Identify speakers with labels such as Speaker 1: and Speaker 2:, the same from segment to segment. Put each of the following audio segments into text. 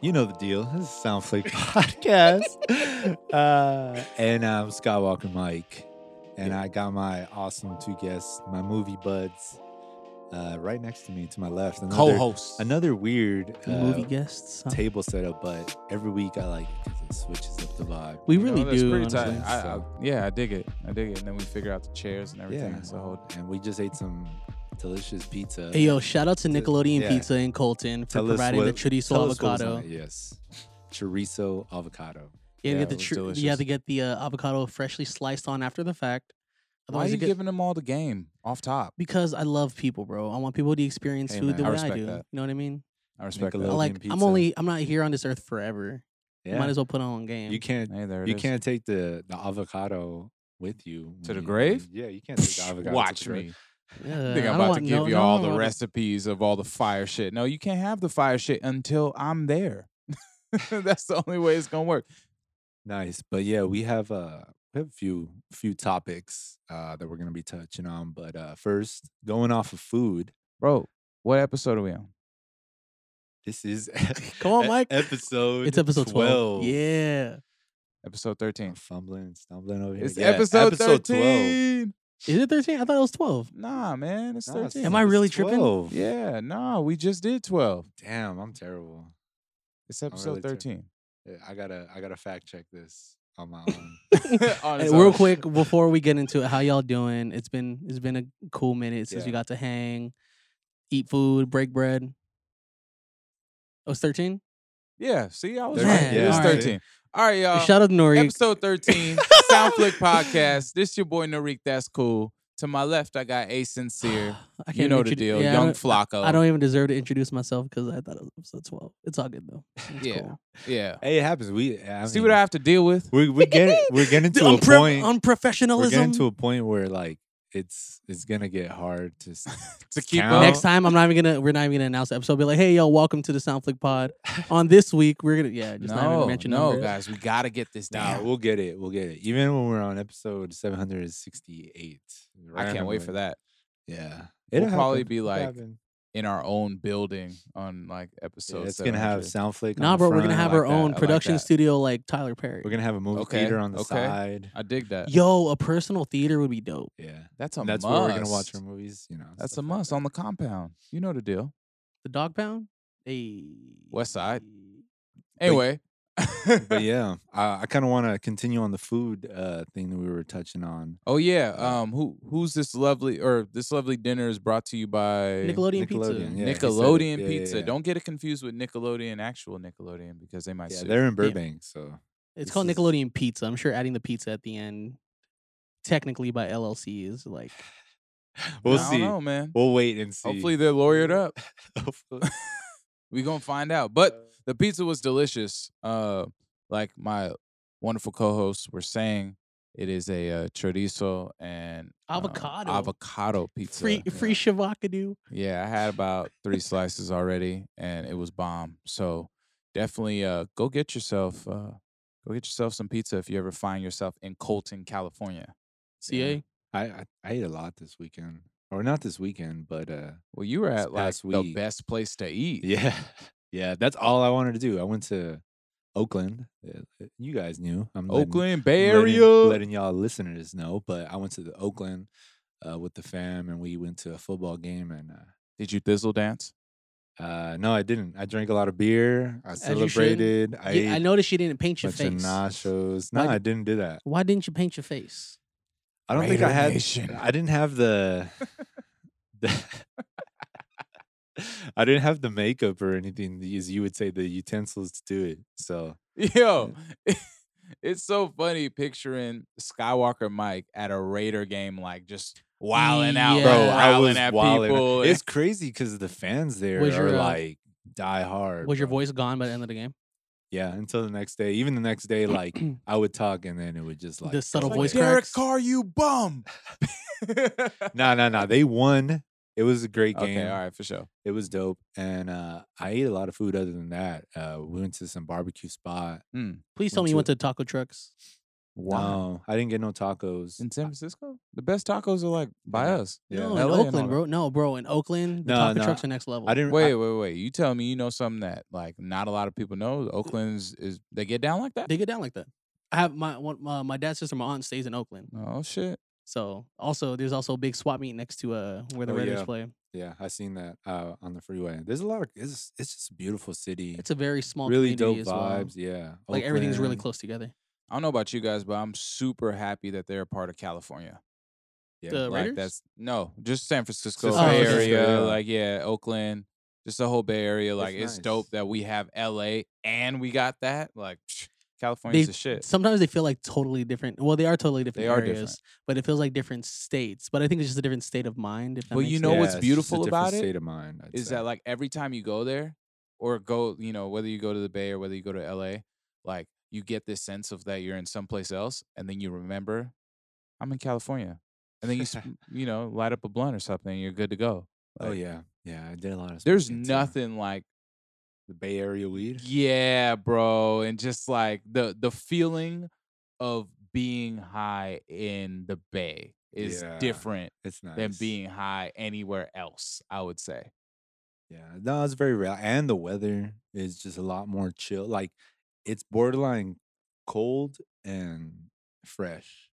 Speaker 1: You know the deal. This is Soundflake Podcast. uh, and I'm Skywalker Mike. And I got my awesome two guests, my movie buds, uh, right next to me to my left. Another,
Speaker 2: Co-host.
Speaker 1: Another weird uh,
Speaker 3: movie
Speaker 2: Um,
Speaker 3: guests. huh?
Speaker 1: table setup, but every week I like it because it switches up the vibe.
Speaker 3: we
Speaker 2: You know,
Speaker 3: really
Speaker 2: that's
Speaker 3: do.
Speaker 2: pretty tight.
Speaker 3: honestly.
Speaker 2: I- I-
Speaker 1: so.
Speaker 2: yeah, I dig it. I dig it. And then we figure out the chairs and everything.
Speaker 1: Yeah.
Speaker 2: It's a whole.
Speaker 1: And we just ate some delicious pizza.
Speaker 3: Hey yo! Shout out to Nickelodeon
Speaker 1: yeah.
Speaker 3: Pizza in Colton for
Speaker 1: Tell us
Speaker 3: providing the
Speaker 1: what-
Speaker 3: chorizo
Speaker 1: tell us what was on
Speaker 3: avocado.
Speaker 1: it. Yes. Chorizo avocado.
Speaker 3: You
Speaker 2: Yeah,
Speaker 3: have to get
Speaker 2: it was
Speaker 3: the chor- you
Speaker 2: delicious.
Speaker 3: have to get the uh, avocado freshly sliced on after the fact.
Speaker 2: Why are
Speaker 3: Otherwise,
Speaker 2: you
Speaker 3: it get-
Speaker 2: giving them all the game off top?
Speaker 3: because I love people, bro. I want people to experience
Speaker 2: Hey,
Speaker 3: food
Speaker 2: man,
Speaker 3: the
Speaker 2: I
Speaker 3: way I,
Speaker 2: respect
Speaker 3: do.
Speaker 2: that.
Speaker 3: You know what I mean?
Speaker 2: I respect
Speaker 1: Nickelodeon.
Speaker 2: that.
Speaker 3: I
Speaker 1: Love
Speaker 3: like
Speaker 1: being
Speaker 3: I'm
Speaker 1: pizza.
Speaker 3: only I'm not here on this earth forever.
Speaker 1: Yeah.
Speaker 3: Might as well put on game.
Speaker 1: you can't
Speaker 2: Hey, there it
Speaker 1: you
Speaker 2: is.
Speaker 1: can't take the, the avocado with you
Speaker 2: To
Speaker 1: when
Speaker 2: the
Speaker 1: you-
Speaker 2: grave?
Speaker 1: Yeah, you can't take the avocado. to
Speaker 2: Watch
Speaker 1: the grave.
Speaker 2: me.
Speaker 3: Yeah, Uh,
Speaker 2: I think
Speaker 3: I
Speaker 2: I'm
Speaker 3: don't
Speaker 2: about to
Speaker 3: want-
Speaker 2: give
Speaker 3: no-
Speaker 2: you
Speaker 3: no, I
Speaker 2: all
Speaker 3: don't
Speaker 2: the
Speaker 3: want to-
Speaker 2: recipes of all the fire shit. No, you can't have the fire shit until I'm there. That's the only way it's gonna work.
Speaker 1: Nice, but yeah, we have uh we have a few few topics uh that we're gonna be touching on. But uh first, going off of food,
Speaker 2: Bro, what episode are we on?
Speaker 1: this is
Speaker 3: Come on,
Speaker 1: e-
Speaker 3: Mike.
Speaker 1: Episode
Speaker 3: It's episode 12. Yeah.
Speaker 2: Episode 13.
Speaker 1: I'm fumbling and stumbling over here.
Speaker 2: It's
Speaker 1: Oh, Yeah,
Speaker 2: episode,
Speaker 1: 12.
Speaker 2: 13.
Speaker 3: Is it 13? I thought it was 12.
Speaker 2: Nah, man. It's
Speaker 1: Nah, it's-
Speaker 2: 13.
Speaker 3: Am I
Speaker 1: it's
Speaker 3: really tripping?
Speaker 1: 12.
Speaker 2: Yeah, nah, we just did 12.
Speaker 1: Damn, I'm terrible.
Speaker 2: It's
Speaker 1: I'm really
Speaker 2: episode
Speaker 1: ter-
Speaker 2: 13.
Speaker 1: Yeah, I gotta I gotta fact check this on my own.
Speaker 2: On
Speaker 3: Hey,
Speaker 2: its
Speaker 3: Uh, real
Speaker 2: own.
Speaker 3: quick before we get into it, how y'all doing? It's been it's been a cool minute since
Speaker 1: Yeah.
Speaker 3: we got to hang, eat food, break bread. Oh, it's 13?
Speaker 2: Yeah, see, I was
Speaker 3: Man,
Speaker 2: right. It was
Speaker 3: all right.
Speaker 2: 13. All right, y'all.
Speaker 3: Shout out to Nori.
Speaker 2: Uh, Episode 13, Soundflick Podcast. This your boy Narik, that's cool. To my left, I got A Sincere.
Speaker 3: I
Speaker 2: You know the
Speaker 3: introdu-
Speaker 2: deal.
Speaker 3: yeah, I
Speaker 2: Young
Speaker 3: don't-
Speaker 2: Flacco.
Speaker 3: I don't even deserve to introduce myself because I thought it was episode 12. It's all good though. It's
Speaker 2: Yeah.
Speaker 3: cool.
Speaker 2: Yeah.
Speaker 1: hey, it happens. We I
Speaker 2: See what I
Speaker 1: mean,
Speaker 2: have to deal with?
Speaker 1: We we get we're getting
Speaker 3: The
Speaker 1: to a
Speaker 3: unpro-
Speaker 1: point. we're
Speaker 3: unprofessionalism.
Speaker 1: getting to a point where like it's it's gonna get hard to s-
Speaker 2: To keep
Speaker 1: count.
Speaker 2: up.
Speaker 3: Next time, I'm not even gonna. We're not even gonna announce the episode. Be like, hey, yo, welcome to the Soundflick Pod. On this week, we're gonna yeah, just not
Speaker 2: No,
Speaker 3: even mention
Speaker 2: no,
Speaker 3: numbers.
Speaker 2: guys. We got to get this
Speaker 1: Nah,
Speaker 2: down.
Speaker 1: we'll get it. We'll get it. Even when we're on episode 768.
Speaker 2: I can't
Speaker 1: randomly.
Speaker 2: wait for that.
Speaker 1: Yeah.
Speaker 2: We'll
Speaker 1: It'll
Speaker 2: probably
Speaker 1: happen.
Speaker 2: be
Speaker 1: It'll
Speaker 2: like
Speaker 1: happen.
Speaker 2: In our own building on like
Speaker 1: Yeah,
Speaker 2: episode
Speaker 1: it's gonna have
Speaker 2: 700.
Speaker 1: Soundflake.
Speaker 3: Nah,
Speaker 1: on the
Speaker 3: bro, we're gonna
Speaker 1: front.
Speaker 3: have
Speaker 2: I
Speaker 3: our
Speaker 2: like that.
Speaker 3: own
Speaker 2: I like
Speaker 3: production
Speaker 2: that.
Speaker 3: studio like Tyler Perry.
Speaker 1: We're gonna have a movie
Speaker 2: Okay,
Speaker 1: theater on the
Speaker 2: okay.
Speaker 1: side.
Speaker 2: I dig that.
Speaker 3: Yo, a personal theater would be dope.
Speaker 1: Yeah.
Speaker 2: That's a
Speaker 1: And that's
Speaker 2: must.
Speaker 1: where we're gonna watch our movies. You know.
Speaker 2: That's
Speaker 1: stuff
Speaker 2: a
Speaker 1: like
Speaker 2: must
Speaker 1: that.
Speaker 2: on the compound. You know the deal.
Speaker 3: The Dog Pound. Hey.
Speaker 2: West Side.
Speaker 1: But-
Speaker 2: Anyway.
Speaker 1: but yeah, I, I kind of want to continue on the food uh, thing that we were touching on.
Speaker 2: Oh yeah.
Speaker 1: Yeah.
Speaker 2: Um who who's this lovely or this lovely dinner is brought to you by
Speaker 3: Nickelodeon,
Speaker 1: Nickelodeon,
Speaker 3: Pizza.
Speaker 1: yeah. he said it.
Speaker 2: Nickelodeon
Speaker 1: Yeah, yeah,
Speaker 2: Pizza.
Speaker 1: yeah.
Speaker 2: Don't get it confused with Nickelodeon actual Nickelodeon because they might
Speaker 1: Yeah,
Speaker 2: sue.
Speaker 1: they're in Burbank, so
Speaker 3: It's
Speaker 1: This
Speaker 3: called
Speaker 1: is-
Speaker 3: Nickelodeon Pizza. I'm sure adding the pizza at the end, technically by LLC, is like
Speaker 1: we'll
Speaker 2: I
Speaker 1: see.
Speaker 2: don't know, man.
Speaker 1: We'll wait and see.
Speaker 2: Hopefully they're lawyered up.
Speaker 1: Hopefully.
Speaker 2: We gonna find out. But the pizza was delicious. Uh, like my wonderful co-hosts were saying, it is a uh, chorizo and um,
Speaker 3: Avocado.
Speaker 2: avocado pizza.
Speaker 3: free free shavakadu.
Speaker 2: Yeah, I had about three slices already, and it was bomb. So definitely, uh, go get yourself, uh, go get yourself some pizza if you ever find yourself in Colton, California.
Speaker 3: CA.
Speaker 1: I, I I ate a lot this weekend, or not this weekend, but uh,
Speaker 2: Well, you were
Speaker 1: This
Speaker 2: at like
Speaker 1: past
Speaker 2: the
Speaker 1: week.
Speaker 2: best place to eat.
Speaker 1: yeah, yeah. That's all I wanted to do. I went to Oakland. Uh, uh, You guys knew I'm letting-
Speaker 2: Oakland Bay
Speaker 1: I'm letting-
Speaker 2: Area.
Speaker 1: letting, y'all listeners know. But I went to the Oakland uh, with the fam, and we went to a football game. And uh,
Speaker 2: Did you thizzle dance?
Speaker 1: uh, no, I didn't. I drank a lot of beer. I
Speaker 3: you should.
Speaker 1: celebrated. I
Speaker 3: Yeah,
Speaker 1: ate
Speaker 3: I noticed you didn't paint
Speaker 1: a
Speaker 3: your
Speaker 1: bunch of
Speaker 3: face.
Speaker 1: nachos.
Speaker 3: Why
Speaker 1: No,
Speaker 3: d-
Speaker 1: I didn't do that.
Speaker 3: Why didn't you paint your face?
Speaker 1: I don't think I
Speaker 2: Raider
Speaker 1: had.
Speaker 2: Nation.
Speaker 1: I didn't have the. the I didn't have the makeup or anything, the- as you would say, the utensils to do it. So
Speaker 2: Yo, it's so funny picturing Skywalker Mike at a Raider game, like just wilding out,
Speaker 3: Bro, I
Speaker 2: wilding
Speaker 1: was
Speaker 2: at
Speaker 1: wilding.
Speaker 2: people.
Speaker 1: It's crazy because the fans there
Speaker 3: Was your,
Speaker 1: are
Speaker 3: uh,
Speaker 1: like die hard.
Speaker 3: Was your
Speaker 1: bro.
Speaker 3: voice gone by the end of the game?
Speaker 1: Yeah, until the next day. Even the next day, like I would talk, and then it would just like
Speaker 3: The subtle
Speaker 2: It's
Speaker 3: voice
Speaker 2: Derek
Speaker 3: cracks.
Speaker 2: Carr, you bum.
Speaker 1: No, no, no. They won. It was a great game.
Speaker 2: Okay, all right, for sure.
Speaker 1: It was dope, and uh, I ate a lot of food. Other than that, uh, we went to some barbecue spot.
Speaker 3: Please tell
Speaker 1: Went
Speaker 3: me you
Speaker 1: to-
Speaker 3: went to taco trucks.
Speaker 2: Why?
Speaker 1: No, Um, I didn't get no tacos.
Speaker 2: In San Francisco, the best tacos are like by
Speaker 1: Yeah.
Speaker 2: us.
Speaker 1: Yeah.
Speaker 3: No, in
Speaker 2: LA and all
Speaker 3: Oakland,
Speaker 2: that.
Speaker 3: bro. No, bro, in Oakland, the
Speaker 1: No,
Speaker 3: taco
Speaker 1: no,
Speaker 3: trucks are next level.
Speaker 1: I didn't.
Speaker 2: Wait,
Speaker 1: I,
Speaker 2: wait, wait. You tell me you know something that like not a lot of people know. Oakland's is they get down like that.
Speaker 3: They get down like that. I have my one, uh, my dad's sister, my aunt stays in Oakland.
Speaker 2: Oh shit.
Speaker 3: So also, there's also a big swap meet next to uh where the
Speaker 1: Oh,
Speaker 3: Raiders
Speaker 1: yeah.
Speaker 3: play.
Speaker 1: yeah, I seen that uh, on the freeway. There's a lot of. It's it's just a beautiful city.
Speaker 3: It's a very small,
Speaker 1: really dope
Speaker 3: community
Speaker 1: vibes.
Speaker 3: as well.
Speaker 1: Yeah,
Speaker 3: Like everything's really
Speaker 1: Oakland.
Speaker 3: close together.
Speaker 2: I don't know about you guys, but I'm super happy that they're a part of California.
Speaker 1: Yeah,
Speaker 3: The
Speaker 2: like
Speaker 3: Raiders?
Speaker 2: that's no, just San Francisco
Speaker 1: San
Speaker 2: Bay
Speaker 3: Francisco,
Speaker 2: Area,
Speaker 1: yeah.
Speaker 2: like yeah, Oakland, just the whole Bay Area. Like it's,
Speaker 1: nice.
Speaker 2: dope that we have LA and we got that. Like psh, California's
Speaker 3: They-
Speaker 2: the shit.
Speaker 3: Sometimes they feel like totally different. Well, they are totally different
Speaker 2: They are
Speaker 3: areas,
Speaker 2: different.
Speaker 3: but it feels like different states. But I think it's just a different state of mind. If that
Speaker 2: Well,
Speaker 3: makes
Speaker 2: you know
Speaker 3: sense.
Speaker 2: what's
Speaker 1: it's just a
Speaker 2: beautiful
Speaker 1: different
Speaker 2: about it
Speaker 1: State of mind I'd
Speaker 2: is
Speaker 1: say.
Speaker 2: that like every time you go there or go, you know, whether you go to the Bay or whether you go to LA, like you get this sense of that you're in someplace else and then you remember I'm in California. And then you, sp- you know, light up a blunt or something and you're good to go.
Speaker 1: Oh
Speaker 2: like-
Speaker 1: yeah, yeah. I did a lot of.
Speaker 2: There's
Speaker 1: smoking, too.
Speaker 2: nothing like,
Speaker 1: The Bay Area weed.
Speaker 2: yeah, bro. And just like the, the feeling of being high in the Bay is
Speaker 1: Yeah.
Speaker 2: different
Speaker 1: It's nice.
Speaker 2: than being high anywhere else, I would say.
Speaker 1: Yeah, no, it's very real. And the weather is just a lot more chill. Like it's borderline cold and fresh.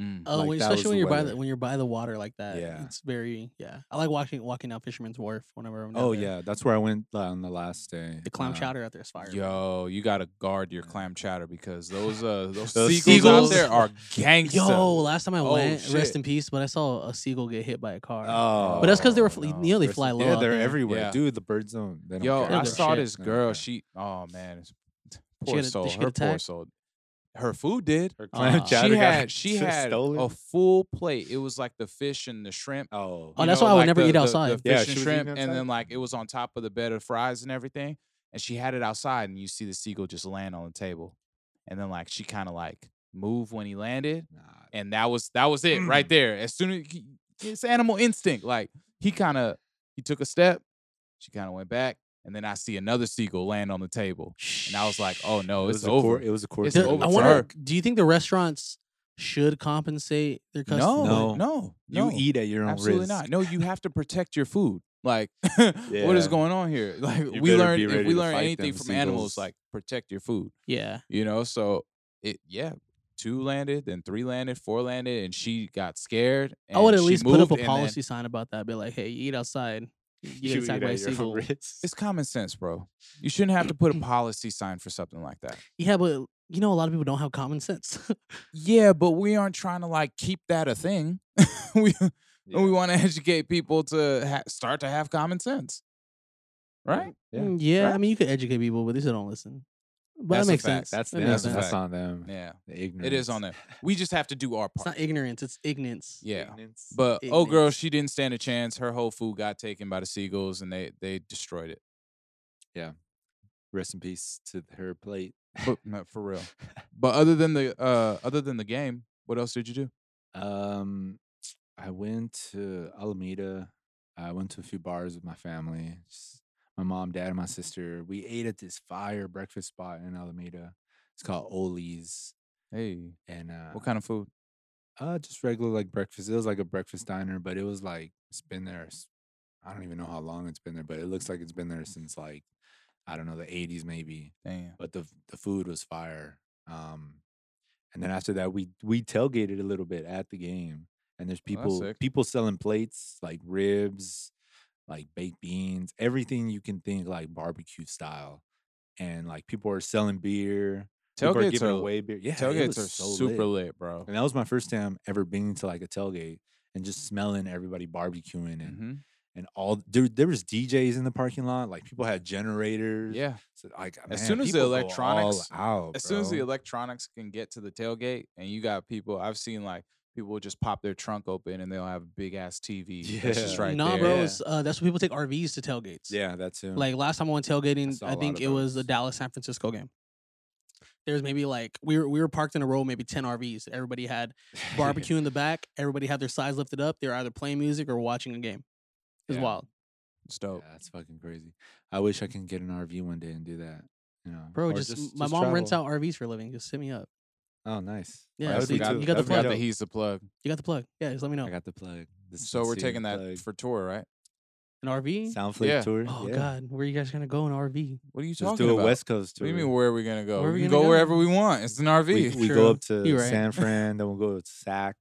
Speaker 2: Mm.
Speaker 3: Oh,
Speaker 1: like
Speaker 3: when,
Speaker 1: that
Speaker 3: especially
Speaker 1: was
Speaker 3: when
Speaker 1: the
Speaker 3: you're by
Speaker 1: weather.
Speaker 3: the when you're by the water like that.
Speaker 1: Yeah.
Speaker 3: it's very yeah. I like watching walking out Fisherman's Wharf whenever. I'm down
Speaker 1: Oh
Speaker 3: there.
Speaker 1: yeah, that's where I went uh, on the last day.
Speaker 3: the clam
Speaker 1: Uh,
Speaker 3: chowder out there is fire.
Speaker 2: Yo, you gotta guard your clam chowder because those uh those,
Speaker 1: Those
Speaker 2: seagulls,
Speaker 1: seagulls.
Speaker 2: out there are gangsta.
Speaker 3: Yo, last time I
Speaker 2: Oh,
Speaker 3: went,
Speaker 2: shit.
Speaker 3: rest in peace, but I saw a seagull get hit by a car.
Speaker 1: Oh,
Speaker 3: But that's 'cause they were fl-
Speaker 1: flying.
Speaker 3: you know, they fly low
Speaker 1: Yeah,
Speaker 3: out
Speaker 1: they're
Speaker 3: there.
Speaker 1: everywhere,
Speaker 2: Yeah.
Speaker 1: dude. The birds don't. They don't
Speaker 2: yo,
Speaker 1: care
Speaker 2: I
Speaker 1: about
Speaker 2: saw
Speaker 1: it.
Speaker 3: shit.
Speaker 2: this
Speaker 1: They don't
Speaker 2: girl.
Speaker 1: care.
Speaker 2: She, oh man, it's-
Speaker 3: She
Speaker 2: poor
Speaker 3: had a- did
Speaker 2: soul.
Speaker 3: she get
Speaker 2: her poor
Speaker 3: attacked?
Speaker 2: soul. Her food did.
Speaker 1: Her
Speaker 3: clam
Speaker 2: Uh,
Speaker 1: chowder
Speaker 2: she
Speaker 1: got
Speaker 2: had she had
Speaker 1: stolen?
Speaker 3: oh,
Speaker 2: a full plate. It was like the fish and the shrimp.
Speaker 1: oh,
Speaker 3: Oh,
Speaker 2: you
Speaker 3: that's why I would never
Speaker 2: the-
Speaker 3: eat
Speaker 2: the-
Speaker 3: outside.
Speaker 2: The,
Speaker 1: Yeah,
Speaker 2: fish
Speaker 1: she
Speaker 2: and
Speaker 1: was
Speaker 2: shrimp,
Speaker 1: eating
Speaker 2: and then
Speaker 1: outside?
Speaker 2: like it was on top of the bed of fries and everything. And she had it outside, and you see the seagull just land on the table, and then like she kind of like moved when he landed,
Speaker 1: nah,
Speaker 2: and that was that was it right
Speaker 1: Mm.
Speaker 2: there. As soon as he, it's animal instinct, like he kind of he took a step, she kind of went back, and then I see another seagull land on the table, and I was like, oh
Speaker 1: it
Speaker 2: no,
Speaker 1: was
Speaker 2: it's
Speaker 1: a
Speaker 2: over.
Speaker 1: Cor- it was a course.
Speaker 2: It's
Speaker 3: Do-
Speaker 2: over
Speaker 3: I
Speaker 2: for
Speaker 3: wonder.
Speaker 2: her.
Speaker 3: Do you think the restaurants should compensate their
Speaker 2: no,
Speaker 3: customers?
Speaker 2: no,
Speaker 1: No.
Speaker 2: no,
Speaker 1: You eat at your own
Speaker 2: absolutely
Speaker 1: risk.
Speaker 2: not. No, you have to protect your food. Like, what is
Speaker 1: Yeah.
Speaker 2: going on here? Like,
Speaker 1: You
Speaker 2: we
Speaker 1: better
Speaker 2: learned
Speaker 1: be
Speaker 2: if
Speaker 1: ready
Speaker 2: we
Speaker 1: to
Speaker 2: learn
Speaker 1: fight
Speaker 2: anything
Speaker 1: them
Speaker 2: from animals,
Speaker 1: seagulls.
Speaker 2: like protect your food.
Speaker 3: Yeah.
Speaker 2: you know so it yeah two landed then three landed four landed and she got scared and
Speaker 3: I would at
Speaker 2: she
Speaker 3: least put up
Speaker 2: moved,
Speaker 3: a
Speaker 2: and then-
Speaker 3: policy sign about that. Be like, hey, you eat outside. You
Speaker 1: You
Speaker 3: get attacked
Speaker 1: eat
Speaker 3: by a
Speaker 1: at your own
Speaker 3: seagull.
Speaker 1: risk.
Speaker 2: it's common sense bro you shouldn't have to put a policy sign for something like that
Speaker 3: Yeah, but you know, a lot of people don't have common sense.
Speaker 2: yeah but we aren't trying to like keep that a thing we
Speaker 1: Yeah.
Speaker 2: we want to educate people to ha- start to have common sense right
Speaker 1: Yeah.
Speaker 3: Mm, yeah. I
Speaker 2: Right?
Speaker 3: mean, you could educate people, but they still don't listen. But
Speaker 2: That's a
Speaker 3: that makes
Speaker 2: fact.
Speaker 3: sense.
Speaker 1: That's
Speaker 3: that
Speaker 1: them.
Speaker 3: makes
Speaker 1: That's,
Speaker 2: a
Speaker 3: sense.
Speaker 2: fact.
Speaker 1: on them.
Speaker 2: yeah
Speaker 1: The ignorance.
Speaker 2: it is on them we just have to do our
Speaker 3: It's
Speaker 2: part
Speaker 3: not ignorance. It's ignorance.
Speaker 2: yeah
Speaker 1: Ignorance.
Speaker 2: but
Speaker 3: It
Speaker 2: oh girl
Speaker 3: makes-
Speaker 2: she didn't stand a chance her whole food got taken by the seagulls and they they destroyed it
Speaker 1: rest in peace to her plate.
Speaker 2: but no, for real But other than the uh other than the game, what else did you do?
Speaker 1: Um, I went to Alameda. I went to a few bars with my family. just my mom, dad, and my sister. We ate at this fire breakfast spot in Alameda. It's called Oli's,
Speaker 2: Hey,
Speaker 1: and uh,
Speaker 2: what kind of food?
Speaker 1: uh, just regular like breakfast. It was like a breakfast diner, but it was like it's been there. s- I don't even know how long it's been there, but it looks like it's been there since like I don't know the '80s maybe.
Speaker 2: Damn.
Speaker 1: but the the food was fire. Um, and then after that, we we tailgated a little bit at the game, and there's
Speaker 2: Oh, that's
Speaker 1: people
Speaker 2: sick.
Speaker 1: people selling plates like ribs, like baked beans, everything you can think like barbecue style, and like people are selling beer. people are
Speaker 2: Tailgates
Speaker 1: giving
Speaker 2: are
Speaker 1: away beer. Yeah, it
Speaker 2: tailgates
Speaker 1: was
Speaker 2: are
Speaker 1: so
Speaker 2: super lit, bro.
Speaker 1: And that was my first time ever being to like a tailgate and just smelling everybody barbecuing and
Speaker 3: Mm-hmm.
Speaker 2: hmm
Speaker 1: and all dude. There was DJs in the parking lot. Like people had generators.
Speaker 2: Yeah.
Speaker 1: So, like
Speaker 2: As
Speaker 1: man,
Speaker 2: soon as the
Speaker 1: people go all
Speaker 2: electronics-
Speaker 1: out,
Speaker 2: As soon as the
Speaker 1: bro.
Speaker 2: electronics can get to the tailgate, and you got people, I've seen like people will just pop their trunk open and they'll have a big ass TV. That's just
Speaker 1: Yeah.
Speaker 2: right
Speaker 3: nah,
Speaker 2: there.
Speaker 3: bro.
Speaker 1: Yeah.
Speaker 3: it's, Uh, that's when people take RVs to tailgates.
Speaker 1: Yeah, that's him.
Speaker 3: Like last time I went tailgating,
Speaker 1: saw a
Speaker 3: I
Speaker 1: lot
Speaker 3: think
Speaker 1: of
Speaker 3: it was the
Speaker 1: those.
Speaker 3: Dallas San Francisco game. There was maybe like we were we were parked in a row, maybe ten RVs. Everybody had barbecue in the back. Everybody had their sides lifted up. They were either playing music or watching a game. It was
Speaker 1: Yeah.
Speaker 3: wild,
Speaker 2: It's
Speaker 1: Yeah,
Speaker 2: dope.
Speaker 1: that's fucking crazy. I wish I can get an RV one day and do that. You know,
Speaker 3: bro.
Speaker 1: or
Speaker 3: Just, my mom rents
Speaker 1: travel.
Speaker 3: out RVs for a living. Just hit me up.
Speaker 1: Oh, nice.
Speaker 3: Yeah,
Speaker 2: I
Speaker 1: That would
Speaker 3: so
Speaker 1: be
Speaker 3: you,
Speaker 2: forgot,
Speaker 1: dope.
Speaker 3: you got the
Speaker 2: I
Speaker 1: That'd be
Speaker 2: forgot
Speaker 3: plug.
Speaker 2: that
Speaker 1: dope.
Speaker 2: he's the plug.
Speaker 3: You got the plug. Yeah, just let me know.
Speaker 1: I got the plug. The
Speaker 2: So we're
Speaker 1: sincere
Speaker 2: taking that
Speaker 1: plug.
Speaker 2: for tour, right?
Speaker 3: An RV.
Speaker 1: Soundfleet
Speaker 2: Yeah.
Speaker 1: tour.
Speaker 3: Oh
Speaker 1: yeah.
Speaker 3: God, where you guys gonna go in RV?
Speaker 2: What are you
Speaker 1: Just
Speaker 2: talking
Speaker 1: do a
Speaker 2: about?
Speaker 1: West Coast
Speaker 2: what
Speaker 1: tour.
Speaker 2: do you mean? Where are we gonna go?
Speaker 3: Where are
Speaker 2: we
Speaker 3: we
Speaker 2: can
Speaker 3: gonna
Speaker 2: go
Speaker 3: go?
Speaker 2: wherever we want. It's an RV.
Speaker 1: we, we
Speaker 3: True.
Speaker 1: go up to
Speaker 3: You're right.
Speaker 1: San Fran, then we'll go to Sac,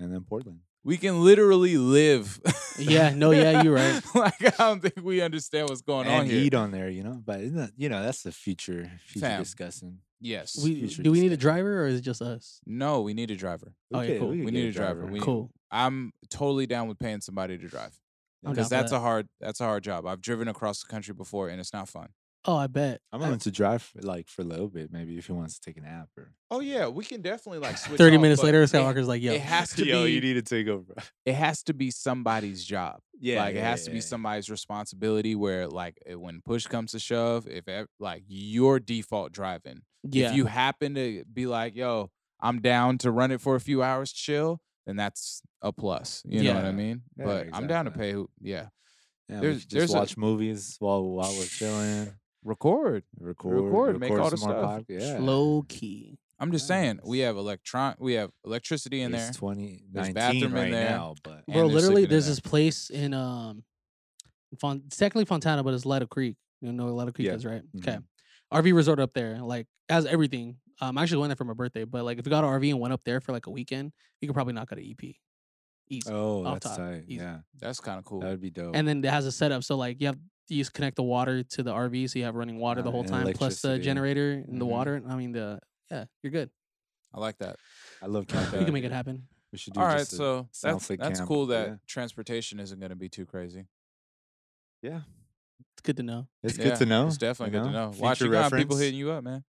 Speaker 1: and then Portland.
Speaker 2: We can literally live.
Speaker 3: Yeah, no, yeah, you're right.
Speaker 2: like I don't think we understand what's going on
Speaker 1: and
Speaker 2: here.
Speaker 1: eat on there, you know. But isn't that- you know, that's the future future
Speaker 2: Fam.
Speaker 1: discussing.
Speaker 2: yes.
Speaker 1: It's
Speaker 3: We,
Speaker 1: future
Speaker 3: do we need a
Speaker 1: discussion.
Speaker 3: driver or is it just us?
Speaker 2: no, we need a driver.
Speaker 1: We
Speaker 3: Okay,
Speaker 1: could-
Speaker 3: Oh, cool.
Speaker 1: could
Speaker 2: We
Speaker 1: get
Speaker 2: need a driver. We-
Speaker 3: Cool.
Speaker 2: I'm totally down with paying somebody to drive
Speaker 3: I'm down
Speaker 2: because
Speaker 3: for
Speaker 2: that's
Speaker 3: that.
Speaker 2: a hard that's a hard job. I've driven across the country before and it's not fun.
Speaker 3: Oh, I bet.
Speaker 1: I'm
Speaker 3: I-
Speaker 1: willing to drive for, like for a little bit, maybe if he wants to take a nap or.
Speaker 2: Oh yeah, we can definitely like switch.
Speaker 3: Thirty
Speaker 2: off,
Speaker 3: minutes
Speaker 2: but
Speaker 3: later,
Speaker 2: it-
Speaker 3: Skywalker's like, "Yo,
Speaker 2: it has to
Speaker 1: Yo,
Speaker 2: be uh,
Speaker 1: you need to take over.
Speaker 2: it has to be somebody's job.
Speaker 1: Yeah,
Speaker 2: like it
Speaker 1: yeah,
Speaker 2: has to
Speaker 1: yeah,
Speaker 2: be
Speaker 1: yeah.
Speaker 2: somebody's responsibility. Where like it- when push comes to shove, if ev- like your default driving,
Speaker 3: yeah,
Speaker 2: if you happen to be like, yo, I'm down to run it for a few hours, chill, then that's a plus. You know what I
Speaker 1: Yeah.
Speaker 2: mean?
Speaker 1: Yeah,
Speaker 2: but I'm down to
Speaker 1: exactly.
Speaker 2: pay. Who, yeah,
Speaker 1: Yeah,
Speaker 2: There's-
Speaker 1: there's, just
Speaker 2: there's a-
Speaker 1: watch movies while while we're chilling,
Speaker 2: record.
Speaker 1: record,
Speaker 2: Record, make all the
Speaker 1: some more
Speaker 2: stuff.
Speaker 1: pod- Yeah,
Speaker 3: low key."
Speaker 2: I'm just saying, we
Speaker 1: Nice.
Speaker 2: have electron, we have electricity in there.
Speaker 1: It's 20,
Speaker 2: There's
Speaker 1: 19
Speaker 2: bathroom in
Speaker 1: right
Speaker 2: there.
Speaker 1: now, but
Speaker 2: And
Speaker 3: Bro,
Speaker 2: they're sleeping
Speaker 3: literally,
Speaker 2: in
Speaker 3: there's
Speaker 2: there.
Speaker 3: this place in um, Fon- it's technically Fontana, but it's Leto Creek. You know where Leto Creek
Speaker 1: Yeah.
Speaker 3: is, right?
Speaker 2: Mm-hmm.
Speaker 3: Okay, RV resort up there, like has everything. Um, I actually went there for my birthday, but like if you got an RV and went up there for like a weekend, you could probably knock out an EP, E easy.
Speaker 1: oh,
Speaker 3: off
Speaker 1: that's
Speaker 3: top,
Speaker 1: tight.
Speaker 3: easy.
Speaker 1: Yeah,
Speaker 2: That's kind of cool.
Speaker 1: that would be dope.
Speaker 2: Oh.
Speaker 3: And then it has a setup, so like you have you just connect the water to the RV, so you have running water the
Speaker 1: Uh,
Speaker 3: whole
Speaker 1: and
Speaker 3: time, plus the
Speaker 1: electricity.
Speaker 3: generator and the
Speaker 2: Mhm.
Speaker 3: water. I mean the yeah, you're good.
Speaker 2: I like that.
Speaker 1: I love
Speaker 2: We
Speaker 3: You
Speaker 1: camping.
Speaker 3: can make it happen.
Speaker 1: We should do
Speaker 2: All right,
Speaker 1: just a-
Speaker 2: so
Speaker 1: sound
Speaker 2: that's
Speaker 1: flick
Speaker 2: that's
Speaker 1: camp,
Speaker 2: cool that
Speaker 1: yeah.
Speaker 2: transportation isn't going to be too crazy.
Speaker 1: yeah.
Speaker 3: It's good to know.
Speaker 1: It's
Speaker 2: Yeah,
Speaker 1: good to know.
Speaker 2: It's definitely
Speaker 1: you
Speaker 2: good to know. Watch
Speaker 1: Future
Speaker 2: you got people
Speaker 1: reference.
Speaker 2: hitting you up, man.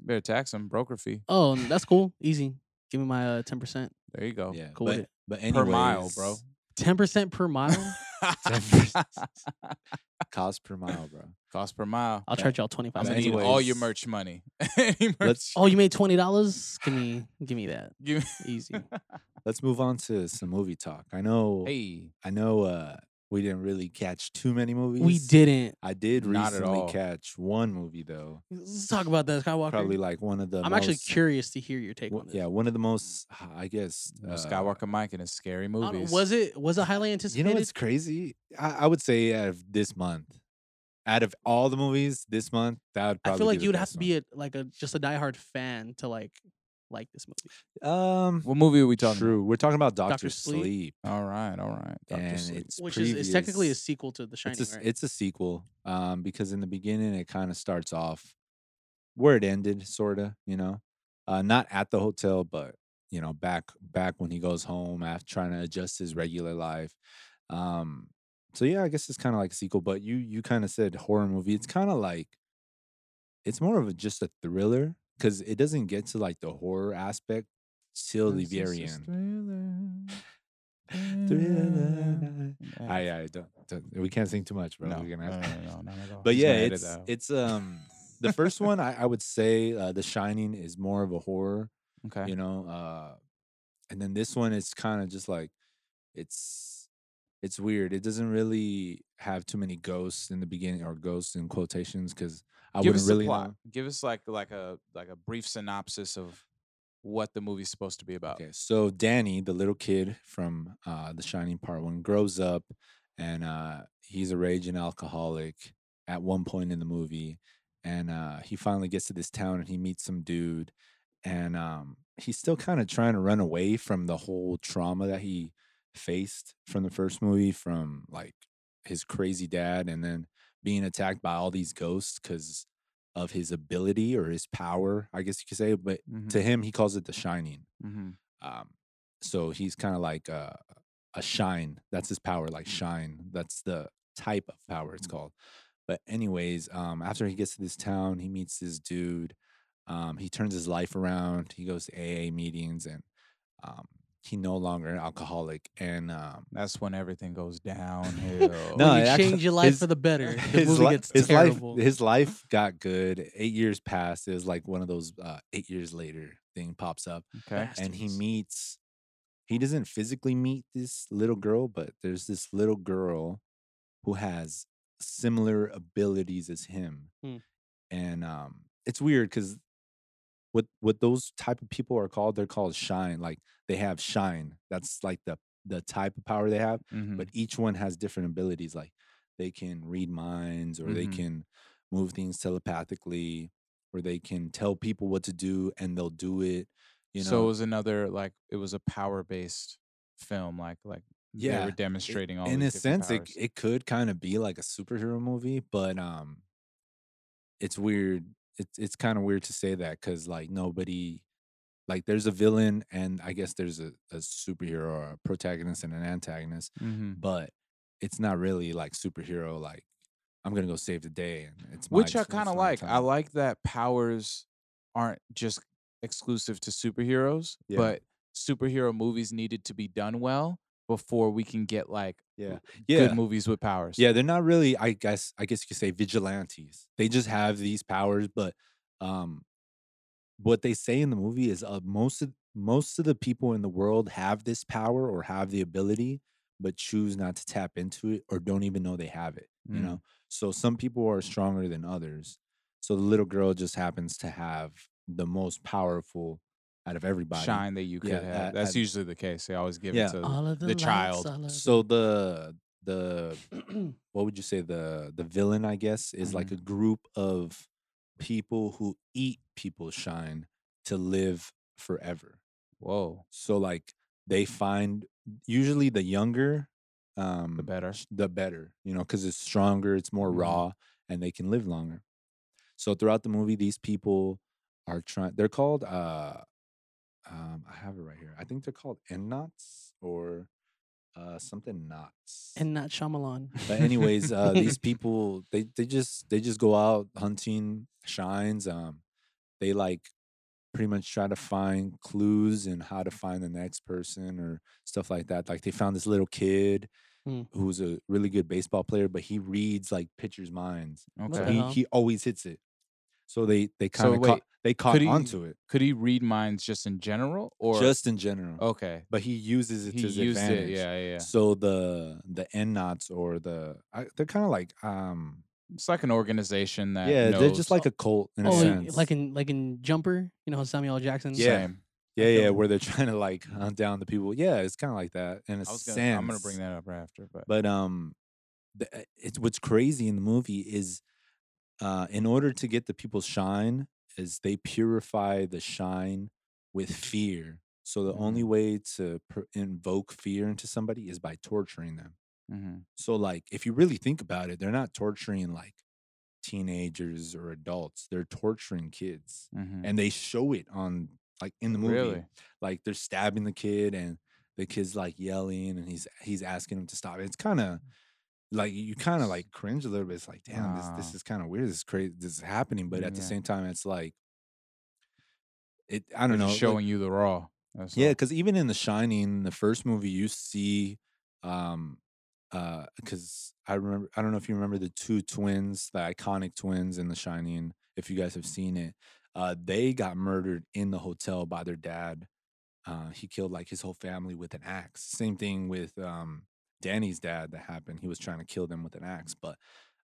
Speaker 2: Better tax them broker fee.
Speaker 3: Oh, and that's cool. Easy. Give me my uh ten percent.
Speaker 2: There you go.
Speaker 1: Yeah,
Speaker 3: Cool with
Speaker 1: but,
Speaker 3: it.
Speaker 1: but
Speaker 2: Per mile, bro.
Speaker 1: anyways,
Speaker 3: Ten percent per mile.
Speaker 1: Cost per mile, bro.
Speaker 2: Cost per mile.
Speaker 3: I'll charge y'all twenty
Speaker 2: I'm
Speaker 3: five
Speaker 1: But
Speaker 2: gonna
Speaker 3: cents.
Speaker 2: need all your
Speaker 1: anyways,
Speaker 2: merch money. Any merch-
Speaker 1: let's-
Speaker 3: Oh, you made twenty dollars? Give me give me that.
Speaker 2: give
Speaker 3: Easy.
Speaker 1: Let's move on to some movie talk. I know.
Speaker 2: me-
Speaker 1: I know. Uh, we didn't really catch too many movies.
Speaker 3: we didn't.
Speaker 1: I did
Speaker 2: Not at
Speaker 1: recently
Speaker 2: all.
Speaker 1: catch one movie though.
Speaker 3: Let's talk about that, Skywalker.
Speaker 1: Probably like one of the.
Speaker 3: I'm actually
Speaker 1: most-
Speaker 3: curious to hear your take
Speaker 1: one-
Speaker 3: on this.
Speaker 1: Yeah, one of the most. I guess.
Speaker 2: hey, no
Speaker 1: uh,
Speaker 2: Skywalker Mike in his scary
Speaker 3: I don't-
Speaker 2: movies.
Speaker 3: Was it was it highly
Speaker 1: You
Speaker 3: anticipated?
Speaker 1: know what's crazy? I, I would say out of this month, out of all the movies this month, that would
Speaker 3: I
Speaker 1: probably.
Speaker 3: feel like
Speaker 1: the
Speaker 3: you would have
Speaker 1: best
Speaker 3: to
Speaker 1: one.
Speaker 3: be a like a just a diehard fan to like like this movie.
Speaker 1: Um,
Speaker 2: What movie are we talking?
Speaker 1: true. We're talking about Doctor,
Speaker 3: Doctor Sleep?
Speaker 1: Sleep,
Speaker 2: About? All right, all right. Dr.
Speaker 1: and
Speaker 2: Sleep.
Speaker 1: it's
Speaker 3: Which is, is technically a
Speaker 1: previous-
Speaker 3: sequel to The Shining,
Speaker 1: It's a,
Speaker 3: right?
Speaker 1: it's a sequel, um, because in the beginning it kind of starts off where it ended, sorta. You know, uh, not at the hotel, but you know, back back when he goes home after trying to adjust his regular life. Um, so yeah, I guess it's kind of like a sequel. But you you kind of said horror movie. It's kind of like it's more of a, just a thriller because it doesn't get to like the horror aspect till the
Speaker 2: This is
Speaker 1: very
Speaker 2: a
Speaker 1: end.
Speaker 2: thriller. Thriller.
Speaker 1: Thriller.
Speaker 2: Yeah.
Speaker 1: I, I don't, don't- We can't sing too much, bro.
Speaker 2: no,
Speaker 1: We're gonna
Speaker 2: no,
Speaker 1: have
Speaker 2: no,
Speaker 1: to.
Speaker 2: no, no, not at all.
Speaker 1: But
Speaker 2: He's
Speaker 1: yeah,
Speaker 2: gonna edit
Speaker 1: it's
Speaker 2: that out.
Speaker 1: it's um the first one I, I would say uh, The Shining is more of a horror,
Speaker 2: okay.
Speaker 1: you know, uh, and then this one is kind of just like it's it's weird. It doesn't really have too many ghosts in the beginning or ghosts in quotations because I
Speaker 2: Give us
Speaker 1: wouldn't
Speaker 2: the
Speaker 1: really
Speaker 2: plot.
Speaker 1: know.
Speaker 2: Give us like like a like a brief synopsis of what the movie's supposed to be about.
Speaker 1: Uh, Okay, so Danny, the little kid from uh, The Shining Part One, grows up, and uh, he's a raging alcoholic at one point in the movie, and uh, he finally gets to this town and he meets some dude, and um, he's still kind of trying to run away from the whole trauma that he faced from the first movie, from like his crazy dad, and then being attacked by all these ghosts because of his ability or his power, I guess you could say,
Speaker 2: Mm-hmm.
Speaker 1: but. To him, he calls it the shining.
Speaker 2: hmm
Speaker 1: Um, so he's kind of like a, a shine. That's his power, like
Speaker 3: Mm.
Speaker 1: shine. That's the type of power it's called. But anyways, um, after he gets to this town, he meets this dude. Um, he turns his life around. He goes to AA meetings, and um, he no longer an alcoholic. And um,
Speaker 2: That's when everything goes downhill.
Speaker 3: When
Speaker 1: No,
Speaker 3: you
Speaker 1: it
Speaker 3: change
Speaker 1: actually-
Speaker 3: your life
Speaker 1: his-
Speaker 3: for the better. The
Speaker 1: his,
Speaker 3: movie
Speaker 1: li-
Speaker 3: gets
Speaker 1: his life,
Speaker 3: terrible.
Speaker 1: his life got good. Eight years passed. It was like one of those uh, eight years later thing pops up.
Speaker 2: okay.
Speaker 1: and he
Speaker 3: Bastards.
Speaker 1: meets he doesn't physically meet this little girl but there's this little girl who has similar abilities as him
Speaker 3: Hmm.
Speaker 1: and um it's weird because what what those type of people are called. They're called shine. Like they have shine. That's like the the type of power they have.
Speaker 2: Mhm.
Speaker 1: But each one has different abilities. Like they can read minds, or they
Speaker 2: Mhm.
Speaker 1: can move things telepathically, or they can tell people what to do and they'll do it. You know.
Speaker 2: so it was another like it was a power based film, like like they
Speaker 1: Yeah,
Speaker 2: were
Speaker 1: it-
Speaker 2: demonstrating all
Speaker 1: in a
Speaker 2: these different
Speaker 1: sense it,
Speaker 2: powers.
Speaker 1: it could kind of be like a superhero movie but um it's weird it's it's kind of weird to say that because like nobody like there's a villain and i guess there's a, a superhero or a protagonist and an antagonist
Speaker 2: Mhm.
Speaker 1: but it's not really like superhero like i'm gonna go save the day and it's my
Speaker 2: which I
Speaker 1: exclusive
Speaker 2: kind of
Speaker 1: on
Speaker 2: like. I
Speaker 1: time.
Speaker 2: like that powers aren't just exclusive to superheroes,
Speaker 1: Yeah.
Speaker 2: but superhero movies needed to be done well before we can get like
Speaker 1: yeah
Speaker 2: good
Speaker 1: yeah
Speaker 2: movies with powers.
Speaker 1: yeah they're not really i guess i guess you could say vigilantes they just have these powers but um what they say in the movie is uh, most of most of the people in the world have this power or have the ability but choose not to tap into it or don't even know they have it you
Speaker 2: Mm.
Speaker 1: know so some people are stronger than others so the little girl just happens to have the most powerful out of everybody
Speaker 2: shine that you could
Speaker 1: Yeah,
Speaker 2: have.
Speaker 1: that-
Speaker 2: That's
Speaker 1: that-
Speaker 2: usually the case. They always give
Speaker 1: Yeah.
Speaker 2: it to
Speaker 3: All of the,
Speaker 2: the
Speaker 3: lights,
Speaker 2: child.
Speaker 3: all of
Speaker 1: so the the
Speaker 3: the-
Speaker 1: what would you say the the villain i guess is like a group of people who eat people's shine to live forever
Speaker 2: whoa.
Speaker 1: so like they find usually the younger um
Speaker 2: better.
Speaker 1: sh- the better you know because it's stronger it's more
Speaker 2: Mhm.
Speaker 1: raw and they can live longer so throughout the movie these people are trying they're called uh um i have it right here i think they're called knots or uh something knots
Speaker 3: and not Shyamalan.
Speaker 1: but anyways, uh, these people they they just they just go out hunting shines. Um, they like pretty much try to find clues and how to find the next person or stuff like that. Like they found this little kid
Speaker 2: Hmm.
Speaker 3: Mm.
Speaker 1: who's a really good baseball player, but he reads like pitchers' minds. So
Speaker 2: Okay.
Speaker 3: the
Speaker 1: he,
Speaker 3: hell?
Speaker 1: he always hits it. So they they
Speaker 2: Uh So
Speaker 1: kind of
Speaker 2: wait,
Speaker 1: caught they caught
Speaker 2: he-
Speaker 1: onto it
Speaker 2: Could he read minds just in general or
Speaker 1: just in general.
Speaker 2: okay?
Speaker 1: But he uses it
Speaker 2: He
Speaker 1: to his
Speaker 2: used
Speaker 1: advantage.
Speaker 2: it. Yeah, yeah, yeah.
Speaker 1: So the the end knots or the I, they're kind of like um
Speaker 2: It's like an organization that
Speaker 1: yeah, they're just
Speaker 2: knows-
Speaker 1: like a cult in a
Speaker 3: Oh,
Speaker 1: sense.
Speaker 3: like in like in Jumper, you know how Samuel L. Jackson.
Speaker 1: Yeah.
Speaker 2: Same.
Speaker 1: yeah,
Speaker 3: feel
Speaker 1: yeah,
Speaker 3: you.
Speaker 1: where they're trying to like hunt down the people. Yeah, it's kind of like that in a
Speaker 2: I was
Speaker 1: sense.
Speaker 2: gonna, I'm gonna bring that up right after, but,
Speaker 1: But um, the, uh, it's what's crazy in the movie is, uh, in order to get the people shine, is they purify the shine with fear. So the
Speaker 2: Mm.
Speaker 1: only way to per- invoke fear into somebody is by torturing them.
Speaker 2: Mhm.
Speaker 1: So like if you really think about it, they're not torturing like teenagers or adults. They're torturing kids.
Speaker 2: Mhm.
Speaker 1: and they show it on like in the movie
Speaker 2: Really?
Speaker 1: like they're stabbing the kid and the kid's like yelling and he's he's asking him to stop it's kind of like you kind of like cringe a little bit it's like damn this
Speaker 2: Wow.
Speaker 1: this is kind of weird this is crazy this is happening but at the
Speaker 2: Yeah.
Speaker 1: same time it's like it i don't
Speaker 2: They're
Speaker 1: know
Speaker 2: just
Speaker 1: like-
Speaker 2: showing you the raw. That's
Speaker 1: yeah
Speaker 2: all.
Speaker 1: because even in the shining the first movie you see um uh because i remember i don't know if you remember the two twins the iconic twins in the shining if you guys have seen it uh they got murdered in the hotel by their dad uh he killed like his whole family with an axe same thing with um danny's dad that happened he was trying to kill them with an axe but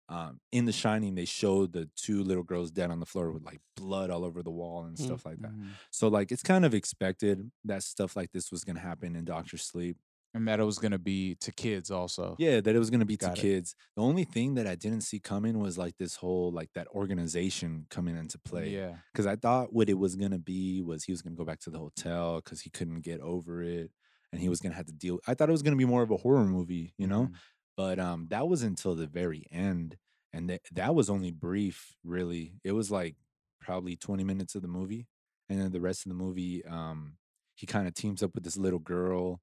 Speaker 1: um, in the shining they showed the two little girls dead on the floor with like blood all over the wall and
Speaker 3: Mm.
Speaker 1: stuff like that
Speaker 2: Mhm.
Speaker 1: so like it's kind of expected that stuff like this was gonna happen in Doctor Sleep.
Speaker 2: and that it was gonna be to kids also.
Speaker 1: Yeah, that it was gonna be to
Speaker 2: Got it.
Speaker 1: kids. The only thing that I didn't see coming was like this whole like that organization coming into play.
Speaker 2: Yeah.
Speaker 1: Cause I thought what it was gonna be was he was gonna go back to the hotel because he couldn't get over it and
Speaker 2: Mm.
Speaker 1: he was gonna have to deal. I thought it was gonna be more of a horror movie, you know?
Speaker 2: Mhm.
Speaker 1: But um that was until the very end. And that that was only brief, really. It was like probably 20 minutes of the movie. And then the rest of the movie, um, he kind of teams up with this little girl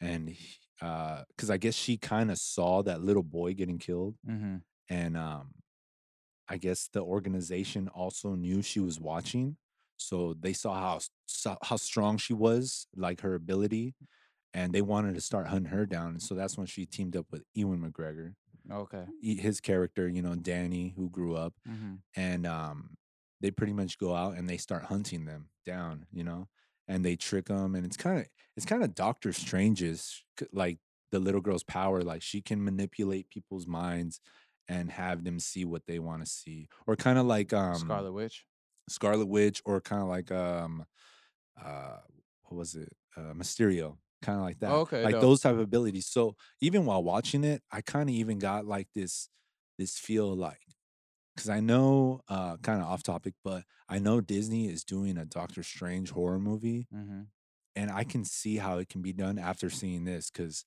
Speaker 1: and he- uh because I guess she kind of saw that little boy getting killed
Speaker 2: Mhm.
Speaker 1: and um i guess the organization also knew she was watching so they saw how s- so- how strong she was like her ability and they wanted to start hunting her down so that's when she teamed up with ewan mcgregor
Speaker 2: mm-hmm, Okay.
Speaker 1: he- his character you know danny who grew up
Speaker 2: Mhm.
Speaker 1: and um they pretty much go out and they start hunting them down you know and they trick them and it's kind of it's kind of doctor strange's c- like the little girl's power like she can manipulate people's minds and have them see what they want to see or kind of like um
Speaker 2: Scarlet Witch.
Speaker 1: Scarlet Witch or kind of like um uh what was it? Uh Mysterio. Kind of like that.
Speaker 2: Okay,
Speaker 1: Like
Speaker 2: dope.
Speaker 1: those type of abilities. So even while watching it, I kind of even got like this this feel like because I know uh kind of off topic, but I know Disney is doing a Doctor Strange horror movie
Speaker 2: hmm
Speaker 1: and I can see how it can be done after seeing this because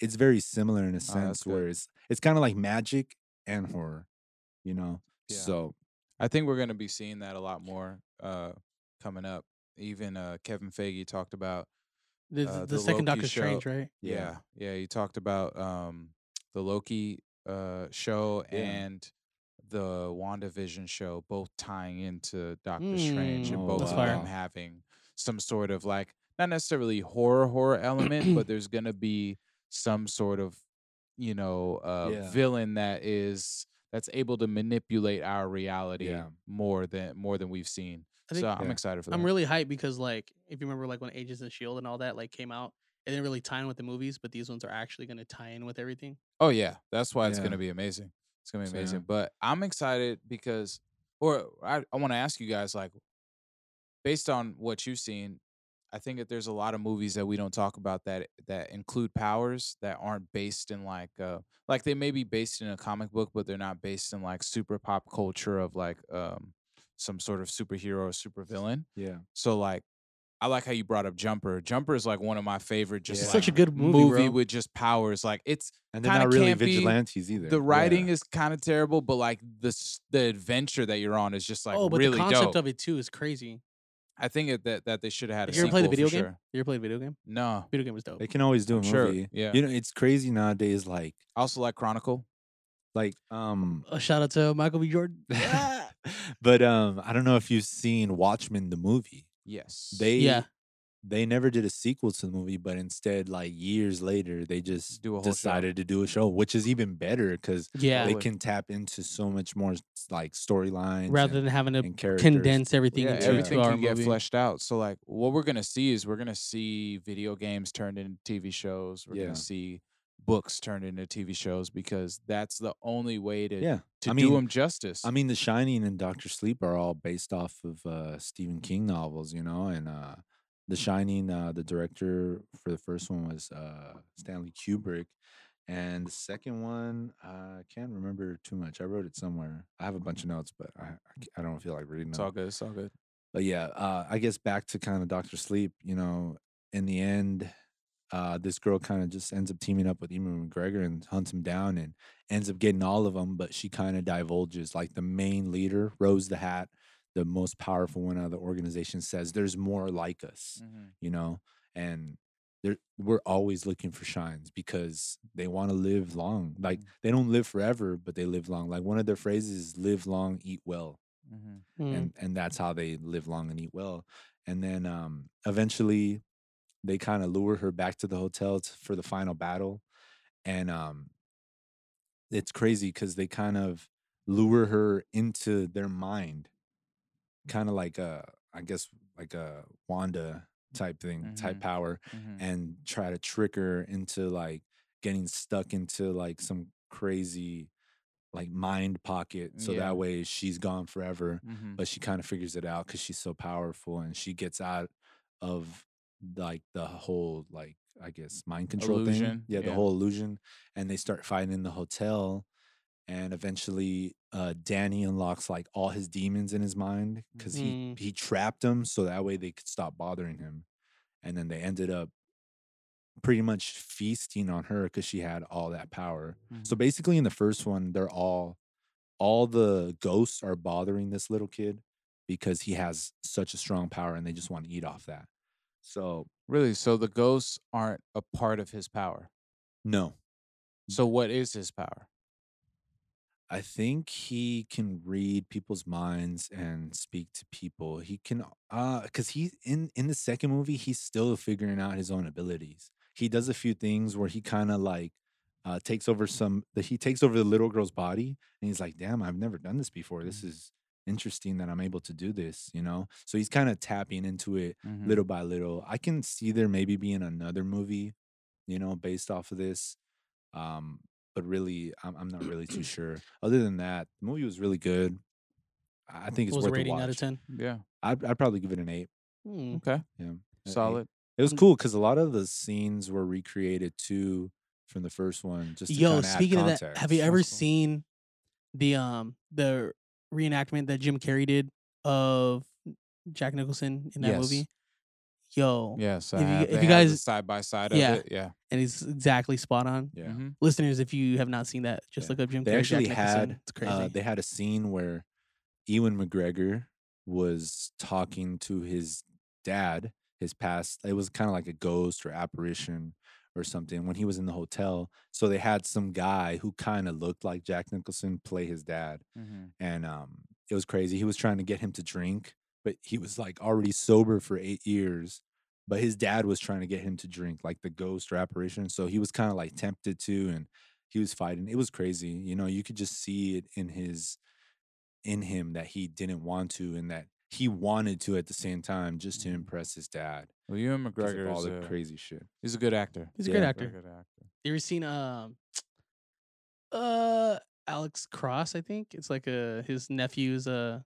Speaker 1: it's very similar in a
Speaker 2: Oh, that's
Speaker 1: sense
Speaker 2: good.
Speaker 1: where it's it's kind of like magic and horror, you know.
Speaker 2: Yeah.
Speaker 1: So
Speaker 2: I think we're going to be seeing that a lot more uh, coming up. Even uh, Kevin Feige talked about
Speaker 3: The,
Speaker 2: Uh,
Speaker 3: the,
Speaker 2: the
Speaker 3: second
Speaker 2: Loki
Speaker 3: Doctor Strange, right?
Speaker 2: yeah yeah you talked about um the loki uh show
Speaker 1: Yeah.
Speaker 2: and the wandavision show both tying into doctor strange and
Speaker 1: Mm,
Speaker 2: both
Speaker 1: that's
Speaker 2: of
Speaker 1: fire.
Speaker 2: them having some sort of like not necessarily horror horror element but there's gonna be some sort of you know uh
Speaker 1: Yeah.
Speaker 2: villain that is that's able to manipulate our reality
Speaker 1: Yeah.
Speaker 2: more than more than we've seen
Speaker 3: I
Speaker 2: so
Speaker 3: think-
Speaker 2: i'm
Speaker 1: Yeah.
Speaker 2: excited for that
Speaker 3: I'm really hyped because like if you remember like when Agents of Shield E and all that like came out, it didn't really tie in with the movies, but these ones are actually going to tie in with everything.
Speaker 2: Oh yeah, that's why it's
Speaker 1: Yeah.
Speaker 2: gonna be amazing. It's gonna be
Speaker 1: So, yeah.
Speaker 2: amazing. But I'm excited because, or I, I want to ask you guys like, based on what you've seen, I think that there's a lot of movies that we don't talk about that that include powers that aren't based in like, uh, like they may be based in a comic book, but they're not based in like super pop culture of like um some sort of superhero or supervillain.
Speaker 1: yeah,
Speaker 2: So like, I like how you brought up Jumper. Jumper is like one of my favorite. Just
Speaker 1: Yeah.
Speaker 2: like,
Speaker 1: Such a
Speaker 3: good
Speaker 2: with just powers. Like it's
Speaker 1: and they're
Speaker 2: Kinda
Speaker 1: not really
Speaker 2: can't be-
Speaker 1: vigilantes either.
Speaker 2: the writing
Speaker 1: yeah.
Speaker 2: is kind of terrible, but like the s- the adventure that you're on is just like
Speaker 3: oh, but
Speaker 2: really
Speaker 3: the concept
Speaker 2: dope.
Speaker 3: of it too is crazy.
Speaker 2: I think it, that that they should have had.
Speaker 3: Did
Speaker 2: a
Speaker 3: you ever play the
Speaker 2: sequel
Speaker 3: video
Speaker 2: for
Speaker 3: game?
Speaker 2: sure.
Speaker 3: You ever played video game?
Speaker 2: No,
Speaker 3: Video game was dope.
Speaker 1: they can always do a
Speaker 2: I'm
Speaker 1: movie.
Speaker 2: sure, yeah.
Speaker 1: you know it's crazy nowadays. Like
Speaker 2: I also like Chronicle.
Speaker 1: like um,
Speaker 3: A shout out to Michael B. Jordan. Ah!
Speaker 1: but um, I don't know if you've seen Watchmen the movie.
Speaker 2: Yes,
Speaker 1: They
Speaker 3: yeah,
Speaker 1: they never did a sequel to the movie, but instead, like years later, they just
Speaker 2: Do a whole show.
Speaker 1: decided to do a show, which is even better because
Speaker 3: yeah.
Speaker 1: they
Speaker 2: Totally.
Speaker 1: can tap into so much more s- like storylines
Speaker 3: Rather
Speaker 1: and,
Speaker 3: than having to
Speaker 1: and characters.
Speaker 3: condense everything
Speaker 2: yeah,
Speaker 3: into
Speaker 1: a
Speaker 2: everything
Speaker 3: our
Speaker 2: can get
Speaker 3: movie.
Speaker 2: fleshed out. So like, what we're gonna see is we're gonna see video games turned into TV shows. We're
Speaker 1: Yeah.
Speaker 2: gonna see books turned into TV shows because that's the only way to
Speaker 1: Yeah,
Speaker 2: to
Speaker 1: I
Speaker 2: do
Speaker 1: mean-
Speaker 2: them justice.
Speaker 1: I mean, The Shining and Doctor Sleep are all based off of uh, Stephen King novels, you know. And uh, The Shining, uh, the director for the first one was uh, Stanley Kubrick, and the second one I can't remember too much. I wrote it somewhere. I have a bunch of notes, but I I c- I don't feel like reading
Speaker 2: it's
Speaker 1: them.
Speaker 2: all good. It's all good.
Speaker 1: but yeah, uh, I guess back to kind of Doctor Sleep. You know, in the end, uh, this girl kind of just ends up teaming up with Ewan McGregor and hunts him down, and ends up getting all of them. But she kind of divulges, like the main leader, Rose the Hat, the most powerful one out of the organization, says, "There's more like us,"
Speaker 2: Mhm.
Speaker 1: you know, and there we're always looking for shines because they want to live long. Like
Speaker 2: Mhm.
Speaker 1: they don't live forever, but they live long. Like one of their phrases is "Live long, eat well."
Speaker 2: Mhm.
Speaker 3: Mm.
Speaker 1: and and that's how they live long and eat well and then um eventually they kind of lure her back to the hotel t- for the final battle and um it's crazy cuz they kind of lure her into their mind kind of like a i guess like a wanda type thing type
Speaker 2: Mhm.
Speaker 1: power
Speaker 2: Mhm.
Speaker 1: and try to trick her into like getting stuck into like some crazy like mind pocket so
Speaker 2: Yeah.
Speaker 1: that way she's gone forever
Speaker 2: Mhm.
Speaker 1: but she kind of figures it out because she's so powerful and she gets out of like the whole like i guess mind control thing
Speaker 2: Illusion,
Speaker 1: yeah, the
Speaker 2: yeah.
Speaker 1: whole illusion and they start fighting in the hotel and eventually uh danny unlocks like all his demons in his mind because
Speaker 3: Mhm.
Speaker 1: he he trapped them so that way they could stop bothering him and then they ended up pretty much feasting on her because she had all that power so
Speaker 2: Mhm.
Speaker 1: basically, in the first one, they're all all the ghosts are bothering this little kid because he has such a strong power, and they just want to eat off that. So
Speaker 2: Really? So the ghosts aren't a part of his power.
Speaker 1: no,
Speaker 2: So what is his power?
Speaker 1: I think he can read people's minds and speak to people. He can, uh, cause he in in the second movie, he's still figuring out his own abilities. He does a few things where he kind of like uh, takes over some. The, he takes over the little girl's body, and he's like, "Damn, I've never done this before. This is interesting that I'm able to do this." You know, so he's kind of tapping into it
Speaker 3: Mm-hmm.
Speaker 1: little by little. I can see there maybe being another movie, you know, based off of this. Um, but really, I'm, I'm not really too sure. Other than that, the movie was really good. I think it's
Speaker 3: What was the
Speaker 1: worth a
Speaker 3: rating
Speaker 1: watch.
Speaker 3: out of ten?
Speaker 2: Yeah.
Speaker 1: I'd, I'd probably give it an eight.
Speaker 3: Hmm.
Speaker 2: Okay.
Speaker 1: Yeah, an eight.
Speaker 2: Solid.
Speaker 1: It was
Speaker 3: Mm.
Speaker 1: cool because a lot of the scenes were recreated too from the first one. Just to
Speaker 3: Yo,
Speaker 1: kinda add
Speaker 3: speaking of that,
Speaker 1: context.
Speaker 3: have you ever
Speaker 2: That's cool.
Speaker 3: seen the um the reenactment that Jim Carrey did of Jack Nicholson in that
Speaker 2: Yes.
Speaker 3: movie? Yo,
Speaker 2: Yes.
Speaker 3: If
Speaker 2: I
Speaker 3: you-
Speaker 2: have.
Speaker 3: if
Speaker 2: They
Speaker 3: you
Speaker 2: have the
Speaker 3: guys-
Speaker 2: side by side
Speaker 3: Yeah. Mm-hmm.
Speaker 2: of it. Yeah.
Speaker 3: and he's exactly spot on.
Speaker 1: Yeah.
Speaker 2: Mhm.
Speaker 3: Listeners, if you have not seen that, just
Speaker 1: Yeah.
Speaker 3: look up Jim
Speaker 1: They
Speaker 3: Carrey.
Speaker 1: actually
Speaker 3: Jack
Speaker 1: had,
Speaker 3: Nicholson. it's crazy.
Speaker 1: Uh, they had a scene where Ewan McGregor was talking to his dad, his past. It was kind of like a ghost or apparition or something when he was in the hotel. So they had some guy who kind of looked like Jack Nicholson play his dad,
Speaker 2: Mhm.
Speaker 1: and um, it was crazy. He was trying to get him to drink, but he was like already sober for eight years. But his dad was trying to get him to drink, like the ghost or apparition. So he was kind of like tempted to, and he was fighting. It was crazy. You know, you could just see it in his in him that he didn't want to and that he wanted to at the same time just to
Speaker 3: Mm.
Speaker 2: Mhm.
Speaker 1: impress his dad.
Speaker 2: Well, Ewan
Speaker 1: 'cause of
Speaker 2: McGregor
Speaker 1: all
Speaker 2: is
Speaker 1: the
Speaker 2: a,
Speaker 1: crazy shit.
Speaker 2: he's a good actor.
Speaker 3: he's a great
Speaker 1: yeah,
Speaker 3: actor.
Speaker 2: Very good actor.
Speaker 3: You ever seen um uh Alex Cross? I think it's like a his nephew's a,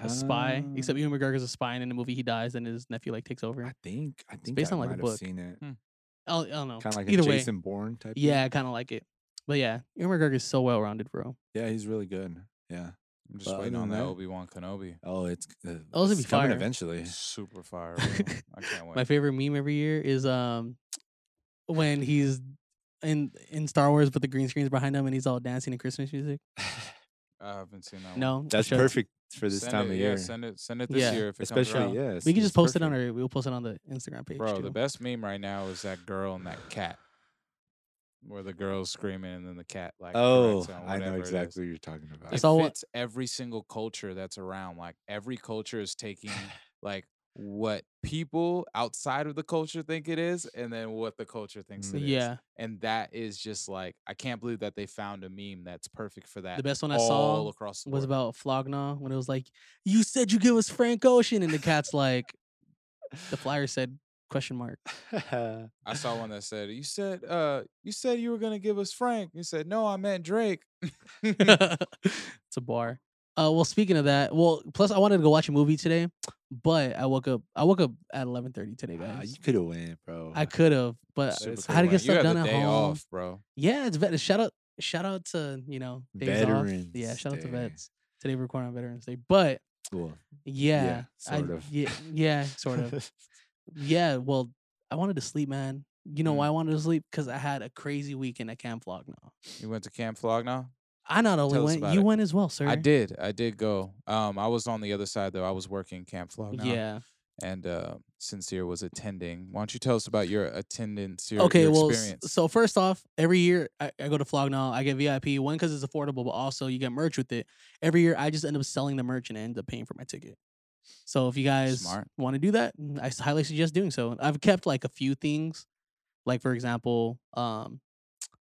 Speaker 3: a spy. Except
Speaker 1: Uh,
Speaker 3: Ewan McGregor's a spy, and in the movie he dies, and his nephew like takes over.
Speaker 1: I think I think
Speaker 3: based
Speaker 1: I
Speaker 3: on, like, a
Speaker 1: might have
Speaker 3: book.
Speaker 1: seen it.
Speaker 2: Hmm.
Speaker 3: Oh, I don't know.
Speaker 1: Kind of like
Speaker 3: Either
Speaker 1: a
Speaker 3: way,
Speaker 1: Jason Bourne type. thing.
Speaker 3: yeah, I kind of like it. But yeah, Ewan McGregor's so well rounded, bro.
Speaker 1: Yeah, he's really good. Yeah.
Speaker 2: I'm just
Speaker 1: But
Speaker 2: waiting
Speaker 1: other
Speaker 2: on
Speaker 1: than
Speaker 2: that
Speaker 1: that-
Speaker 2: Obi Wan Kenobi.
Speaker 1: Oh, it's uh,
Speaker 3: Oh, it's gonna
Speaker 1: it's
Speaker 3: be
Speaker 1: coming
Speaker 3: fire.
Speaker 1: eventually.
Speaker 2: Super fire. bro. I can't wait.
Speaker 3: My favorite meme every year is um when he's in in Star Wars, but the green screen's behind him, and he's all dancing to Christmas music.
Speaker 2: I haven't seen that. one.
Speaker 3: No, I'll
Speaker 1: That's
Speaker 3: show it to-
Speaker 1: perfect for this
Speaker 2: Send
Speaker 1: time
Speaker 2: it-
Speaker 1: of
Speaker 2: yeah,
Speaker 1: year.
Speaker 2: Send it. Send it this
Speaker 3: Yeah.
Speaker 2: year if it comes out.
Speaker 1: Especially yes.
Speaker 3: We can
Speaker 1: it's
Speaker 3: just post it on
Speaker 1: perfect.
Speaker 3: our. We'll post it on the Instagram page.
Speaker 2: Bro,
Speaker 3: too.
Speaker 2: the best meme right now is that girl and that cat, where the girl's screaming and then the cat like.
Speaker 1: Oh,
Speaker 2: corrects her on
Speaker 1: I know
Speaker 2: whatever it is.
Speaker 1: exactly what you're talking about.
Speaker 3: That's
Speaker 2: it
Speaker 3: all-
Speaker 2: fits every single culture that's around. Like every culture is taking like what people outside of the culture think it is, and then what the culture thinks
Speaker 1: Mm.
Speaker 2: it is.
Speaker 3: yeah,
Speaker 2: and that is just like I can't believe that they found a meme that's perfect for that.
Speaker 3: the best one I
Speaker 2: all
Speaker 3: saw
Speaker 2: across the
Speaker 3: was
Speaker 2: board.
Speaker 3: about Flogna when it was like, "You said you give us Frank Ocean," and the cat's like, "The flyer said question mark."
Speaker 2: I saw one that said, "You said, uh, you said you were gonna give us Frank." You said, "No, I meant Drake."
Speaker 3: Uh, it's a bar. Uh, well, speaking of that, well, plus I wanted to go watch a movie today, but I woke up. I woke up at eleven thirty today,
Speaker 1: Ah,
Speaker 3: guys.
Speaker 1: you could have went, bro.
Speaker 3: I could have, but
Speaker 1: Super
Speaker 3: I had to
Speaker 1: cool.
Speaker 3: get
Speaker 2: you
Speaker 3: stuff
Speaker 2: had
Speaker 3: done
Speaker 2: the
Speaker 3: at
Speaker 2: day
Speaker 3: home.
Speaker 2: off, bro.
Speaker 3: Yeah, it's vet. Shout out, shout out to you know days
Speaker 1: Veterans.
Speaker 3: off. Yeah, shout out to
Speaker 1: Day.
Speaker 3: vets. Today we're recording on Veterans Day, but
Speaker 1: Cool.
Speaker 3: yeah, I-
Speaker 1: sort of.
Speaker 3: Yeah, yeah, eh, sort of. yeah, well, I wanted to sleep, man. You know why I wanted to sleep? Because I had a crazy weekend at Camp Vlog now.
Speaker 2: You went to Camp Flog now.
Speaker 3: I not only
Speaker 2: Tell us
Speaker 3: went,
Speaker 2: about
Speaker 3: you
Speaker 2: it.
Speaker 3: went as well, sir.
Speaker 2: I did. I did go. Um, I was on the other side though. I was working Camp Flog now.
Speaker 3: Yeah.
Speaker 2: And uh, sincere was attending. Why don't you tell us about your attendance? Your,
Speaker 3: okay
Speaker 2: your
Speaker 3: well s-
Speaker 2: experience.
Speaker 3: so first off every year i, I go to flognow i get vip one because it's affordable but also you get merch with it every year i just end up selling the merch and I end up paying for my ticket so if you guys
Speaker 2: Smart.
Speaker 3: want to do that mm, i s- highly suggest doing so i've kept like a few things like for example um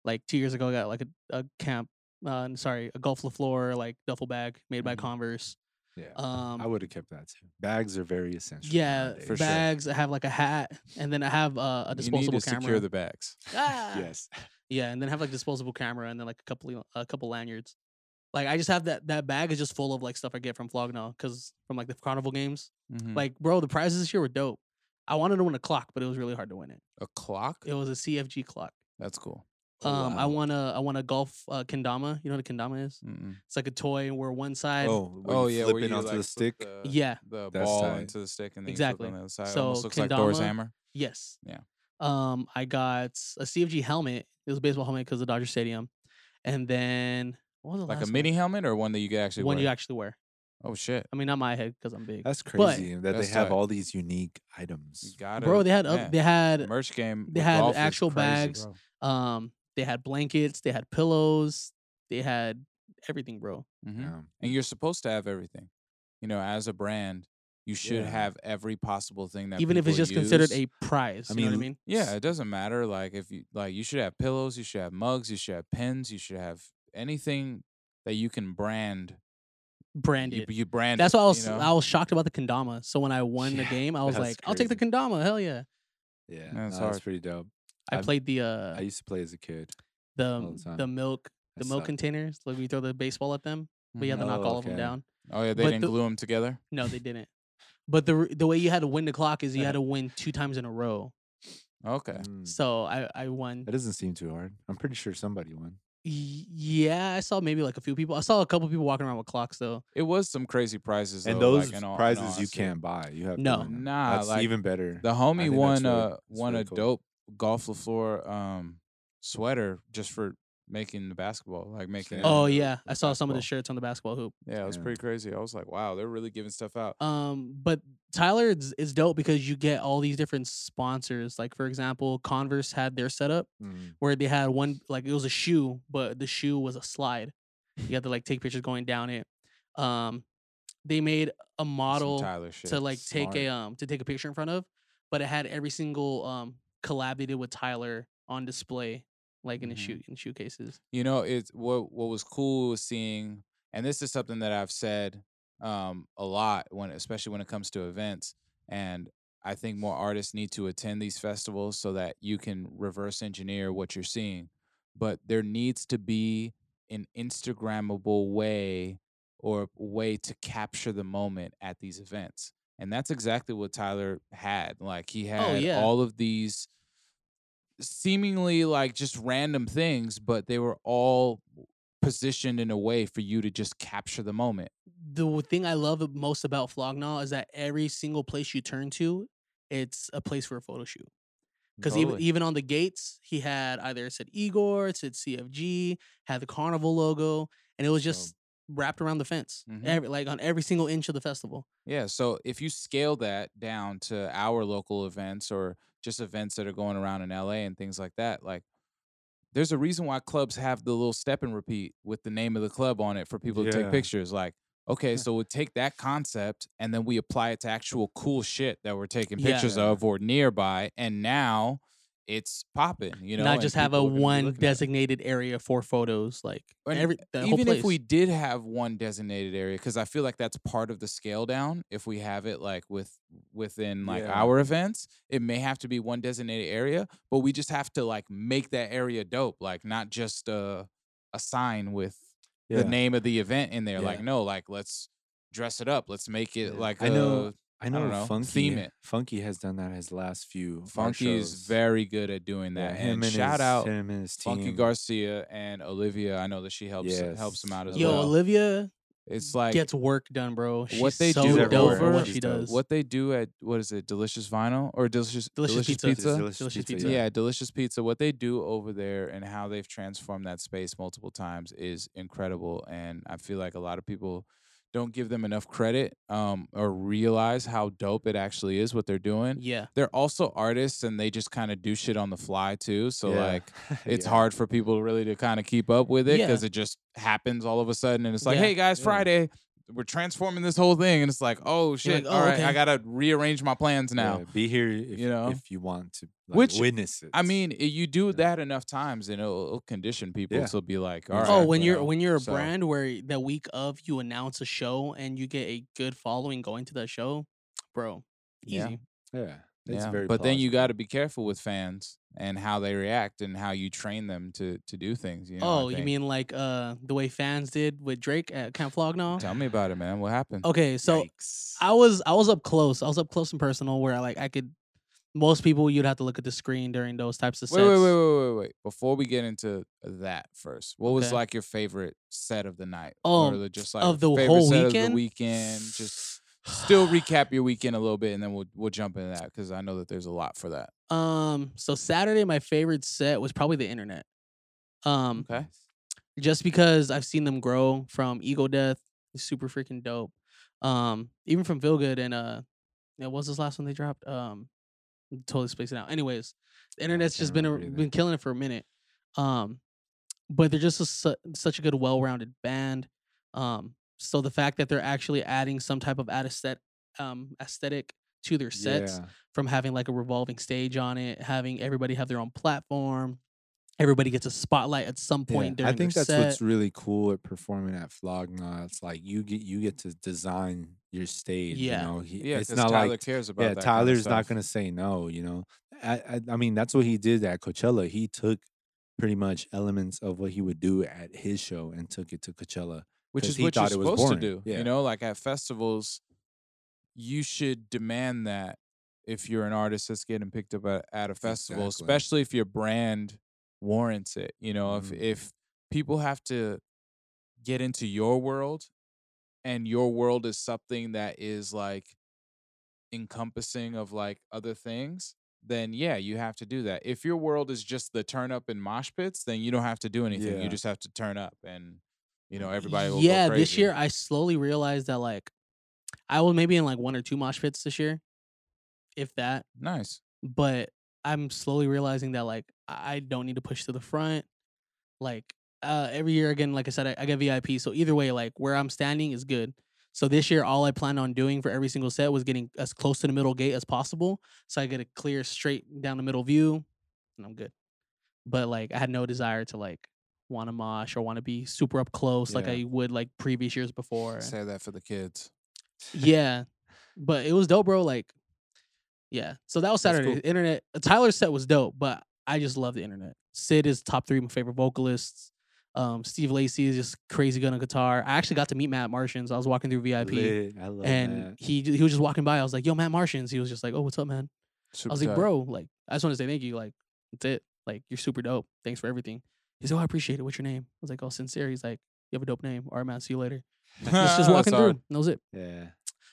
Speaker 3: like two years ago i got like a, a camp uh, n- sorry a golf LaFleur like duffel bag made by
Speaker 2: Mhm.
Speaker 3: converse
Speaker 1: yeah. I
Speaker 3: um
Speaker 1: would have kept that too. Bags are very essential.
Speaker 3: yeah
Speaker 1: nowadays.
Speaker 2: for sure.
Speaker 3: bags i have like a hat and then i have uh, a
Speaker 2: you need
Speaker 3: disposable
Speaker 2: to
Speaker 3: camera
Speaker 2: secure the bags.
Speaker 3: Ah!
Speaker 1: Yes.
Speaker 3: Yeah, and then have like disposable camera and then like a couple of- a couple lanyards. Like I just have that that bag is just full of like stuff I get from Flognaw because from like the carnival games.
Speaker 2: Mhm.
Speaker 3: Like bro, the prizes this year were dope. I wanted to win a clock, but it was really hard to win it.
Speaker 2: a clock.
Speaker 3: It was a CFG clock.
Speaker 2: That's cool.
Speaker 3: Um, I
Speaker 1: wow.
Speaker 3: want a I want a golf uh, kendama. You know what a kendama is?
Speaker 2: Mm-mm.
Speaker 3: It's like a toy where one side.
Speaker 1: Oh, where
Speaker 2: Mm. Oh uh,
Speaker 1: you
Speaker 2: yeah,
Speaker 1: flip
Speaker 2: where
Speaker 1: it
Speaker 2: you,
Speaker 1: onto
Speaker 2: like,
Speaker 1: the
Speaker 2: flip
Speaker 1: stick.
Speaker 2: the,
Speaker 3: Yeah.
Speaker 2: the
Speaker 1: That's
Speaker 2: ball
Speaker 1: tight.
Speaker 2: into the stick, and then
Speaker 3: Exactly.
Speaker 2: you flip on the other side.
Speaker 3: So,
Speaker 2: Almost looks like Thor's
Speaker 3: Kendama-
Speaker 2: hammer.
Speaker 3: Yes.
Speaker 2: Yeah.
Speaker 3: Um, I got a CFG helmet. It was a baseball helmet because of Dodger Stadium, and then what was the
Speaker 2: like
Speaker 3: last
Speaker 2: a
Speaker 3: one?
Speaker 2: mini helmet or one that you could actually
Speaker 3: one
Speaker 2: wear?
Speaker 3: you actually wear.
Speaker 2: oh shit,
Speaker 3: I mean, not my head because I'm big.
Speaker 1: That's
Speaker 3: But-
Speaker 1: crazy that
Speaker 2: That's
Speaker 1: they have
Speaker 2: tight.
Speaker 1: all these unique
Speaker 2: you
Speaker 1: items.
Speaker 2: got
Speaker 3: Bro, they had up, they had
Speaker 2: merch game.
Speaker 3: they
Speaker 2: with
Speaker 3: had
Speaker 2: golf is
Speaker 3: actual
Speaker 2: crazy,
Speaker 3: bags.
Speaker 2: bro.
Speaker 3: Um, they had blankets, they had pillows, they had everything, bro.
Speaker 2: Mhm.
Speaker 1: Yeah.
Speaker 2: and you're supposed to have everything. You know, as a brand, you should
Speaker 1: Yeah.
Speaker 2: have every possible thing that
Speaker 3: Even if it's
Speaker 2: people
Speaker 3: just considered
Speaker 2: use.
Speaker 3: a prize,
Speaker 1: I
Speaker 3: you know what I
Speaker 1: mean,
Speaker 3: mean?
Speaker 2: Yeah, it doesn't matter. Like if you like, you should have pillows. You should have mugs. You should have pens. You should have anything that you can brand. You,
Speaker 3: Branded.
Speaker 2: you brand.
Speaker 3: That's
Speaker 2: it,
Speaker 3: why I was
Speaker 2: You know?
Speaker 3: I was shocked about the kendama. So when I won the
Speaker 1: Yeah,
Speaker 3: game, I was
Speaker 1: that's
Speaker 3: like, I'll take the
Speaker 1: crazy.
Speaker 3: kendama. Hell yeah!
Speaker 1: Yeah,
Speaker 2: No, it's
Speaker 1: no, that's
Speaker 2: hard.
Speaker 1: pretty dope.
Speaker 3: I
Speaker 1: I've-
Speaker 3: played the
Speaker 1: I
Speaker 3: uh
Speaker 1: used to play as a kid.
Speaker 3: the
Speaker 1: all the
Speaker 3: m- the
Speaker 1: time.
Speaker 3: milk
Speaker 1: I
Speaker 3: the milk
Speaker 1: sucked.
Speaker 3: containers. Like we throw the baseball at them, but you have to knock
Speaker 1: Oh,
Speaker 3: all of them
Speaker 1: okay.
Speaker 3: down.
Speaker 2: Mm-hmm. Oh yeah, they
Speaker 3: But
Speaker 2: didn't
Speaker 3: the-
Speaker 2: glue them together.
Speaker 3: No, they didn't. But the r- the way you had to win the clock is you had to win two times in a row.
Speaker 2: Okay.
Speaker 1: Mm,
Speaker 3: So I I won.
Speaker 1: That doesn't seem too hard. I'm pretty sure somebody won.
Speaker 3: Y- Yeah, I saw maybe like a few people. I saw a couple people walking around with clocks though.
Speaker 2: It was some crazy prizes.
Speaker 1: and
Speaker 2: though,
Speaker 1: those
Speaker 2: like, in all- in all
Speaker 1: prizes you
Speaker 2: honesty.
Speaker 1: can't buy. You have
Speaker 3: No.
Speaker 1: to win them.
Speaker 2: Nah,
Speaker 1: that's
Speaker 2: like,
Speaker 1: even better.
Speaker 2: The
Speaker 1: I
Speaker 2: homie
Speaker 1: think that's
Speaker 2: won
Speaker 1: really-
Speaker 2: uh
Speaker 1: that's
Speaker 2: won
Speaker 1: really
Speaker 2: a
Speaker 1: cool.
Speaker 2: dope golf LaFleur um sweater just for making the basketball, like making it
Speaker 1: Yeah,
Speaker 3: oh
Speaker 2: into
Speaker 3: yeah, I
Speaker 2: the
Speaker 3: saw some of the
Speaker 2: basketball.
Speaker 3: shirts on the basketball hoop.
Speaker 2: Yeah, it was
Speaker 1: Yeah.
Speaker 2: pretty crazy. I was like, wow, they're really giving stuff out.
Speaker 3: Um, but Tyler is, is dope because you get all these different sponsors. Like for example, Converse had their setup
Speaker 1: Mm,
Speaker 3: where they had one like it was a shoe, but the shoe was a slide. You had to like take pictures going down it. Um, they made a
Speaker 2: Some
Speaker 3: model
Speaker 2: Tyler shit.
Speaker 3: to like take a
Speaker 1: smart.
Speaker 3: um to take a picture in front of, but it had every single um collab they did with Tyler on display, like in the
Speaker 2: Mhm.
Speaker 3: shoot in shoe cases.
Speaker 2: you know, it's what what was cool was seeing, and this is something that I've said um a lot when especially when it comes to events. And I think more artists need to attend these festivals so that you can reverse engineer what you're seeing. But there needs to be an Instagrammable way or way to capture the moment at these events. And that's exactly what Tyler had. Like he had
Speaker 3: Oh, yeah.
Speaker 2: all of these seemingly like just random things, but they were all positioned in a way for you to just capture the moment.
Speaker 3: The w- thing I love ab- most about Flognaw is that every single place you turn to, it's a place for a photo shoot. Because even
Speaker 2: Totally.
Speaker 3: even on the gates, he had either it said Igor, it said CFG, had the carnival logo, and it was
Speaker 1: Dope.
Speaker 3: just wrapped around the fence,
Speaker 2: Mhm.
Speaker 3: every, like on every single inch of the festival.
Speaker 2: Yeah. So if you scale that down to our local events or just events that are going around in LA and things like that, like there's a reason why clubs have the little step and repeat with the name of the club on it for people to
Speaker 1: Yeah.
Speaker 2: take pictures. Like, okay,
Speaker 1: Yeah.
Speaker 2: so we'll take that concept and then we apply it to actual cool shit that we're taking pictures
Speaker 1: Yeah.
Speaker 2: of or nearby. And now it's popping, you know.
Speaker 3: Not
Speaker 2: and
Speaker 3: just have
Speaker 2: people
Speaker 3: a
Speaker 2: are gonna be
Speaker 3: one
Speaker 2: looking at it.
Speaker 3: designated area for photos, like
Speaker 2: And
Speaker 3: every the whole
Speaker 2: even
Speaker 3: place.
Speaker 2: if we did have one designated area because i feel like that's part of the scale down if we have it like with within like
Speaker 1: Yeah.
Speaker 2: our events it may have to be one designated area but we just have to like make that area dope like not just a a sign with
Speaker 1: yeah.
Speaker 2: the name of the event in there
Speaker 1: Yeah.
Speaker 2: like no like let's dress it up let's make it
Speaker 1: Yeah.
Speaker 2: like uh,
Speaker 1: I know
Speaker 2: a-
Speaker 1: I know,
Speaker 2: don't know,
Speaker 1: Funky.
Speaker 2: theme it.
Speaker 1: Funky has done that his last few art
Speaker 2: funky is
Speaker 1: shows.
Speaker 2: very good at doing
Speaker 1: Yeah,
Speaker 2: that
Speaker 1: him
Speaker 2: and
Speaker 1: and
Speaker 2: shout
Speaker 1: his-
Speaker 2: out
Speaker 1: him and his team.
Speaker 2: funky garcia and olivia i know that she helps helps him out as
Speaker 1: Yes.
Speaker 3: Yo,
Speaker 2: well
Speaker 3: Olivia
Speaker 2: it's like
Speaker 3: gets work done, bro. She's
Speaker 2: what they
Speaker 3: so
Speaker 2: do
Speaker 1: She's
Speaker 3: dope at
Speaker 1: everywhere.
Speaker 3: what
Speaker 1: She's
Speaker 3: she
Speaker 1: dope.
Speaker 3: does.
Speaker 2: what they do at what is it delicious vinyl or delicious
Speaker 3: Delicious
Speaker 2: delicious,
Speaker 3: Pizza.
Speaker 1: It's
Speaker 2: pizza,
Speaker 1: delicious
Speaker 3: Delicious
Speaker 1: pizza,
Speaker 3: Pizza.
Speaker 2: Yeah. delicious pizza what they do over there and how they've transformed that space multiple times is incredible and i feel like a lot of people don't give them enough credit um, or realize how dope it actually is what they're doing
Speaker 3: yeah,
Speaker 2: they're also artists and they just kind of do shit on the fly too so
Speaker 1: Yeah.
Speaker 2: like it's
Speaker 1: Yeah.
Speaker 2: hard for people really to kind of keep up with it
Speaker 3: Yeah.
Speaker 2: because it just happens all of a sudden and it's like
Speaker 3: Yeah.
Speaker 2: hey guys
Speaker 1: Yeah.
Speaker 2: friday we're transforming this whole thing and it's like oh shit
Speaker 3: like,
Speaker 2: all
Speaker 3: "Oh,
Speaker 2: right i
Speaker 3: okay."
Speaker 2: gotta rearrange my plans now
Speaker 1: Yeah, be here if
Speaker 2: you know?
Speaker 1: if you want to like,
Speaker 2: Which,
Speaker 1: witness it.
Speaker 2: i mean i- you do that enough times and it'll, it'll condition people
Speaker 1: Yeah.
Speaker 2: to be like all
Speaker 1: Oh,
Speaker 2: right
Speaker 3: oh, when
Speaker 2: you
Speaker 3: you're
Speaker 2: know,
Speaker 3: when you're a
Speaker 2: so-
Speaker 3: brand where the week of you announce a show and you get a good following going to that show, bro, easy.
Speaker 2: Yeah.
Speaker 1: yeah, it's
Speaker 2: yeah.
Speaker 1: very
Speaker 2: but then you
Speaker 1: plausible.
Speaker 2: got to be careful with fans and how they react and how you train them to to do things you know I
Speaker 3: oh, you
Speaker 2: think.
Speaker 3: mean like uh the way fans did with Drake at Camp Flognaw?
Speaker 2: tell me about it man what happened
Speaker 3: Okay, so
Speaker 1: Yikes.
Speaker 3: I was I was up close. I was up close and personal where I like I could. Most people you'd have to look at the screen during those types of sets.
Speaker 2: Wait, wait, wait, wait, wait, wait. Before we get into that first, what was
Speaker 3: Okay.
Speaker 2: like your favorite set of the night? or
Speaker 1: Oh,
Speaker 3: Um,
Speaker 2: the- just like
Speaker 3: of
Speaker 2: your
Speaker 3: the
Speaker 2: favorite
Speaker 3: whole
Speaker 2: set Of
Speaker 3: weekend?
Speaker 2: the weekend. Just still recap your weekend a little bit, and then we'll we'll jump into that because I know that there's a lot for that.
Speaker 3: Um, so Saturday, my favorite set was probably the internet. Um,
Speaker 2: Okay.
Speaker 3: just because I've seen them grow from Ego Death, is super freaking dope. Um, even from Feel Good and uh, yeah, what was this last one they dropped? Um, I'm totally spacing out. Anyways, the internet's just
Speaker 1: can't
Speaker 3: been a,
Speaker 1: remember either.
Speaker 3: been killing it for a minute. Um, but they're just a, su- such a good, well-rounded band. Um, so the fact that they're actually adding some type of aesthetic, um, aesthetic to their sets
Speaker 1: Yeah.
Speaker 3: from having like a revolving stage on it, having everybody have their own platform. Everybody gets a spotlight at some
Speaker 1: Yeah,
Speaker 3: point
Speaker 1: I
Speaker 3: during
Speaker 1: think
Speaker 3: their
Speaker 1: that's
Speaker 3: set.
Speaker 1: what's really cool at performing at Flogna. It's like you get you get to design your stage.
Speaker 3: Yeah.
Speaker 1: You know? He-
Speaker 2: Yeah,
Speaker 1: it's
Speaker 2: because
Speaker 1: not
Speaker 2: Tyler
Speaker 1: like
Speaker 2: cares about
Speaker 1: yeah,
Speaker 2: that.
Speaker 1: Tyler's not
Speaker 2: going
Speaker 1: gonna say no. You know, I, I I mean that's what he did at Coachella. He took pretty much elements of what he would do at his show and took it to Coachella
Speaker 2: which
Speaker 1: 'Cause
Speaker 2: is
Speaker 1: he
Speaker 2: what you're
Speaker 1: thought it was
Speaker 2: supposed to
Speaker 1: boring.
Speaker 2: do.
Speaker 1: Yeah.
Speaker 2: You know, like at festivals, you should demand that if you're an artist that's getting picked up at, at a festival,
Speaker 1: Exactly.
Speaker 2: especially if your brand warrants it. You know, if
Speaker 1: Mhm.
Speaker 2: if people have to get into your world, and your world is something that is like encompassing of like other things. Then yeah, you have to do that. If your world is just the turn up and mosh pits, then you don't have to do anything.
Speaker 1: Yeah.
Speaker 2: You just have to turn up and you know everybody will go
Speaker 3: yeah this
Speaker 2: crazy.
Speaker 3: year i slowly realized that like i was maybe in like one or two mosh pits this year if that
Speaker 2: nice
Speaker 3: but i'm slowly realizing that like i I don't need to push to the front like uh every year again like i said i, I get vip so either way like where i'm standing is good so this year all i planned on doing for every single set was getting as close to the middle gate as possible so i get a clear straight down the middle view and i'm good but like i had no desire to like want to mosh or want to be super up close like
Speaker 1: Yeah.
Speaker 3: i would like previous years before
Speaker 2: say that for the kids
Speaker 3: yeah. But it was dope, bro. Like, yeah. So that was
Speaker 2: That's
Speaker 3: Saturday.
Speaker 2: cool.
Speaker 3: The Internet. uh, Tyler's set was dope, but I just love the internet. Sid is top three of my favorite vocalists. Um, Steve Lacy is just crazy good on guitar. I actually got to meet Matt Martians. I was walking through VIP
Speaker 1: Lit. I love
Speaker 3: and he he was just walking by. I was like, yo, Matt Martians. He was just like, oh, what's up, man? I was like, bro, like, I just want to say thank you. Like, that's it. Like, you're super dope. Thanks for everything. He's like, oh, I appreciate it. What's your name? I was like, oh, sincere. He's like, you have a dope name. All right, man. See you later. Just, just walking through. And that was it.
Speaker 1: that.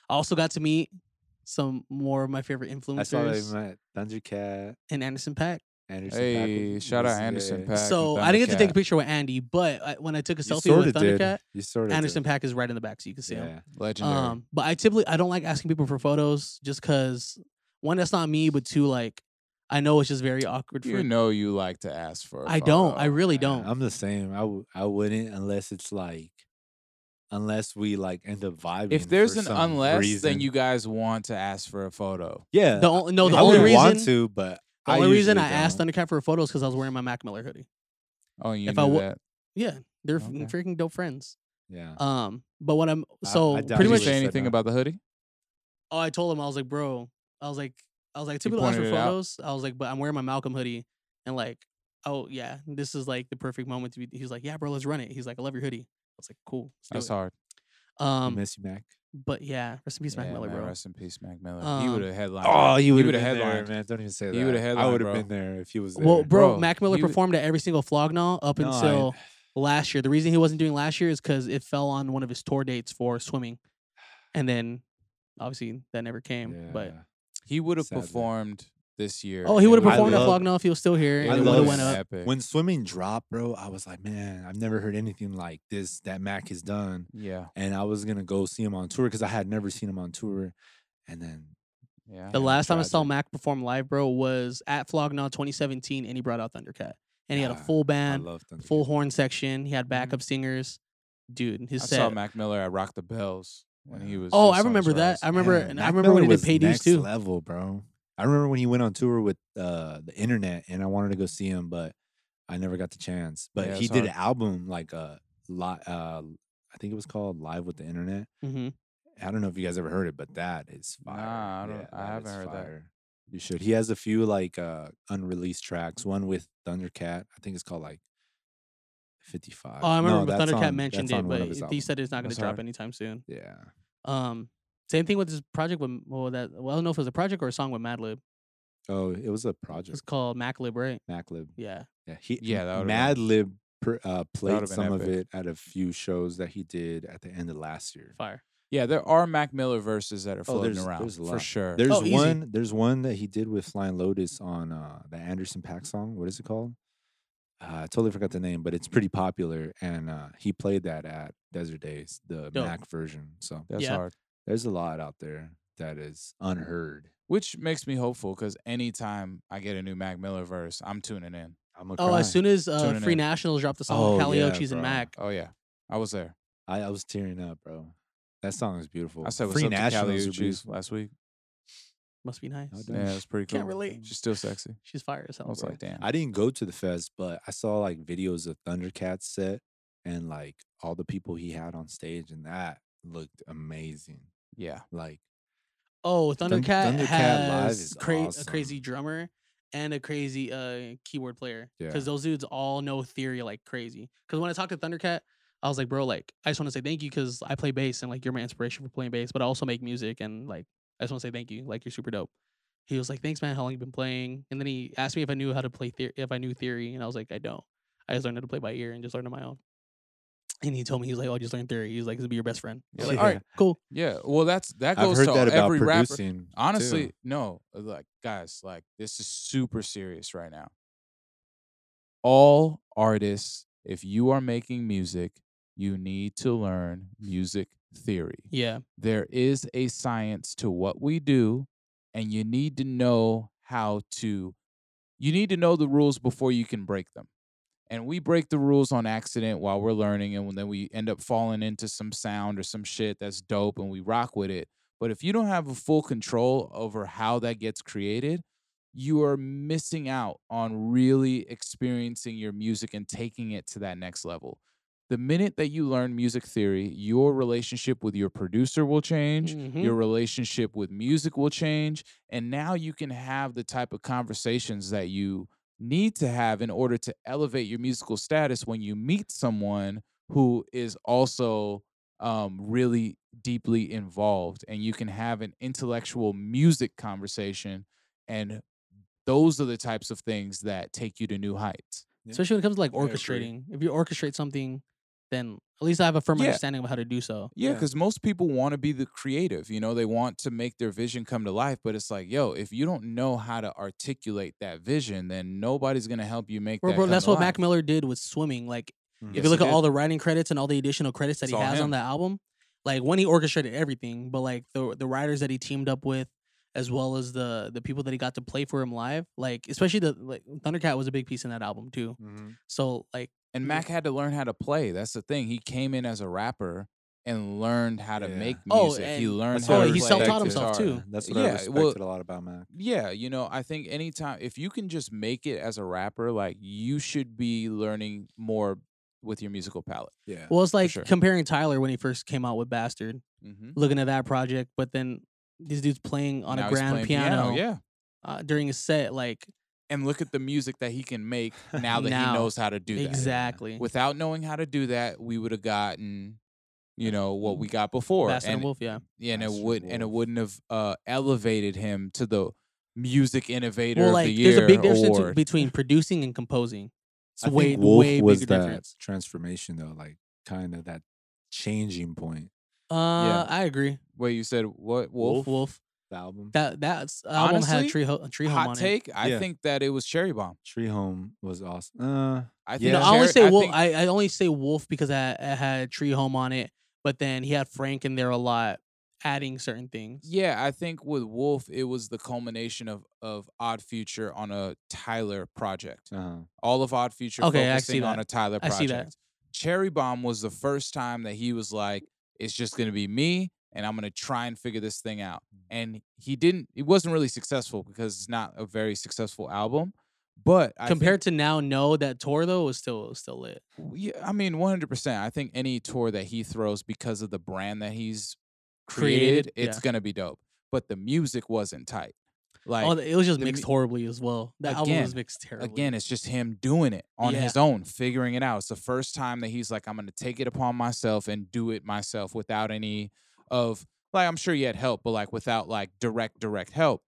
Speaker 3: I also got to meet some more of my favorite
Speaker 1: Yeah, I saw that he
Speaker 3: influencers
Speaker 1: met Thundercat,
Speaker 3: and Anderson Pack.
Speaker 1: Anderson. Paak
Speaker 2: hey
Speaker 1: was-
Speaker 2: shout
Speaker 1: was
Speaker 2: out anderson
Speaker 1: there.
Speaker 2: Pack
Speaker 3: So I didn't get to take a picture with Andy, but I, when I took a
Speaker 1: You
Speaker 3: selfie with
Speaker 1: sorta did.
Speaker 3: Thundercat,
Speaker 1: You sort of
Speaker 3: Anderson Pack is right in the back, so you can see him.
Speaker 1: Yeah.
Speaker 2: legendary
Speaker 3: Um, but I typically I don't like asking people for photos just because one that's not me, but two like I know it's just very awkward for.
Speaker 2: you know you like to ask for I
Speaker 3: I don't. I really
Speaker 1: Yeah,
Speaker 3: don't.
Speaker 1: I'm the same. I w- I wouldn't unless it's like, unless we like end up vibing.
Speaker 2: if there's
Speaker 1: for
Speaker 2: an
Speaker 1: some
Speaker 2: unless
Speaker 1: reason.
Speaker 2: then you guys want to ask for a photo
Speaker 1: yeah.
Speaker 3: the only no the
Speaker 1: I
Speaker 3: only
Speaker 1: would
Speaker 3: reason
Speaker 1: want to, but
Speaker 3: the
Speaker 1: I
Speaker 3: only reason
Speaker 1: usually
Speaker 3: I asked
Speaker 1: don't.
Speaker 3: Thundercat for a photo is because I was wearing my Mac Miller hoodie.
Speaker 2: oh you
Speaker 3: If
Speaker 2: knew
Speaker 3: I wa-
Speaker 2: that
Speaker 3: Yeah, they're f-
Speaker 2: Okay.
Speaker 3: freaking dope friends.
Speaker 1: Yeah.
Speaker 3: Um, but what I'm
Speaker 1: I- I
Speaker 3: so
Speaker 1: doubt
Speaker 2: did
Speaker 3: pretty
Speaker 2: you
Speaker 3: much
Speaker 1: said
Speaker 2: say anything
Speaker 1: no.
Speaker 2: about the hoodie
Speaker 3: Oh, I told him I was like, bro, I was like, I was like, typical ask
Speaker 2: pointed
Speaker 3: for
Speaker 2: it out?
Speaker 3: photos. I was like, but I'm wearing my Malcolm hoodie, and like, oh yeah, this is like the perfect moment to be. He's like, yeah, bro, let's run it. He's like, I love your hoodie. I was like, cool. Let's
Speaker 2: that's
Speaker 3: do it.
Speaker 2: hard
Speaker 1: I
Speaker 3: Um,
Speaker 1: miss you, Mac.
Speaker 3: but yeah, rest in peace, Mac
Speaker 2: Yeah,
Speaker 3: Miller,
Speaker 2: man,
Speaker 3: bro.
Speaker 2: rest in peace mac miller he would
Speaker 3: Um,
Speaker 2: have headlined
Speaker 1: Oh,
Speaker 2: that.
Speaker 1: you would
Speaker 2: would've
Speaker 1: have headlined,
Speaker 2: headlined.
Speaker 1: man. Don't even say that.
Speaker 2: He would've
Speaker 1: I
Speaker 2: headlined,
Speaker 1: would
Speaker 2: bro.
Speaker 1: have been there if he was there.
Speaker 3: Well, bro,
Speaker 2: Bro,
Speaker 3: Mac Miller
Speaker 2: he would-
Speaker 3: performed at every single Flognaw up
Speaker 1: No, I-
Speaker 3: until last year. The reason he wasn't doing last year is because it fell on one of his tour dates for swimming, and then obviously that never came. But
Speaker 1: Yeah.
Speaker 2: he would have
Speaker 1: Sadly.
Speaker 2: performed this year
Speaker 3: oh, he
Speaker 2: and
Speaker 3: would have
Speaker 2: would've
Speaker 1: I
Speaker 3: performed at
Speaker 1: love-
Speaker 3: Flognaw if he was still here,
Speaker 1: I
Speaker 3: and it would
Speaker 1: love
Speaker 3: have went up.
Speaker 2: Epic.
Speaker 1: when swimming dropped, bro, I was like, man, I've never heard anything like this that Mac has done.
Speaker 2: yeah
Speaker 1: And I was gonna go see him on tour because I had never seen him on tour. And then
Speaker 2: yeah
Speaker 3: The
Speaker 1: Yeah,
Speaker 3: last time I saw
Speaker 1: tragic.
Speaker 3: Mac perform live, bro, was at Flognaw 2017, and he brought out Thundercat, and he had a
Speaker 1: Ah,
Speaker 3: full
Speaker 1: I
Speaker 3: band,
Speaker 1: love Thundercat. Mm-hmm.
Speaker 3: full horn section. He had
Speaker 2: Mhm.
Speaker 3: backup singers. Dude, his
Speaker 2: I
Speaker 3: set.
Speaker 2: saw Mac Miller at Rock the Bells when he was.
Speaker 3: oh,
Speaker 2: just
Speaker 3: I
Speaker 2: on
Speaker 3: remember that.
Speaker 2: trials.
Speaker 3: I remember,
Speaker 1: Yeah,
Speaker 3: and I
Speaker 1: Mac
Speaker 3: remember when
Speaker 1: Miller
Speaker 3: he did
Speaker 1: was
Speaker 3: pay dues
Speaker 1: next
Speaker 3: too.
Speaker 1: Level, bro. I remember when he went on tour with uh, the Internet, and I wanted to go see him, but I never got the chance. But
Speaker 2: Yeah,
Speaker 1: he
Speaker 2: it's
Speaker 1: did
Speaker 2: hard.
Speaker 1: an album like a lot. Uh, I think it was called Live with the Internet.
Speaker 3: hmm
Speaker 1: I don't know if you guys ever heard it, but that is fire.
Speaker 2: Nah, I don't- I
Speaker 1: that
Speaker 2: haven't
Speaker 1: is
Speaker 2: heard that.
Speaker 1: You should. He has a few like uh unreleased tracks. One with Thundercat. I think it's called like 55.
Speaker 3: Oh, I
Speaker 1: No,
Speaker 3: remember when
Speaker 1: that's
Speaker 3: Thundercat
Speaker 1: on-
Speaker 3: mentioned
Speaker 1: that's on
Speaker 3: it,
Speaker 1: one
Speaker 3: but
Speaker 1: of his
Speaker 3: it- he
Speaker 1: albums.
Speaker 3: said it's not going
Speaker 2: That's
Speaker 3: to drop
Speaker 2: hard.
Speaker 3: anytime soon.
Speaker 1: yeah.
Speaker 3: Um, same thing with this project with well, that well, I don't know if it was a project or a song with Madlib.
Speaker 1: Oh, it was a
Speaker 3: It's
Speaker 1: project.
Speaker 3: called Maclib, right?
Speaker 1: Maclib.
Speaker 3: Yeah.
Speaker 1: Yeah, he
Speaker 2: Yeah, that would've
Speaker 1: Mad
Speaker 2: been-
Speaker 1: Lib per, uh, played
Speaker 2: would've been
Speaker 1: some of
Speaker 2: epic.
Speaker 1: it at a few shows that he did at the end of last year.
Speaker 3: Fire.
Speaker 2: Yeah, there are Mac Miller verses that are floating
Speaker 1: Oh, there's-
Speaker 2: around
Speaker 1: there's a
Speaker 2: for
Speaker 1: lot.
Speaker 2: sure.
Speaker 1: There's
Speaker 3: Oh, easy.
Speaker 1: one. There's one that he did with Flying Lotus on uh, the Anderson Pack song. What is it called? Uh, I totally forgot the name, but it's pretty popular, and uh, he played that at Desert Days, the
Speaker 3: Dope.
Speaker 1: Mac version. So
Speaker 2: That's
Speaker 3: Yeah.
Speaker 2: hard.
Speaker 1: there's a lot out there that is unheard.
Speaker 2: Which makes me hopeful because anytime I get a new Mac Miller verse, I'm tuning in.
Speaker 1: I'm a
Speaker 3: Oh, as soon as uh,
Speaker 2: Tuning
Speaker 3: Free
Speaker 2: in.
Speaker 3: Nationals dropped the song with
Speaker 1: Oh, yeah,
Speaker 3: Calliope's and
Speaker 1: bro.
Speaker 3: Mac,
Speaker 2: Oh yeah, I was there.
Speaker 1: I, I was tearing up, bro. That song is beautiful.
Speaker 2: I said what's
Speaker 1: Free
Speaker 2: up to Cali
Speaker 1: Nationals are
Speaker 2: Uchis
Speaker 1: beautiful.
Speaker 2: last week.
Speaker 3: must be nice.
Speaker 1: Damn.
Speaker 2: Yeah, it's pretty cool.
Speaker 3: Can't relate.
Speaker 2: She's still sexy.
Speaker 3: She's fire as hell.
Speaker 2: I was
Speaker 3: bro.
Speaker 2: like, damn.
Speaker 1: I didn't go to the fest, but I saw like videos of Thundercat's set and like all the people he had on stage, and that looked amazing.
Speaker 2: yeah,
Speaker 1: Like,
Speaker 3: Oh,
Speaker 1: Thun-
Speaker 3: Thundercat,
Speaker 1: Thundercat Live
Speaker 3: has
Speaker 1: is
Speaker 3: cra- a
Speaker 1: awesome.
Speaker 3: crazy drummer and a crazy uh keyboard player.
Speaker 1: Yeah.
Speaker 3: Because those dudes all know theory like crazy. Because when I talked to Thundercat, I was like, bro, like I just want to say thank you because I play bass and like you're my inspiration for playing bass, but I also make music and like I just want to say thank you. Like you're super dope. He was like, thanks, man. How long you been playing? And then he asked me if I knew how to play theory, if I knew theory, and I was like, I don't. I just learned how to play by ear and just learned on my own. And he told me he was like, oh, I just learned theory. He was like, this will be your best friend. I was like, all
Speaker 1: Yeah.
Speaker 3: right, cool.
Speaker 2: Yeah. Well, that's that
Speaker 1: I've
Speaker 2: goes
Speaker 1: heard
Speaker 2: to
Speaker 1: that about
Speaker 2: every rapper.
Speaker 1: producing.
Speaker 2: Honestly,
Speaker 1: too.
Speaker 2: no. uh, Like, guys, like this is super serious right now. All artists, if you are making music, you need to learn music theory.
Speaker 3: Yeah,
Speaker 2: There is a science to what we do, and you need to know how to you need to know the rules before you can break them. And we break the rules on accident while we're learning, and then we end up falling into some sound or some shit that's dope and we rock with it. But if you don't have a full control over how that gets created, you are missing out on really experiencing your music and taking it to that next level. The minute that you learn music theory, your relationship with your producer will change,
Speaker 3: Mhm.
Speaker 2: your relationship with music will change, and now you can have the type of conversations that you need to have in order to elevate your musical status when you meet someone who is also um, really deeply involved and you can have an intellectual music conversation and those are the types of things that take you to new heights
Speaker 1: Yeah.
Speaker 3: especially when it comes to like
Speaker 1: I agree.
Speaker 3: orchestrating. If you orchestrate something, then at least I have a firm
Speaker 2: Yeah.
Speaker 3: understanding of how to do so.
Speaker 2: yeah
Speaker 1: Yeah.
Speaker 2: because most people want to be the creative you know they want to make their vision come to life but it's like yo if you don't know how to articulate that vision then nobody's going to help you make
Speaker 3: Bro,
Speaker 2: that
Speaker 3: bro,
Speaker 2: come
Speaker 3: that's
Speaker 2: to
Speaker 3: what
Speaker 2: life.
Speaker 3: Mac Miller did with swimming. Like,
Speaker 1: Mm.
Speaker 3: if
Speaker 2: Yes,
Speaker 3: you
Speaker 2: he
Speaker 3: look at
Speaker 2: did.
Speaker 3: all the writing credits and all the additional credits that
Speaker 2: It's
Speaker 3: he
Speaker 2: all
Speaker 3: has
Speaker 2: him.
Speaker 3: on the album, like one he orchestrated everything, but like the the writers that he teamed up with, as well as the the people that he got to play for him live, like especially the like Thundercat was a big piece in that album too.
Speaker 1: Mhm.
Speaker 3: So like,
Speaker 2: And
Speaker 3: Yeah.
Speaker 2: Mac had to learn how to play. That's the thing. He came in as a rapper and learned how to
Speaker 1: Yeah.
Speaker 2: make
Speaker 3: Oh,
Speaker 2: music. he
Speaker 3: and-
Speaker 2: learned
Speaker 1: That's
Speaker 2: how
Speaker 1: what
Speaker 3: oh,
Speaker 1: I
Speaker 2: to
Speaker 3: he
Speaker 2: play
Speaker 3: self-taught
Speaker 2: guitar.
Speaker 3: himself too.
Speaker 1: That's what I
Speaker 2: Yeah,
Speaker 1: respected
Speaker 2: well-
Speaker 1: a lot about Mac.
Speaker 2: Yeah, you know, I think anytime if you can just make it as a rapper, like you should be learning more with your musical palette.
Speaker 1: Yeah.
Speaker 3: Well, it's like
Speaker 2: sure.
Speaker 3: comparing Tyler when he first came out with Bastard,
Speaker 2: Mm-hmm.
Speaker 3: looking at that project, but then this dude's playing on a grand piano,
Speaker 2: Yeah.
Speaker 3: uh, during a set. Like
Speaker 2: And look at the music that he can make now that
Speaker 3: Now.
Speaker 2: he knows how to do that.
Speaker 3: exactly.
Speaker 2: Without knowing how to do that, we would have gotten, you know, what we got before.
Speaker 3: Bastard and
Speaker 2: And
Speaker 3: Wolf, yeah.
Speaker 2: Yeah, and it
Speaker 1: Master
Speaker 2: would and it
Speaker 1: Wolf.
Speaker 2: wouldn't have uh, elevated him to the music innovator
Speaker 3: Well, like
Speaker 2: of the year
Speaker 3: there's a big difference
Speaker 2: award.
Speaker 3: between producing and composing. It's
Speaker 1: I
Speaker 3: way
Speaker 1: think Wolf
Speaker 3: way
Speaker 1: was
Speaker 3: bigger
Speaker 1: that
Speaker 3: difference.
Speaker 1: transformation though, like kind of that changing point.
Speaker 3: Uh, I agree.
Speaker 2: Wait, you said what?
Speaker 3: Wolf,
Speaker 2: Wolf.
Speaker 3: Wolf.
Speaker 1: The album
Speaker 3: That that album had
Speaker 2: Honestly,
Speaker 3: tree ho- tree home
Speaker 2: Hot
Speaker 3: on it.
Speaker 2: take. I
Speaker 1: Yeah.
Speaker 2: think that it was Cherry Bomb.
Speaker 1: Tree Home was awesome. Uh,
Speaker 2: I
Speaker 1: Yeah.
Speaker 2: think
Speaker 3: No, I only
Speaker 2: Cherry-
Speaker 3: say Wolf.
Speaker 2: think-
Speaker 3: I, I only say Wolf because I, I had tree home on it, but then he had Frank in there a lot, adding certain things.
Speaker 2: yeah, I think with Wolf, it was the culmination of of Odd Future on a Tyler project.
Speaker 1: uh,
Speaker 2: All of Odd Future
Speaker 3: Okay, I see
Speaker 2: focusing on
Speaker 3: that.
Speaker 2: a Tyler
Speaker 3: I
Speaker 2: project.
Speaker 3: see that.
Speaker 2: Cherry Bomb was the first time that he was like, it's just gonna be me and I'm gonna try and figure this thing out. And he didn't it wasn't really successful because it's not a very successful album. But I think-
Speaker 3: Compared to now, no, that tour though was still was still lit.
Speaker 2: w- yeah, I mean, 100%. I think any tour that he throws because of the brand that he's created,
Speaker 3: Created,
Speaker 2: it's
Speaker 3: yeah.
Speaker 2: going to be dope. But the music wasn't tight. Like,
Speaker 3: oh, it was just
Speaker 2: the
Speaker 3: mixed
Speaker 2: mu-
Speaker 3: horribly as well. That album was
Speaker 2: Again,
Speaker 3: mixed terribly.
Speaker 2: again, it's just him doing it on
Speaker 3: Yeah.
Speaker 2: his own, figuring it out. It's the first time that he's like, I'm going to take it upon myself and do it myself without any of, like, I'm sure he had help, but like without like direct, direct help.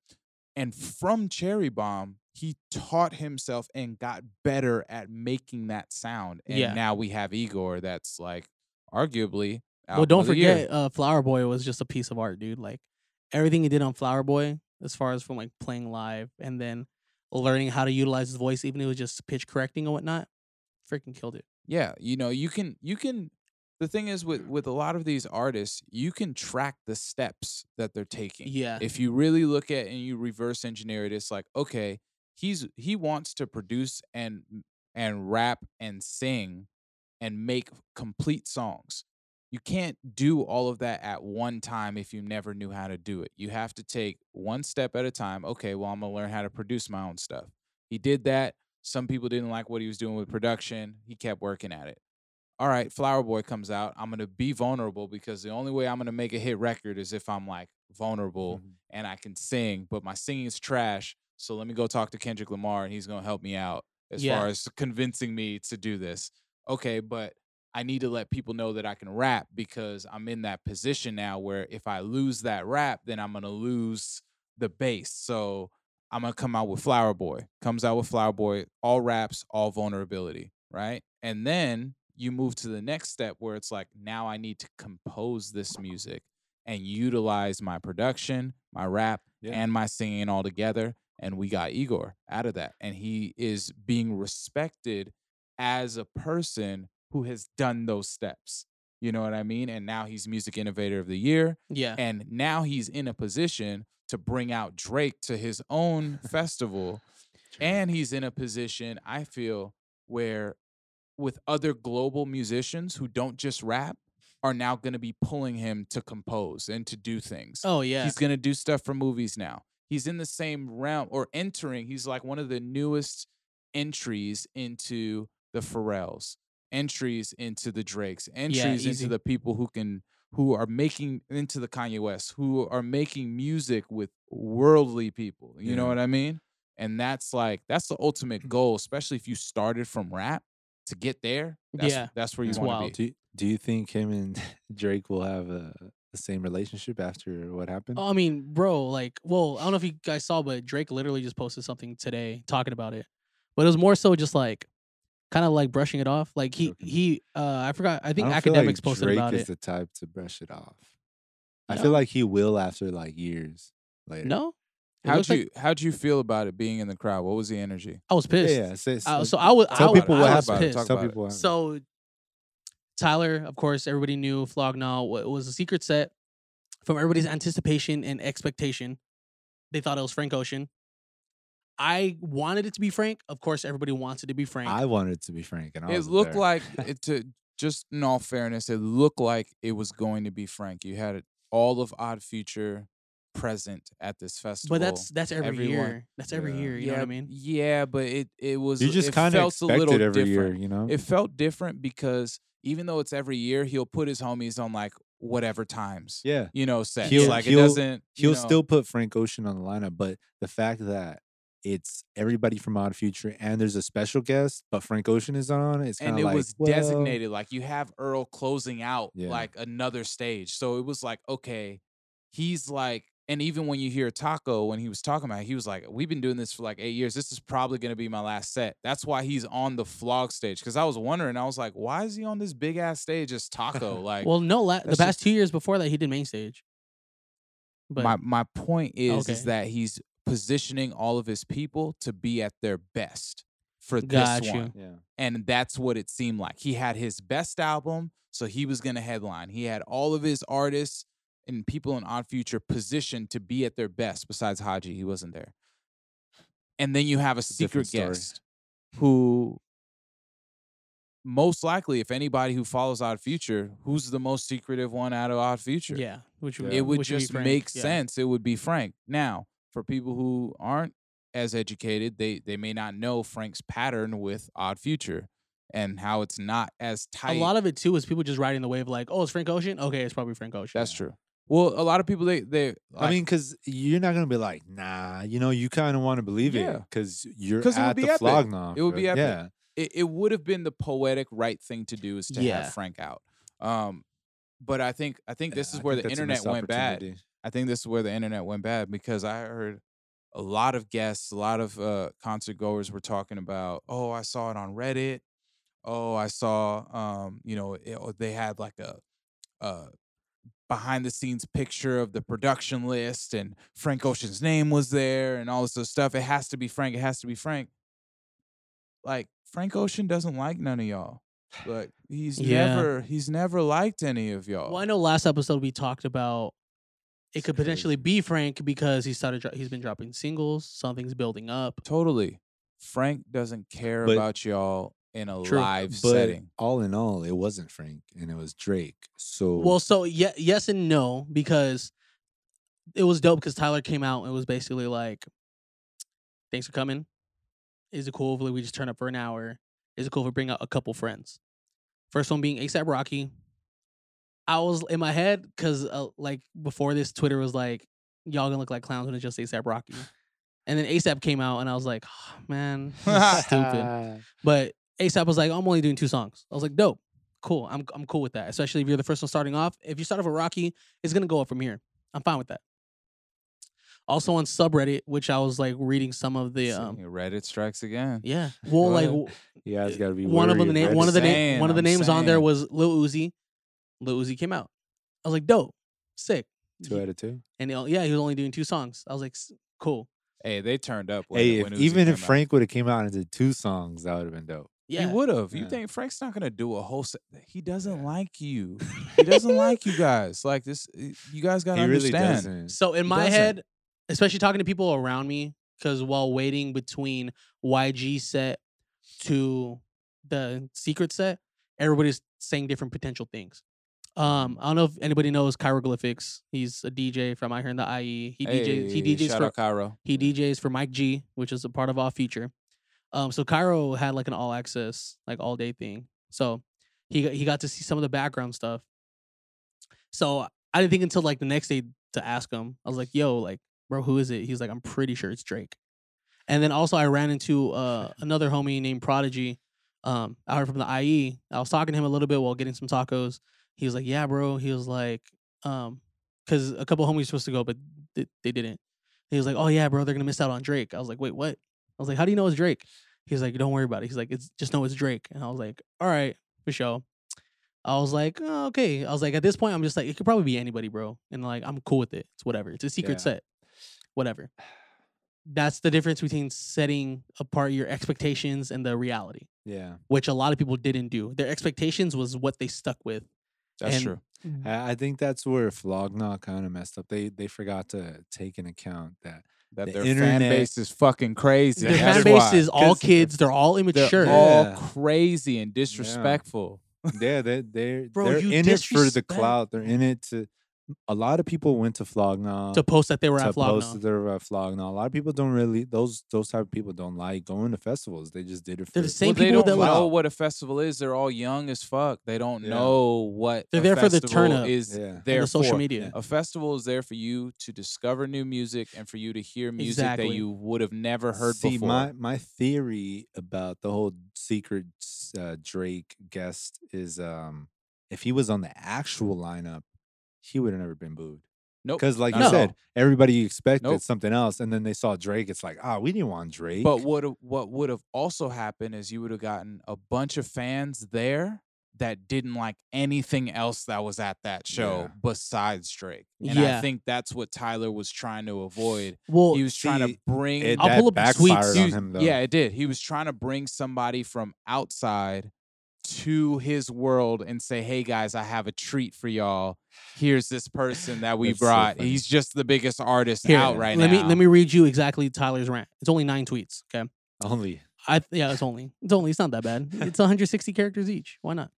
Speaker 2: And from Cherry Bomb, he taught himself and got better at making that sound. And
Speaker 3: Yeah.
Speaker 2: now we have Igor that's like arguably.
Speaker 3: well,
Speaker 2: album
Speaker 3: don't
Speaker 2: of the year.
Speaker 3: forget, uh, Flower Boy was just a piece of art, dude. Like everything he did on Flower Boy, as far as from like playing live and then learning how to utilize his voice, even if it was just pitch correcting and whatnot, freaking killed it.
Speaker 2: yeah you know you can you can the thing is with with a lot of these artists you can track the steps that they're taking
Speaker 3: Yeah,
Speaker 2: if you really look at and you reverse engineer it it's like okay he's he wants to produce and and rap and sing and make complete songs you can't do all of that at one time if you never knew how to do it you have to take one step at a time okay well i'm going to learn how to produce my own stuff he did that some people didn't like what he was doing with production he kept working at it all right, Flower Boy comes out. I'm gonna be vulnerable because the only way I'm gonna make a hit record is if I'm like vulnerable
Speaker 1: Mhm.
Speaker 2: and I can sing, but my singing is trash. So let me go talk to Kendrick Lamar and he's gonna help me out as
Speaker 3: Yeah.
Speaker 2: far as convincing me to do this. Okay, but I need to let people know that I can rap because I'm in that position now where if I lose that rap, then I'm gonna lose the bass. So I'm gonna come out with Flower Boy. Comes out with Flower Boy, all raps, all vulnerability, right? And then you move to the next step where it's like, now I need to compose this music and utilize my production, my rap,
Speaker 1: Yeah.
Speaker 2: and my singing all together. And we got Igor out of that. And he is being respected as a person who has done those steps. You know what I mean? And now he's Music Innovator of the Year.
Speaker 3: Yeah.
Speaker 2: And now he's in a position to bring out Drake to his own festival. And he's in a position, I feel, where with other global musicians who don't just rap are now going to be pulling him to compose and to do things.
Speaker 3: Oh yeah.
Speaker 2: He's going to do stuff for movies now. He's in the same realm or entering. He's like one of the newest entries into the Pharrells, entries into the Drakes, entries
Speaker 3: easy.
Speaker 2: into the people who can who are making into the Kanye West, who are making music with worldly people. You know
Speaker 1: Yeah.
Speaker 2: what I mean? And that's like that's the ultimate goal, especially if you started from rap to get there. That's,
Speaker 3: Yeah.
Speaker 2: that's where you
Speaker 1: It's
Speaker 2: want
Speaker 3: wild.
Speaker 2: to be.
Speaker 1: Do Do you think him and Drake will have a, the same relationship after what happened?
Speaker 3: Oh, I mean, bro, like, well, I don't know if you guys saw, but Drake literally just posted something today talking about it. But it was more so just like kind of like brushing it off. Like he
Speaker 1: Joking.
Speaker 3: he uh I forgot I think
Speaker 1: don't feel
Speaker 3: academics
Speaker 1: like
Speaker 3: posted
Speaker 1: Drake
Speaker 3: about
Speaker 1: is
Speaker 3: it.
Speaker 1: the type to brush it off. I
Speaker 3: No.
Speaker 1: feel like he will after like years later.
Speaker 3: No? It
Speaker 2: How'd
Speaker 3: looks like-
Speaker 2: you how'd you feel about it being in the crowd? What was the energy?
Speaker 3: I was
Speaker 1: Yeah,
Speaker 3: pissed.
Speaker 1: yeah, say-
Speaker 3: Uh,
Speaker 1: say-
Speaker 3: so I was
Speaker 1: tell
Speaker 3: I,
Speaker 1: people
Speaker 3: I
Speaker 1: what
Speaker 3: was
Speaker 1: happened.
Speaker 3: pissed.
Speaker 2: Talk
Speaker 1: tell
Speaker 2: about it.
Speaker 1: people what happened.
Speaker 3: So Tyler, of course, everybody knew Flognaw wa- was a secret set from everybody's anticipation and expectation. They thought it was Frank Ocean. I wanted it to be Frank. Of course, everybody wants it to be Frank.
Speaker 1: I wanted to be frank, and I
Speaker 2: it
Speaker 1: wasn't
Speaker 2: looked
Speaker 1: there.
Speaker 2: like it to just in all fairness it looked like it was going to be frank you had it, all of odd future present at this festival
Speaker 3: but that's that's every
Speaker 2: everyone-
Speaker 3: year. That's every
Speaker 1: Yeah.
Speaker 3: year. You
Speaker 2: yeah,
Speaker 3: know what I mean?
Speaker 2: yeah but it it was
Speaker 1: you just
Speaker 2: it
Speaker 1: kind of
Speaker 2: felt a
Speaker 1: expect
Speaker 2: little
Speaker 1: it every
Speaker 2: different
Speaker 1: year, you know.
Speaker 2: it felt different because even though it's every year he'll put his homies on like whatever times
Speaker 1: yeah,
Speaker 2: you know sets
Speaker 1: He'll-
Speaker 2: like it
Speaker 1: he'll-
Speaker 2: doesn't you
Speaker 1: he'll
Speaker 2: know-
Speaker 1: still put Frank Ocean on the lineup, but the fact that it's everybody from Odd Future and there's a special guest, but Frank Ocean is on it. It's kind
Speaker 2: and
Speaker 1: of
Speaker 2: it
Speaker 1: like
Speaker 2: was
Speaker 1: well,
Speaker 2: designated like you have Earl closing out
Speaker 1: Yeah.
Speaker 2: like another stage. So it was like, okay, he's like, and even when you hear Taco when he was talking about, it, he was like, "We've been doing this for like eight years. This is probably gonna be my last set." That's why he's on the flog stage because I was wondering, I was like, "Why is he on this big ass stage as Taco?" Like,
Speaker 3: well, no, la- the
Speaker 2: that's
Speaker 3: past two years before that, he did main stage. But
Speaker 2: my my point is
Speaker 3: Okay.
Speaker 2: is that he's positioning all of his people to be at their best for
Speaker 3: Got
Speaker 2: this
Speaker 3: you.
Speaker 2: one.
Speaker 1: yeah,
Speaker 2: and that's what it seemed like. He had his best album, so he was going to headline. He had all of his artists and people in Odd Future positioned to be at their best. Besides Haji, he wasn't there. And then you have a
Speaker 1: a different
Speaker 2: secret
Speaker 1: story.
Speaker 2: guest who, most likely, if anybody who follows Odd Future, who's the most secretive one out of Odd Future?
Speaker 3: yeah, which
Speaker 1: Yeah.
Speaker 3: would-
Speaker 2: it would
Speaker 3: which be
Speaker 2: just
Speaker 3: Frank,
Speaker 2: make
Speaker 3: yeah.
Speaker 2: sense. It would be Frank. Now, for people who aren't as educated, they they may not know Frank's pattern with Odd Future and how it's not as tight.
Speaker 3: A lot of it too is people just riding the wave, like, oh, it's Frank Ocean. Okay, it's probably Frank Ocean.
Speaker 2: that's true. Well, a lot of people they they
Speaker 1: I mean, because you're not gonna be like, nah, you know, you kind of want to believe it
Speaker 2: Yeah.
Speaker 1: because you're
Speaker 2: 'Cause it would
Speaker 1: at
Speaker 2: be
Speaker 1: the
Speaker 2: epic.
Speaker 1: Flognaw.
Speaker 2: It would be epic.
Speaker 1: Yeah,
Speaker 2: it, it would have been the poetic right thing to do is to
Speaker 3: Yeah.
Speaker 2: have Frank out. Um, but I think I think this
Speaker 1: Yeah,
Speaker 2: is
Speaker 1: I
Speaker 2: where
Speaker 1: think
Speaker 2: the
Speaker 1: that's a
Speaker 2: internet
Speaker 1: missed
Speaker 2: went bad.
Speaker 1: opportunity.
Speaker 2: I think this is where the internet went bad because I heard a lot of guests, a lot of uh, concert goers were talking about, oh, I saw it on Reddit. Oh, I saw, um, you know, it, or they had like a, a behind the scenes picture of the production list and Frank Ocean's name was there and all this other stuff. It has to be Frank. It has to be Frank. Like, Frank Ocean doesn't like none of y'all. Like, he's
Speaker 3: Yeah.
Speaker 2: never, he's never liked any of y'all.
Speaker 3: Well, I know last episode we talked about it
Speaker 1: It's
Speaker 3: could potentially
Speaker 1: crazy.
Speaker 3: be Frank because he started. Dro- he's been dropping singles. Something's building up.
Speaker 2: Totally. Frank doesn't care
Speaker 1: But- uh,
Speaker 2: about y'all in a
Speaker 3: True,
Speaker 2: live
Speaker 1: But
Speaker 2: setting.
Speaker 1: all in all, it wasn't Frank and it was Drake. So
Speaker 3: Well, so yeah, yes and no because it was dope because Tyler came out and was basically like, "Thanks for coming. Is it cool if we just turn up for an hour? Is it cool if we bring out a couple friends?" First one being ASAP Rocky. I was in my head because uh, like before this, Twitter was like, "Y'all gonna look like clowns when it's just ASAP Rocky," and then ASAP came out and I was like, "Ah,
Speaker 1: Ah,
Speaker 3: "Man, this is stupid." But ASAP was like, I'm only doing two songs. I was like, dope. cool. I'm I'm cool with that. Especially if you're the first one starting off. If you start off with Rocky, it's gonna go up from here. I'm fine with that. Also on subreddit, which I was like reading some of the
Speaker 2: So,
Speaker 3: um
Speaker 2: Reddit strikes again.
Speaker 3: yeah. Well, like
Speaker 2: What?
Speaker 3: w-
Speaker 1: You
Speaker 2: Eh,
Speaker 1: guys got to be
Speaker 3: one of them the
Speaker 1: wary
Speaker 3: name one of the
Speaker 1: Reddit.
Speaker 3: name one of the
Speaker 2: I'm
Speaker 3: names on there
Speaker 2: saying.
Speaker 3: was Lil Uzi. Lil Uzi came out. I was like, dope, sick.
Speaker 1: two out of two.
Speaker 3: And he- yeah, he was only doing two songs. I was like, "S- cool.
Speaker 2: Hey, they turned up. When,
Speaker 1: Hey, if,
Speaker 2: when Uzi
Speaker 1: even if
Speaker 2: came out.
Speaker 1: Frank would have came out and did two songs, that would have been dope.
Speaker 3: Yeah,
Speaker 2: He would have. You
Speaker 1: Yeah.
Speaker 2: think Frank's not gonna do a whole? Se- he doesn't
Speaker 1: Yeah.
Speaker 2: like you. He doesn't like you guys. Like this, eh, you guys gotta
Speaker 1: he really
Speaker 2: understand.
Speaker 1: doesn't.
Speaker 3: So in
Speaker 2: He
Speaker 3: my
Speaker 2: Mm. doesn't.
Speaker 3: head, especially talking to people around me, because while waiting between YG set to the secret set, everybody's saying different potential things. Um, I don't know if anybody knows Chiroglyphics. He's a DJ from I Hear in the IE. He DJs. He
Speaker 2: Hey,
Speaker 3: DJs
Speaker 2: shout
Speaker 3: for
Speaker 2: out Cairo.
Speaker 3: he DJs for Mike G, which is a part of All Feature. Um, so Cairo had like an all access, like all day thing. So he got- he got to see some of the background stuff. So I didn't think until like the next day to ask him. I was like, "Yo, like, bro, who is it?" He's like, "I'm pretty sure it's Drake." And then also I ran into uh, another homie named Prodigy. Um, I heard from the IE. I was talking to him a little bit while getting some tacos. He was like, "Yeah, bro." He was like, um, because a couple homies were supposed to go, but they, they didn't. He was like, "Oh yeah, bro, they're gonna miss out on Drake." I was like, "Wait, what?" I was like, "How do you know it's Drake?" He's like, "Don't worry about it." He's like, "It's just know it's Drake." And I was like, "All right, for sure." I was like, oh, "Okay." I was like, "At this point, I'm just like, it could probably be anybody, bro." And like, I'm cool with it. It's whatever. It's a secret
Speaker 1: Yeah.
Speaker 3: set, whatever. That's the difference between setting apart your expectations and the reality,
Speaker 1: Yeah,
Speaker 3: which a lot of people didn't do. Their expectations was what they stuck with.
Speaker 2: That's
Speaker 3: And-
Speaker 2: true.
Speaker 3: Mm-hmm.
Speaker 1: I, I think that's where Flogna kind of messed up. They they forgot to take in account that
Speaker 2: That
Speaker 1: the
Speaker 2: their fan
Speaker 1: internet-
Speaker 2: base is fucking crazy.
Speaker 3: Their
Speaker 2: That's
Speaker 3: fan base
Speaker 2: why.
Speaker 3: is all
Speaker 1: 'Cause
Speaker 3: kids. They're all
Speaker 2: They're
Speaker 3: immature.
Speaker 2: all
Speaker 1: Yeah.
Speaker 2: crazy and disrespectful.
Speaker 1: yeah, they they're
Speaker 3: Bro,
Speaker 1: they're
Speaker 3: you
Speaker 1: in it for the
Speaker 3: disrespect-
Speaker 1: clout. They're in it to. A lot of people went to Flogna
Speaker 3: to post that they were
Speaker 1: to
Speaker 3: at
Speaker 1: post
Speaker 3: Flogna.
Speaker 1: that they were at Flogna. A lot of people don't really those those type of people don't like going to festivals. They just did it. For
Speaker 3: They're the same
Speaker 2: well, they
Speaker 3: people
Speaker 2: don't
Speaker 3: that would-
Speaker 2: know
Speaker 1: clout.
Speaker 2: what a festival is. They're all young as fuck. They don't
Speaker 1: Yeah.
Speaker 2: know what
Speaker 3: They're
Speaker 2: a
Speaker 3: there for the
Speaker 2: festival
Speaker 3: turn up
Speaker 2: Is
Speaker 1: Yeah. And
Speaker 2: there
Speaker 3: the social
Speaker 2: for.
Speaker 3: media.
Speaker 2: A festival is there for you to discover new music and for you to hear music that
Speaker 3: Exactly.
Speaker 2: you would have never heard
Speaker 1: See,
Speaker 2: before.
Speaker 1: my my theory about the whole secret s- uh, Drake guest is, um, if he was on the actual lineup, he would have never been booed.
Speaker 2: Nope,
Speaker 1: Because, like
Speaker 2: not
Speaker 1: you
Speaker 2: at
Speaker 1: said,
Speaker 2: all.
Speaker 1: everybody expected
Speaker 2: Nope.
Speaker 1: something else, and then they saw Drake. It's like, ah, we didn't want Drake.
Speaker 2: But what what would have also happened is you would have gotten a bunch of fans there that didn't like anything else that was at that show
Speaker 1: Yeah.
Speaker 2: besides Drake. And I
Speaker 3: Yeah.
Speaker 2: think that's what Tyler was trying to avoid.
Speaker 3: Well,
Speaker 2: he was trying to
Speaker 1: see,
Speaker 2: bring
Speaker 1: it,
Speaker 3: I'll
Speaker 1: that
Speaker 3: pull up the tweets.
Speaker 1: backfired on
Speaker 2: He was-
Speaker 1: him though.
Speaker 2: Yeah, it did. He was trying to bring somebody from outside to his world and say, "Hey guys, I have a treat for y'all. Here's this person that we
Speaker 1: That's so
Speaker 2: brought.
Speaker 1: funny.
Speaker 2: He's just the biggest artist
Speaker 3: Here,
Speaker 2: out right
Speaker 3: let
Speaker 2: now."
Speaker 3: me let me read you exactly Tyler's rant. It's only nine tweets. Okay,
Speaker 1: only
Speaker 3: I th- yeah, it's only it's only it's not that bad. It's 160 characters each. Why not?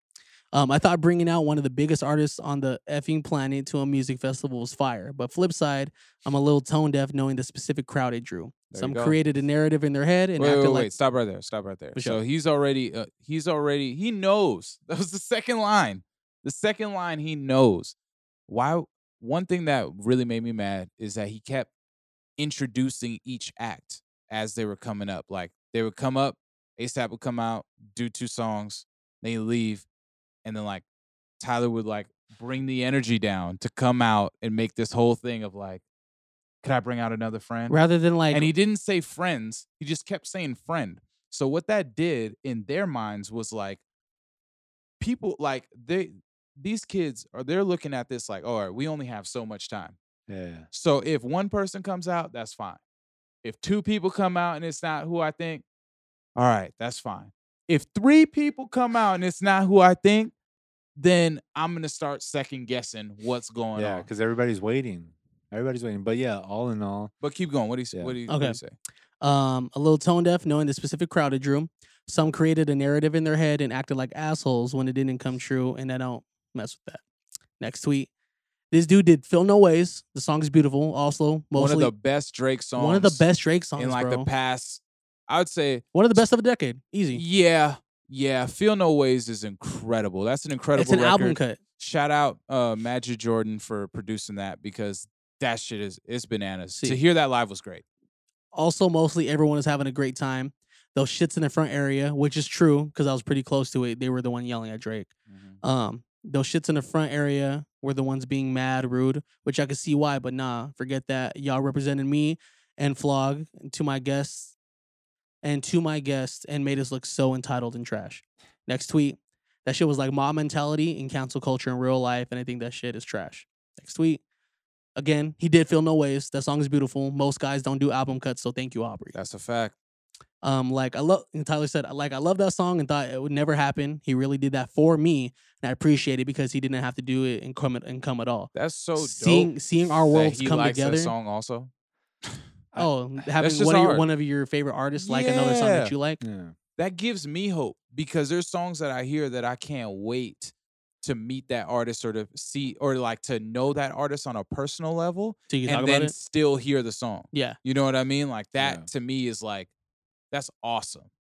Speaker 3: Um, I thought bringing out one of the biggest artists on the effing planet to a music festival was fire. But flip side, I'm a little tone deaf knowing the specific crowd it drew.
Speaker 2: There you
Speaker 3: Some
Speaker 2: go.
Speaker 3: created a narrative in their head and
Speaker 2: wait,
Speaker 3: acted
Speaker 2: wait,
Speaker 3: like
Speaker 2: wait, stop right there. Stop right there.
Speaker 3: For
Speaker 2: So
Speaker 3: sure.
Speaker 2: he's already, uh, he's already, he knows. That was the second line. The second line, he knows. Why? One thing that really made me mad is that he kept introducing each act as they were coming up. Like they would come up, ASAP would come out, do two songs, they leave, and then like Tyler would like bring the energy down to come out and make this whole thing of like, could I bring out another friend?
Speaker 3: rather than like
Speaker 2: and he didn't say friends he just kept saying friend so what that did in their minds was like people like they these kids are they're looking at this like all right we only have so much time
Speaker 1: yeah.
Speaker 2: so if one person comes out that's fine if two people come out and it's not who i think all right that's fine if three people come out and it's not who i think then i'm gonna start second guessing what's going
Speaker 1: Yeah,
Speaker 2: on
Speaker 1: because everybody's waiting. Everybody's waiting. But yeah, all in all,
Speaker 2: but keep going what do you say
Speaker 1: Yeah.
Speaker 2: what do you, what do
Speaker 3: Okay.
Speaker 2: you say
Speaker 3: um, a little tone deaf, knowing the specific crowd it drew. Some created a narrative in their head and acted like assholes when it didn't come true, and I don't mess with that. Next tweet. This dude did Feel No Ways. The song's beautiful. Also, mostly
Speaker 2: one of the best drake songs
Speaker 3: one of the best Drake songs,
Speaker 2: in like
Speaker 3: bro.
Speaker 2: the past, I would say,
Speaker 3: one of the best of a decade. Easy.
Speaker 2: yeah, yeah. Feel No Ways is incredible. That's an incredible.
Speaker 3: It's an
Speaker 2: record.
Speaker 3: album cut.
Speaker 2: Shout out uh, Magic Jordan for producing that because that shit is it's bananas. To
Speaker 3: See.
Speaker 2: hear that live was great.
Speaker 3: Also, mostly everyone is having a great time. Those shits in the front area, which is true because I was pretty close to it. They were the one yelling at Drake.
Speaker 2: Mhm.
Speaker 3: Um, those shits in the front area were the ones being mad, rude, which I could see why, but nah, forget that. Y'all represented me and Flog to my guests and to my guests and made us look so entitled and trash. Next tweet. That shit was like mob mentality and cancel culture in real life, and I think that shit is trash. Next tweet. Again, he did feel no ways. That song is beautiful. Most guys don't do album cuts, so thank you, Aubrey.
Speaker 2: That's a fact.
Speaker 3: Um, like I love, and Tyler said, like I love that song and thought it would never happen. He really did that for me, and I appreciate it because he didn't have to do it and come and come at all.
Speaker 2: That's so dope.
Speaker 3: Seeing- seeing our
Speaker 2: that
Speaker 3: worlds
Speaker 2: he
Speaker 3: come
Speaker 2: likes that
Speaker 3: together.
Speaker 2: song also. I-
Speaker 3: Oh, having
Speaker 2: just
Speaker 3: one of, your,
Speaker 2: art.
Speaker 3: one of your favorite artists like another song
Speaker 2: Yeah.
Speaker 3: that you like.
Speaker 1: Yeah.
Speaker 2: that gives me hope because there's songs that I hear that I can't wait to meet that artist or to see or like to know that artist on a personal level
Speaker 3: So you can talk
Speaker 2: and
Speaker 3: about
Speaker 2: then
Speaker 3: it.
Speaker 2: still hear the song.
Speaker 3: Yeah.
Speaker 2: You know what I mean? Like that
Speaker 1: Yeah.
Speaker 2: to me is like that's awesome.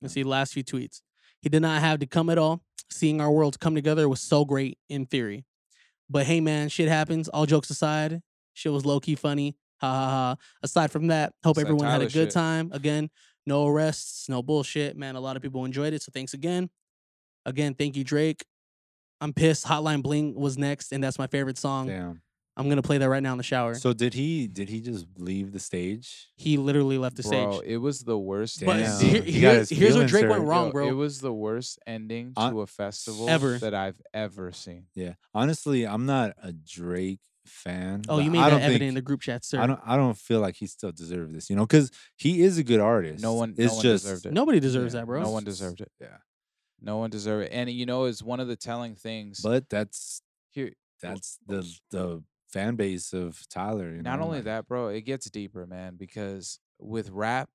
Speaker 3: Let's see, last few tweets. He did not have to come at all. Seeing our worlds come together was so great in theory. But hey, man, shit happens. All jokes aside, shit was low key funny. Ha ha ha. Aside from that, hope
Speaker 2: It's that
Speaker 3: everyone had a
Speaker 2: Tyler
Speaker 3: good
Speaker 2: shit.
Speaker 3: time. Again, no arrests, no bullshit. Man, a lot of people enjoyed it. So thanks again. Again, thank you, Drake. I'm pissed. Hotline Bling was next, and that's my favorite song.
Speaker 1: Damn.
Speaker 3: I'm going to play that right now in the shower.
Speaker 1: So did he? Did he just leave the stage?
Speaker 3: he literally left the
Speaker 2: bro,
Speaker 3: stage.
Speaker 2: it was the worst
Speaker 1: But
Speaker 3: But
Speaker 1: Damn.
Speaker 2: ending.
Speaker 3: here-
Speaker 1: He got
Speaker 3: here-
Speaker 1: his
Speaker 3: here's where
Speaker 1: feelings
Speaker 3: Drake went
Speaker 1: hurt.
Speaker 3: wrong,
Speaker 2: Yo,
Speaker 3: bro.
Speaker 2: It was the worst ending
Speaker 1: Uh,
Speaker 2: to a festival
Speaker 3: Ever.
Speaker 2: that I've ever seen.
Speaker 1: Yeah. Honestly, I'm not a Drake fan.
Speaker 3: oh,
Speaker 1: but
Speaker 3: you made
Speaker 1: I
Speaker 3: that
Speaker 1: don't
Speaker 3: evident
Speaker 1: think-
Speaker 3: in the group chat, sir.
Speaker 1: I don't. I don't feel like he still deserved this. You know, because he is a good artist.
Speaker 2: No one,
Speaker 1: It's
Speaker 2: no one
Speaker 1: just
Speaker 2: deserved it.
Speaker 3: Nobody deserves
Speaker 1: Yeah,
Speaker 3: that, bro.
Speaker 2: No one deserved it.
Speaker 1: yeah.
Speaker 2: No one deserved it. And you know, it's one of the telling things.
Speaker 1: But that's
Speaker 2: here,
Speaker 1: that's the the fan base of Tyler. You
Speaker 2: not
Speaker 1: know,
Speaker 2: only
Speaker 1: like-
Speaker 2: that, bro, it gets deeper, man, because with rap,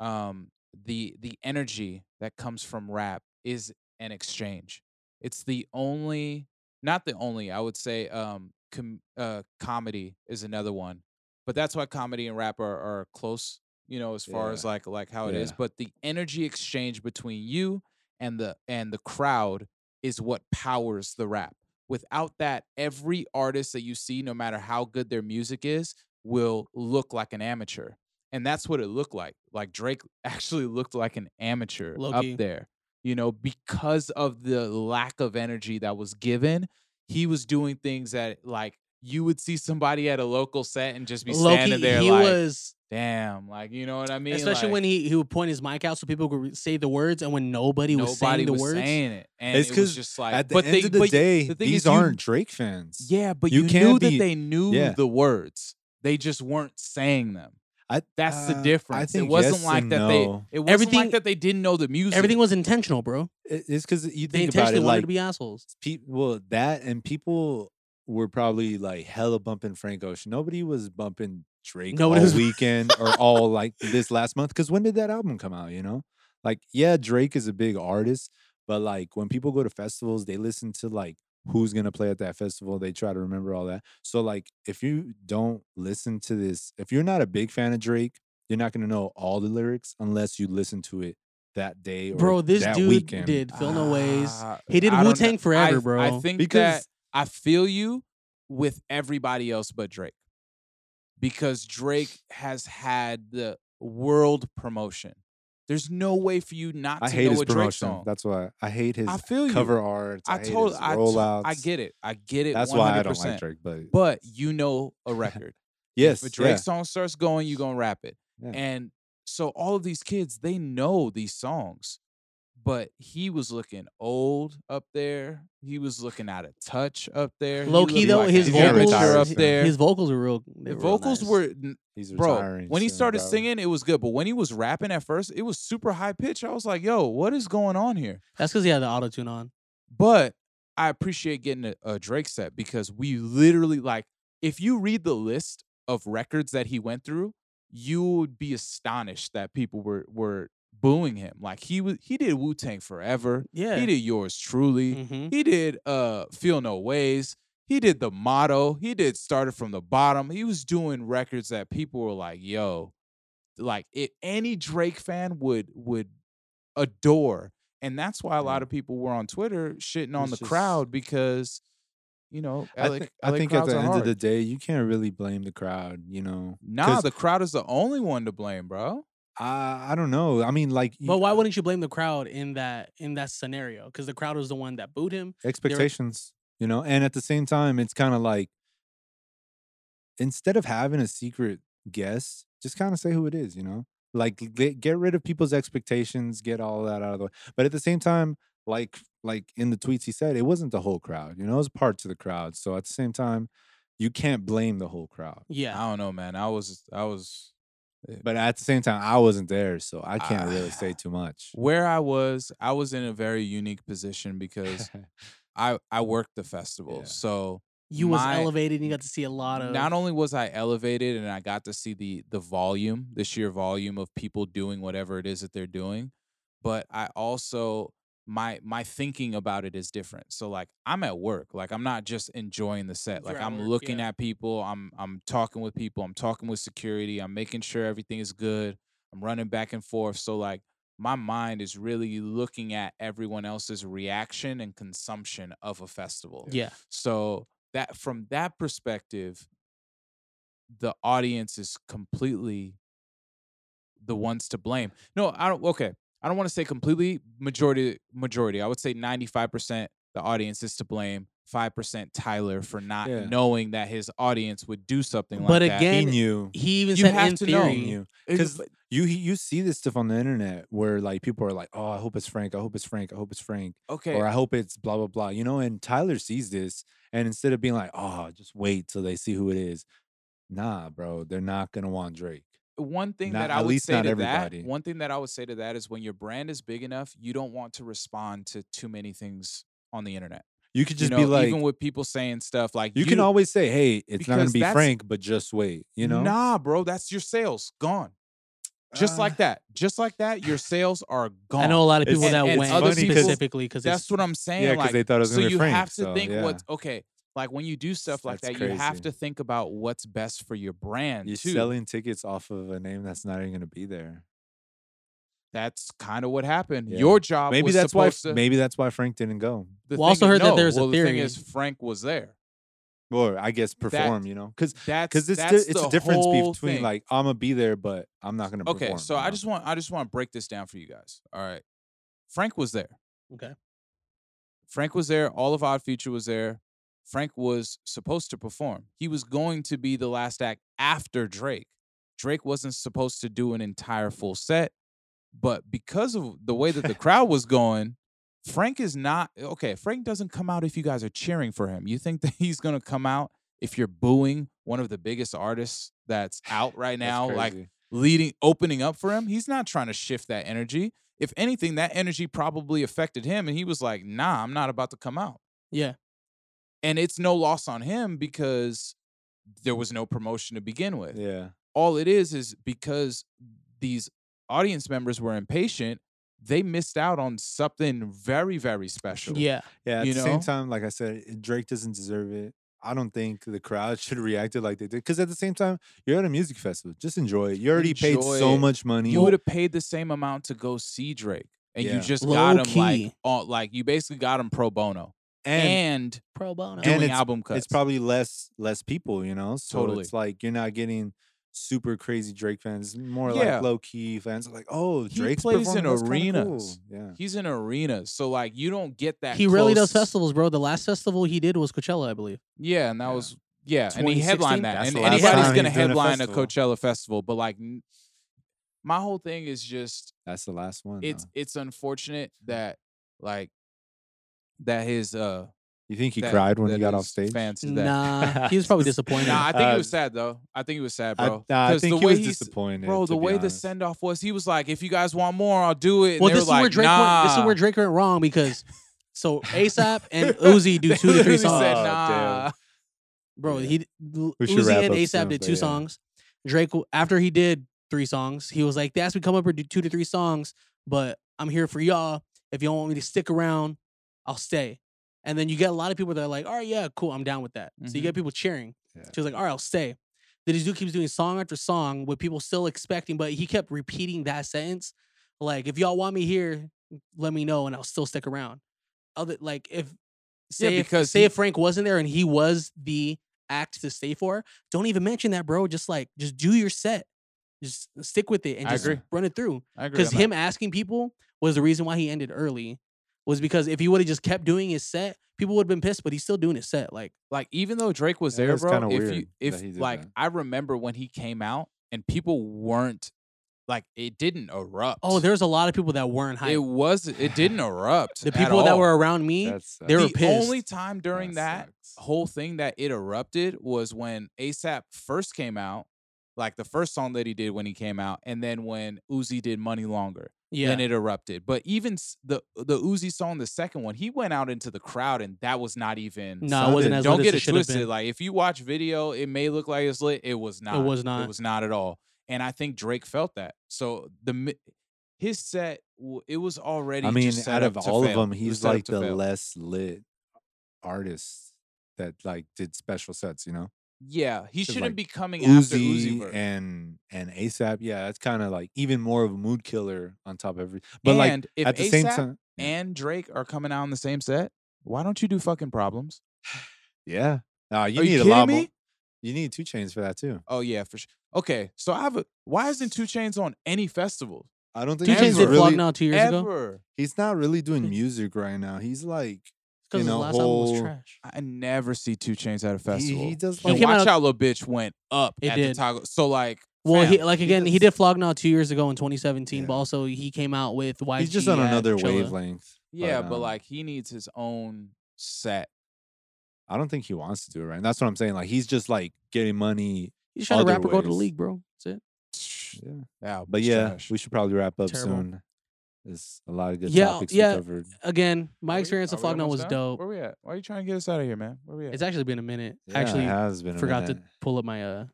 Speaker 2: um, the the energy that comes from rap is an exchange. It's the only, not the only, I would say, um, com- uh, comedy is another one, but that's why comedy and rap are, are close, you know, as far
Speaker 1: Yeah.
Speaker 2: as like like how it is.
Speaker 1: Yeah.
Speaker 2: But the energy exchange between you and the and the crowd is what powers the rap. Without that, every artist that you see, no matter how good their music is, will look like an amateur. And that's what it looked like. Like Drake actually looked like an amateur
Speaker 3: Low-key.
Speaker 2: up there, you know, because of the lack of energy that was given. He was doing things that, like, you would see somebody at a local set and just be standing there,
Speaker 3: he
Speaker 2: like,
Speaker 3: was
Speaker 2: damn, like, you know what I mean?
Speaker 3: especially
Speaker 2: Like,
Speaker 3: when he, he would point his mic out so people could re- say the words, and when nobody, was saying the
Speaker 2: was
Speaker 3: words,
Speaker 2: saying it. And
Speaker 1: It's
Speaker 2: it was
Speaker 1: 'cause
Speaker 2: just like,
Speaker 1: At the
Speaker 2: but
Speaker 1: end
Speaker 2: they,
Speaker 1: of the
Speaker 2: but
Speaker 1: day,
Speaker 2: the thing
Speaker 1: these
Speaker 2: is you-
Speaker 1: aren't Drake fans.
Speaker 2: Yeah, but
Speaker 1: You
Speaker 2: you,
Speaker 1: can't
Speaker 2: knew
Speaker 1: be-
Speaker 2: that they knew
Speaker 1: yeah.
Speaker 2: the words. They just weren't saying them.
Speaker 1: I-
Speaker 2: That's
Speaker 1: uh,
Speaker 2: the
Speaker 1: I
Speaker 2: difference.
Speaker 1: think
Speaker 2: it wasn't
Speaker 1: yes
Speaker 2: like
Speaker 1: and
Speaker 2: that
Speaker 1: no.
Speaker 2: they it wasn't
Speaker 3: Everything-
Speaker 2: like that they didn't know the music.
Speaker 3: everything was intentional, bro.
Speaker 1: It- It's because you
Speaker 3: They
Speaker 1: think about
Speaker 3: intentionally
Speaker 1: it,
Speaker 3: wanted
Speaker 1: like
Speaker 3: to be assholes.
Speaker 1: pe- well, that and people were probably like hella bumping Frank Ocean. Nobody was bumping Drake
Speaker 3: Nobody
Speaker 1: all
Speaker 3: was-
Speaker 1: weekend or all like this last month. Because when did that album come out? You know, like yeah, Drake is a big artist, but like when people go to festivals, they listen to like who's gonna play at that festival. They try to remember all that. So like if you don't listen to this, if you're not a big fan of Drake, you're not gonna know all the lyrics unless you listen to it that day. Or
Speaker 3: Bro, this
Speaker 1: that
Speaker 3: dude
Speaker 1: weekend.
Speaker 3: did Phil No Ways.
Speaker 2: Ah,
Speaker 3: He did
Speaker 2: I don't
Speaker 3: Wu Tang
Speaker 2: know.
Speaker 3: Forever,
Speaker 2: I,
Speaker 3: bro.
Speaker 2: I think
Speaker 1: because
Speaker 2: that I feel you with everybody else but Drake. Because Drake has had the world promotion. There's no way for you not to
Speaker 1: I hate
Speaker 2: know
Speaker 1: his
Speaker 2: a Drake
Speaker 1: promotion.
Speaker 2: song.
Speaker 1: That's why I hate his
Speaker 2: I feel you.
Speaker 1: cover art. I,
Speaker 2: I
Speaker 1: hate
Speaker 2: told
Speaker 1: his
Speaker 2: I, to-
Speaker 1: rollouts.
Speaker 2: I get it. I get it.
Speaker 1: That's
Speaker 2: 100%.
Speaker 1: why I don't like Drake. But
Speaker 2: But you know a record.
Speaker 1: yes,
Speaker 2: If a Drake
Speaker 1: yeah.
Speaker 2: song starts going, you gonna rap it.
Speaker 1: Yeah.
Speaker 2: And so all of these kids, they know these songs, but he was looking old up there. He was looking out of touch up there. He
Speaker 3: Low key
Speaker 2: looked
Speaker 3: though,
Speaker 2: like a
Speaker 3: his
Speaker 1: he's gonna
Speaker 3: vocals
Speaker 1: retire
Speaker 2: amateur up
Speaker 1: soon.
Speaker 2: there.
Speaker 3: His vocals were real. they
Speaker 2: the
Speaker 3: were real
Speaker 2: vocals
Speaker 3: nice.
Speaker 2: were n-
Speaker 1: he's
Speaker 2: bro.
Speaker 1: retiring.
Speaker 2: When he
Speaker 1: soon,
Speaker 2: started
Speaker 1: probably.
Speaker 2: singing, it was good, but when he was rapping at first, it was super high pitch. I was like, "Yo, what is going on here?"
Speaker 3: That's because he had the auto tune on.
Speaker 2: But I appreciate getting a, a Drake set because we literally like if you read the list of records that he went through, you would be astonished that people were were booing him. Like he was he did Wu Tang Forever.
Speaker 3: Yeah.
Speaker 2: He did Yours Truly.
Speaker 3: Mhm.
Speaker 2: He did uh Feel No Ways. He did the motto. He did started from the bottom. He was doing records that people were like, yo, like it any Drake fan would would adore. And that's why a lot
Speaker 1: Yeah.
Speaker 2: of people were on Twitter shitting on
Speaker 1: It's
Speaker 2: the
Speaker 1: just-
Speaker 2: crowd because, you know, LA,
Speaker 1: I, thi- I
Speaker 2: LA
Speaker 1: think at
Speaker 2: crowds
Speaker 1: the
Speaker 2: are
Speaker 1: end
Speaker 2: hard.
Speaker 1: of the day, you can't really blame the crowd. You know,
Speaker 2: Nah,
Speaker 1: 'Cause
Speaker 2: the crowd is the only one to blame, bro.
Speaker 1: I I don't know. I mean, like you-
Speaker 3: But why wouldn't you blame the crowd in that in that scenario? Because the crowd was the one that booed him.
Speaker 1: expectations, you know? And at the same time, it's kind of like instead of having a secret guess, just kind of say who it is, you know? Like get, get rid of people's expectations, get all that out of the way. But at the same time, like like in the tweets he said, it wasn't the whole crowd, you know, it was parts of the crowd. So at the same time, you can't blame the whole crowd.
Speaker 3: Yeah,
Speaker 2: I don't know, man. I was I was
Speaker 1: But at the same time, I wasn't there, so I can't really
Speaker 2: Ah.
Speaker 1: say too much.
Speaker 2: where I was, I was in a very unique position because I I worked the festival.
Speaker 1: Yeah.
Speaker 2: So
Speaker 3: you was
Speaker 2: my-
Speaker 3: elevated. and You got to see a lot of
Speaker 2: not only was I elevated and I got to see the the volume, the sheer volume of people doing whatever it is that they're doing, but I also my my thinking about it is different. So like I'm at work, like I'm not just enjoying the set. Like
Speaker 3: You're at
Speaker 2: I'm
Speaker 3: work,
Speaker 2: looking
Speaker 3: yeah.
Speaker 2: at people, I'm I'm talking with people, I'm talking with security, I'm making sure everything is good. I'm running back and forth. So like my mind is really looking at everyone else's reaction and consumption of a festival.
Speaker 3: yeah.
Speaker 2: So that from that perspective, the audience is completely the ones to blame. No, I don't okay. I don't want to say completely majority majority. I would say 95% the audience is to blame. 5% Tyler for not
Speaker 1: Yeah.
Speaker 2: knowing that his audience would do something like
Speaker 3: But
Speaker 2: that.
Speaker 1: he
Speaker 3: again,
Speaker 1: knew.
Speaker 3: He even
Speaker 2: You
Speaker 3: said
Speaker 2: have
Speaker 3: in
Speaker 2: to know.
Speaker 3: theory.
Speaker 1: He knew.
Speaker 2: It-
Speaker 1: 'Cause you you see this stuff on the internet where like people are like, oh, I hope it's Frank, I hope it's Frank, I hope it's Frank,
Speaker 2: okay.
Speaker 1: or I hope it's blah blah blah, you know. And Tyler sees this, and instead of being like, oh, just wait till they see who it is, nah, bro, they're not gonna want Drake.
Speaker 2: one thing
Speaker 1: Not-
Speaker 2: that I
Speaker 1: at
Speaker 2: would
Speaker 1: least
Speaker 2: say
Speaker 1: not
Speaker 2: to
Speaker 1: everybody.
Speaker 2: that, one thing that I would say to that is when your brand is big enough, you don't want to respond to too many things on the internet.
Speaker 1: You could just
Speaker 2: you know,
Speaker 1: be like,
Speaker 2: even with people saying stuff like
Speaker 1: you, can always say, hey, it's not gonna
Speaker 2: because
Speaker 1: be
Speaker 2: that's-
Speaker 1: Frank, but just wait, you know.
Speaker 2: nah, bro, that's your sales gone. Just
Speaker 1: Uh,
Speaker 2: like that, just like that, your sales are gone.
Speaker 3: I know a lot of
Speaker 1: It's-
Speaker 3: people
Speaker 1: and-
Speaker 3: that
Speaker 2: and
Speaker 3: went
Speaker 2: other people-
Speaker 3: specifically because
Speaker 2: That's what I'm saying.
Speaker 1: yeah, because
Speaker 2: like,
Speaker 1: they thought it was
Speaker 2: so
Speaker 1: gonna be
Speaker 2: you
Speaker 1: Frank.
Speaker 2: have to
Speaker 1: so,
Speaker 2: think
Speaker 1: yeah.
Speaker 2: what's okay. Like when you do stuff like
Speaker 1: That's
Speaker 2: that, you have
Speaker 1: crazy.
Speaker 2: to think about what's best for your brand
Speaker 1: you're
Speaker 2: too.
Speaker 1: selling tickets off of a name that's not even gonna be there.
Speaker 2: that's kind of what happened.
Speaker 1: Yeah.
Speaker 2: Your job
Speaker 1: Maybe
Speaker 2: was
Speaker 1: that's why.
Speaker 2: supposed to-
Speaker 1: Maybe that's why Frank didn't go.
Speaker 2: the
Speaker 3: Well, I
Speaker 2: thing
Speaker 3: also
Speaker 2: is-
Speaker 3: heard that
Speaker 2: no,
Speaker 3: there's a
Speaker 2: well, The thing
Speaker 3: theory.
Speaker 2: is, Frank was there.
Speaker 1: Or I guess perform, you know, because
Speaker 2: That's
Speaker 1: because it's di-
Speaker 2: that's
Speaker 1: it's
Speaker 2: the
Speaker 1: a difference
Speaker 2: whole
Speaker 1: between
Speaker 2: thing.
Speaker 1: like I'm gonna be there, but I'm not gonna.
Speaker 2: okay.
Speaker 1: perform,
Speaker 2: So
Speaker 1: you
Speaker 2: I
Speaker 1: know?
Speaker 2: just want I just want to break this down for you guys. All right, Frank was there.
Speaker 3: okay.
Speaker 2: Frank was there. All of Odd Future was there. Frank was supposed to perform. He was going to be the last act after Drake. Drake wasn't supposed to do an entire full set, but because of the way that the crowd was going, Frank is not okay. Frank doesn't come out if you guys are cheering for him. You think that he's going to come out if you're booing one of the biggest artists that's out right
Speaker 1: That's
Speaker 2: now, like
Speaker 1: crazy.
Speaker 2: leading opening up for him he's not trying to shift that energy if anything that energy probably affected him and he was like nah i'm not about to come out
Speaker 3: Yeah.
Speaker 2: and it's no loss on him because there was no promotion to begin with
Speaker 1: yeah,
Speaker 2: all it is is because these audience members were impatient they missed out on something very very special
Speaker 3: Yeah.
Speaker 1: yeah. At
Speaker 2: You
Speaker 1: the same
Speaker 2: know?
Speaker 1: time, like I said, it- Drake doesn't deserve it. I don't think the crowd should react to like they did. Because at the same time, you're at a music festival. Just enjoy it. You already paid so
Speaker 2: Enjoy it.
Speaker 1: much money.
Speaker 2: you would have paid the same ammt to go see drake and
Speaker 1: Yeah.
Speaker 2: you just got him like
Speaker 3: Low-key.
Speaker 2: on like you basically got him pro bono
Speaker 1: and,
Speaker 2: and
Speaker 3: Pro bono.
Speaker 1: And
Speaker 2: doing
Speaker 1: it's-
Speaker 2: album cuts.
Speaker 1: it's probably less less people, you know. So
Speaker 2: Totally.
Speaker 1: it's like you're not getting super crazy Drake fans. It's More
Speaker 2: Yeah.
Speaker 1: like low key fans. Like oh,
Speaker 2: He
Speaker 1: Drake's
Speaker 2: plays
Speaker 1: performing,
Speaker 2: in
Speaker 1: that's kinda
Speaker 2: arenas.
Speaker 1: cool. Yeah.
Speaker 2: He's in arenas, so like you don't get that.
Speaker 3: he really does
Speaker 2: close-
Speaker 3: festivals, bro. The last festival he did was Coachella, I believe.
Speaker 2: Yeah, and that
Speaker 1: Yeah.
Speaker 2: was yeah, and he
Speaker 3: 2016?
Speaker 2: headlined that,
Speaker 1: That's
Speaker 2: and
Speaker 1: the
Speaker 3: last
Speaker 2: anybody's
Speaker 3: time
Speaker 2: gonna
Speaker 1: he's doing a
Speaker 2: headline a,
Speaker 1: festival.
Speaker 2: Coachella festival, but like, n- my whole thing is just
Speaker 1: That's the last one.
Speaker 2: it's
Speaker 1: though.
Speaker 2: it's unfortunate that like that his uh
Speaker 1: you think he
Speaker 2: that-
Speaker 1: cried when he
Speaker 2: that
Speaker 1: got off
Speaker 2: his
Speaker 1: stage?
Speaker 2: Fans did that.
Speaker 3: Nah, he was probably disappointed.
Speaker 2: Nah, I think
Speaker 1: Uh,
Speaker 2: he was sad though. I think he was sad,
Speaker 1: I,
Speaker 2: bro.
Speaker 1: nah, I
Speaker 2: 'Cause
Speaker 1: think
Speaker 2: the
Speaker 1: he
Speaker 2: way
Speaker 1: was
Speaker 2: he's
Speaker 1: disappointed.
Speaker 2: bro,
Speaker 1: to
Speaker 2: the
Speaker 1: be
Speaker 2: way the
Speaker 1: honest.
Speaker 2: send off was, he was like, "If you guys want more, I'll do it." And
Speaker 3: well,
Speaker 2: they were
Speaker 3: this is
Speaker 2: like,
Speaker 3: where Drake.
Speaker 2: nah.
Speaker 3: Went, this is where Drake went wrong because so ASAP and Uzi do
Speaker 2: They
Speaker 3: two to three
Speaker 2: literally
Speaker 3: songs,
Speaker 2: Said,
Speaker 1: Oh, damn.
Speaker 2: nah.
Speaker 3: bro.
Speaker 1: yeah.
Speaker 3: He d- l-
Speaker 1: We should
Speaker 3: Uzi
Speaker 1: wrap
Speaker 3: and
Speaker 1: up
Speaker 3: ASAP
Speaker 1: soon,
Speaker 3: did
Speaker 1: but
Speaker 3: two
Speaker 1: yeah.
Speaker 3: songs. Drake w- after he did three songs, he was like, "They asked me to come up and do two to three songs, but I'm here for y'all. If y'all want me to stick around, I'll stay." And then you get a lot of people that are like, "All right, yeah, cool, I'm down with that." So you get people cheering.
Speaker 1: Mm-hmm. Yeah.
Speaker 3: She was like, all right, I'll stay. Then this dude keeps doing song after song with people still expecting, but he kept repeating that sentence. Like, if y'all want me here, let me know and I'll still stick around. Other like if say if,
Speaker 2: because
Speaker 3: say
Speaker 2: he-
Speaker 3: if Frank wasn't there and he was the act to stay for, don't even mention that, bro. Just like just do your set. Just stick with it and
Speaker 2: I
Speaker 3: just
Speaker 2: agree.
Speaker 3: run it through.
Speaker 2: I agree.
Speaker 3: Because
Speaker 2: on that.
Speaker 3: him asking people was the reason why he ended early. Was because if he would have just kept doing his set, people would have been pissed. But he's still doing his set. Like
Speaker 2: like even though Drake was
Speaker 1: That
Speaker 2: there,
Speaker 1: is
Speaker 2: bro.
Speaker 1: kinda
Speaker 2: If
Speaker 1: weird
Speaker 2: you
Speaker 1: that he
Speaker 2: if
Speaker 1: did
Speaker 2: like
Speaker 1: that.
Speaker 2: I remember when he came out and people weren't like it didn't erupt.
Speaker 3: oh, there's a lot of people that weren't
Speaker 2: it
Speaker 3: hyped.
Speaker 2: was it didn't erupt.
Speaker 3: The
Speaker 2: at
Speaker 3: people that
Speaker 2: all.
Speaker 3: were around me,
Speaker 1: That's
Speaker 3: they were
Speaker 2: the only
Speaker 3: pissed.
Speaker 2: time during that whole thing that it erupted was when ASAP first came out, like the first song that he did when he came out, and then when Uzi did Money Longer,
Speaker 3: yeah,
Speaker 2: then it erupted. But even s- the the Uzi song, the second one, he went out into the crowd, and that was not even.
Speaker 3: no, it wasn't
Speaker 1: sounded-
Speaker 3: as
Speaker 2: don't
Speaker 3: lit
Speaker 2: get
Speaker 3: as
Speaker 2: it
Speaker 3: it, should have
Speaker 2: twisted.
Speaker 3: been.
Speaker 2: Like if you watch video, it may look like it's lit. It was not.
Speaker 3: was not.
Speaker 2: It was not at all. And I think Drake felt that. So the mi- his set, w- it was already.
Speaker 1: I mean,
Speaker 2: just
Speaker 1: out
Speaker 2: set
Speaker 1: of
Speaker 2: up to
Speaker 1: all
Speaker 2: fail.
Speaker 1: of them,
Speaker 2: It was
Speaker 1: he's
Speaker 2: set up
Speaker 1: like
Speaker 2: to
Speaker 1: the
Speaker 2: fail.
Speaker 1: less lit artist that like did special sets. You know,
Speaker 2: Yeah, he
Speaker 1: 'Cause,
Speaker 2: shouldn't
Speaker 1: like,
Speaker 2: be coming after Uzi.
Speaker 1: Uzi,
Speaker 2: Vert.
Speaker 1: and and ASAP. Yeah, that's kind of like even more of a mood killer on top of every. But like
Speaker 2: and if
Speaker 1: at the
Speaker 2: A$AP
Speaker 1: same time,
Speaker 2: and Drake are coming out on the same set, why don't you do fucking problems?
Speaker 1: yeah, nah, you
Speaker 2: Are
Speaker 1: need
Speaker 2: you
Speaker 1: a
Speaker 2: kidding
Speaker 1: lot
Speaker 2: me?
Speaker 1: more. You need two chains for that too.
Speaker 2: Oh yeah, for sure. Okay, so I have a why isn't Two Chains on any festivals
Speaker 1: I don't think
Speaker 3: Two Chainz
Speaker 1: he's
Speaker 3: did
Speaker 2: Ever.
Speaker 3: vlog
Speaker 1: really.
Speaker 3: now two years ago.
Speaker 2: ever?
Speaker 1: He's not really doing music right now. He's like
Speaker 3: Because
Speaker 1: in
Speaker 3: his
Speaker 1: a
Speaker 3: last album was
Speaker 1: whole-
Speaker 3: trash.
Speaker 2: I never see Two Chains at a
Speaker 1: he,
Speaker 2: festival.
Speaker 1: he does
Speaker 3: He
Speaker 1: like
Speaker 2: and
Speaker 3: came
Speaker 2: watch
Speaker 3: out-
Speaker 2: out, little bitch went up
Speaker 3: It
Speaker 2: at the
Speaker 3: did.
Speaker 2: Taco. So like,
Speaker 3: Well, he,
Speaker 2: fam,
Speaker 3: like
Speaker 1: he
Speaker 3: again, he, did
Speaker 1: does-
Speaker 3: Flog Now two years ago in 2017,
Speaker 1: Yeah.
Speaker 3: but also he came out with YG.
Speaker 1: he's just on
Speaker 3: at
Speaker 1: another
Speaker 3: Chilla.
Speaker 1: wavelength.
Speaker 3: Oh,
Speaker 2: yeah, but
Speaker 1: um,
Speaker 2: like he needs his own set.
Speaker 1: I don't think he wants to do it right. That's what I'm saying. Like he's just like getting money.
Speaker 3: You should have
Speaker 1: other
Speaker 3: rapper go to the
Speaker 1: ways.
Speaker 3: league, bro. That's it.
Speaker 1: Yeah.
Speaker 2: Yeah,
Speaker 1: But yeah,
Speaker 2: trash.
Speaker 1: we should probably wrap up
Speaker 3: Terrible.
Speaker 1: soon. There's a lot of good
Speaker 3: Yeah,
Speaker 1: topics
Speaker 3: yeah.
Speaker 1: we covered.
Speaker 3: Again,
Speaker 2: Are
Speaker 3: my
Speaker 2: we-
Speaker 3: experience
Speaker 2: are
Speaker 3: of
Speaker 2: we
Speaker 3: Flog Now
Speaker 2: almost
Speaker 3: was
Speaker 2: done?
Speaker 3: dope.
Speaker 2: Where we at? Why are you trying to get us out of here, man? Where we at?
Speaker 3: It's actually been a minute.
Speaker 1: Yeah, it
Speaker 3: actually,
Speaker 1: has been a
Speaker 3: forgot to
Speaker 1: minute.
Speaker 3: pull up my uh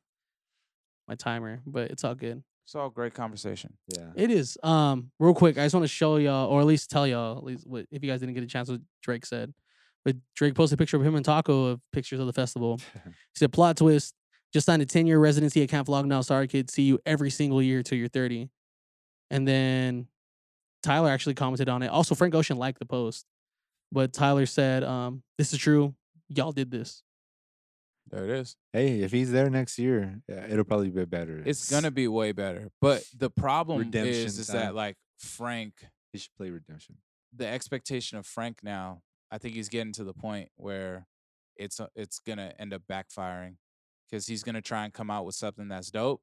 Speaker 3: my timer, but it's all good.
Speaker 2: it's all great conversation.
Speaker 1: Yeah.
Speaker 3: It is. Um, real quick, I just want to show y'all, or at least tell y'all, at least what, if you guys didn't get a chance, what Drake said. But Drake posted a picture of him and Taco of pictures of the festival. He said, "Plot twist: just signed a ten-year residency at Camp Vlog now. Sorry, kid. See you every single year till you're 30." And then Tyler actually commented on it. Also, Frank Ocean liked the post, but Tyler said, um, "This is true. Y'all did this."
Speaker 2: There it is.
Speaker 1: Hey, if he's there next year, yeah, it'll probably be better.
Speaker 2: It's gonna be way better. But the problem
Speaker 1: Redemption
Speaker 2: is, is
Speaker 1: time.
Speaker 2: that like Frank,
Speaker 1: He should play Redemption.
Speaker 2: the expectation of Frank now, I think he's getting to the point where it's uh, it's gonna end up backfiring because he's gonna try and come out with something that's dope,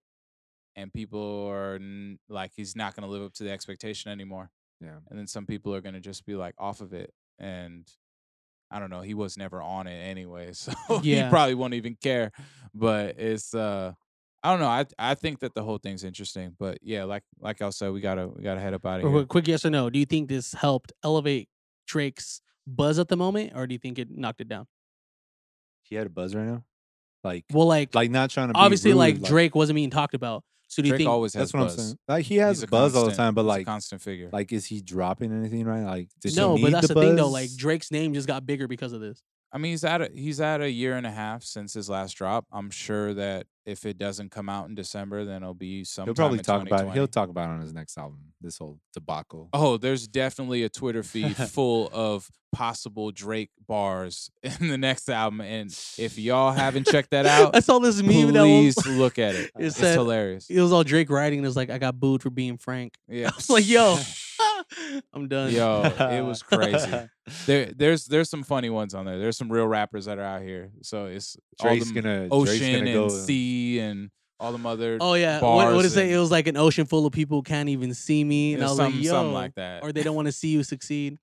Speaker 2: and people are n- like, he's not gonna live up to the expectation anymore.
Speaker 1: Yeah.
Speaker 2: And then some people are gonna just be like off of it, and I don't know. He was never on it anyway, so
Speaker 3: Yeah.
Speaker 2: he probably won't even care. But it's uh. I don't know. I I think that the whole thing's interesting, but yeah, like like I said, we gotta we gotta head up out of
Speaker 3: Real
Speaker 2: here.
Speaker 3: quick, quick yes or no? Do you think this helped elevate Drake's buzz at the moment, or do you think it knocked it down?
Speaker 1: He had a buzz right now. Like
Speaker 3: Well, like,
Speaker 1: like not trying to be
Speaker 3: obviously,
Speaker 1: rude,
Speaker 3: like Drake wasn't being talked about. So do you
Speaker 2: Drake
Speaker 3: think?
Speaker 2: always has
Speaker 1: That's what
Speaker 2: buzz.
Speaker 1: I'm saying. Like he has
Speaker 2: He's a
Speaker 1: buzz all the
Speaker 2: constant-
Speaker 1: time, but
Speaker 2: he's a
Speaker 1: like
Speaker 2: constant figure.
Speaker 1: like is he dropping anything right? Like did
Speaker 3: no,
Speaker 1: he
Speaker 3: but
Speaker 1: need
Speaker 3: that's the,
Speaker 1: the,
Speaker 3: thing though. Like
Speaker 1: buzz?
Speaker 3: Drake's name just got bigger because of this.
Speaker 2: I mean, he's at a, he's at a year and a half since his last drop. I'm sure that if it doesn't come out in December, then it'll be some.
Speaker 1: he'll probably talk about it. He'll talk about it on his next album. This whole debacle.
Speaker 2: Oh, there's definitely a Twitter feed full of possible Drake bars in the next album, and if y'all haven't checked that out,
Speaker 3: I saw this meme that was,
Speaker 2: please look at it.
Speaker 3: it
Speaker 2: It's
Speaker 3: said
Speaker 2: hilarious.
Speaker 3: it was all Drake writing. And it was like, I got booed for being Frank.
Speaker 2: Yeah,
Speaker 3: I was like, yo, I'm done.
Speaker 2: yo, it was crazy. There, there's there's some funny ones on there. There's some real rappers that are out here. So it's all
Speaker 1: Drake's
Speaker 2: them
Speaker 1: gonna Drake's
Speaker 2: ocean
Speaker 1: gonna
Speaker 2: and
Speaker 1: go
Speaker 2: sea and all them other.
Speaker 3: Oh yeah, what, what
Speaker 2: Bars
Speaker 3: did it say?
Speaker 2: and-
Speaker 3: It was like an ocean full of people can't even see me, and I
Speaker 2: Yeah,
Speaker 3: was
Speaker 2: something,
Speaker 3: like, yo,
Speaker 2: something like that.
Speaker 3: or they don't want to see you succeed.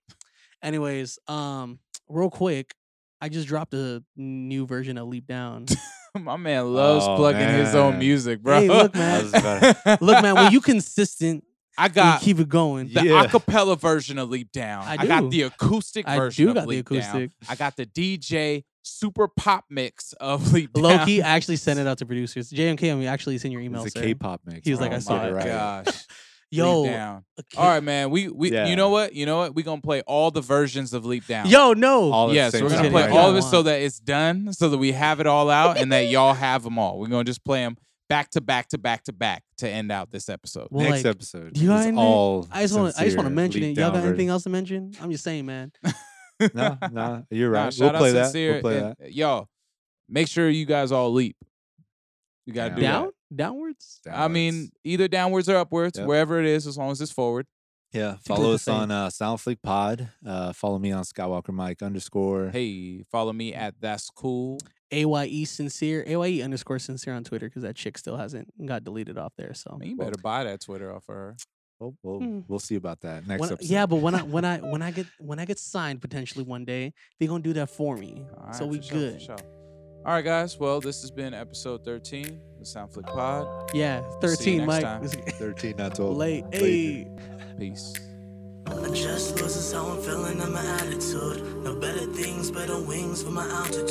Speaker 3: Anyways, um, real quick, I just dropped a new version of Leap Down.
Speaker 2: My man loves
Speaker 1: Oh,
Speaker 2: plugging his own
Speaker 1: man.
Speaker 2: music, bro.
Speaker 3: Hey, look, man. I
Speaker 1: was about
Speaker 3: Look, man, when you consistent,
Speaker 2: I
Speaker 3: you
Speaker 2: got
Speaker 3: keep it going.
Speaker 1: Yeah.
Speaker 2: the acapella version of Leap Down.
Speaker 3: I
Speaker 2: I, got
Speaker 3: do.
Speaker 2: the acoustic
Speaker 3: I
Speaker 2: version
Speaker 3: do
Speaker 2: of
Speaker 3: got the
Speaker 2: Leap Down.
Speaker 3: acoustic.
Speaker 2: I got the DJ super pop mix of Leap Down.
Speaker 3: Low key, I actually sent it out to producers. JMK, I mean, actually sent your email.
Speaker 1: It's a
Speaker 3: sir.
Speaker 1: K-pop mix.
Speaker 3: He was
Speaker 1: bro.
Speaker 3: like, I
Speaker 1: Get
Speaker 3: saw
Speaker 1: it
Speaker 3: it.
Speaker 2: Oh my
Speaker 1: right.
Speaker 2: gosh.
Speaker 3: Yo,
Speaker 2: Leap Down.
Speaker 3: a K-
Speaker 2: All right, man. We we
Speaker 1: Yeah.
Speaker 2: you know what? You know what? We're gonna play all the versions of Leap Down.
Speaker 3: yo, no.
Speaker 1: All at the
Speaker 2: Yes,
Speaker 1: same
Speaker 2: we're gonna
Speaker 1: time,
Speaker 2: play
Speaker 1: right?
Speaker 2: all of
Speaker 3: now.
Speaker 2: it so that it's done, so that we have it all out, and that y'all have them all. We're gonna just play them back to back to back to back to end out this episode.
Speaker 3: Well,
Speaker 1: Next
Speaker 3: like,
Speaker 1: episode.
Speaker 3: do you got
Speaker 1: is
Speaker 3: anything-
Speaker 1: all.
Speaker 3: I just want to. I just want
Speaker 1: sincere
Speaker 3: to mention it.
Speaker 1: leaked
Speaker 3: Y'all
Speaker 1: down
Speaker 3: got anything
Speaker 1: version.
Speaker 3: else to mention? I'm just saying, man.
Speaker 1: No, no, you're
Speaker 2: Nah,
Speaker 1: right. we'll
Speaker 2: shout out
Speaker 1: play that.
Speaker 2: Sincere
Speaker 1: We'll play
Speaker 2: and- Yo, make sure you guys all leap. You gotta
Speaker 1: Yeah.
Speaker 2: do
Speaker 3: Down? downwards.
Speaker 2: I mean, either downwards or upwards,
Speaker 1: Yep.
Speaker 2: wherever it is, as long as it's forward.
Speaker 1: yeah.
Speaker 3: they're
Speaker 1: Follow
Speaker 3: the
Speaker 1: us on uh, Soundfleet Pod. Uh, follow me on Skywalker Mike underscore.
Speaker 2: Hey, follow me at that's cool.
Speaker 3: AYE E sincere, AYE underscore sincere on Twitter because that chick still hasn't got deleted off there. So
Speaker 2: Man, you
Speaker 1: Well-
Speaker 2: better buy that Twitter off of her.
Speaker 1: Oh, we'll,
Speaker 3: Hmm.
Speaker 1: we'll see about that next
Speaker 3: When-
Speaker 1: episode.
Speaker 3: yeah, but when I when I when I get when I get signed potentially one day, they gonna do that for me.
Speaker 2: All
Speaker 3: so
Speaker 2: right,
Speaker 3: we
Speaker 2: for sure, for
Speaker 3: good.
Speaker 2: sure. All right, guys. Well, this has been episode 13, of the Soundflick Pod.
Speaker 3: Yeah,
Speaker 2: See you
Speaker 3: thirteen,
Speaker 2: next
Speaker 3: Mike.
Speaker 2: time.
Speaker 3: It's-
Speaker 1: thirteen not twelve.
Speaker 3: Late.
Speaker 1: Late.
Speaker 3: Hey.
Speaker 2: Peace.
Speaker 4: I just lose is how I'm feeling and my attitude. No better things, better wings for my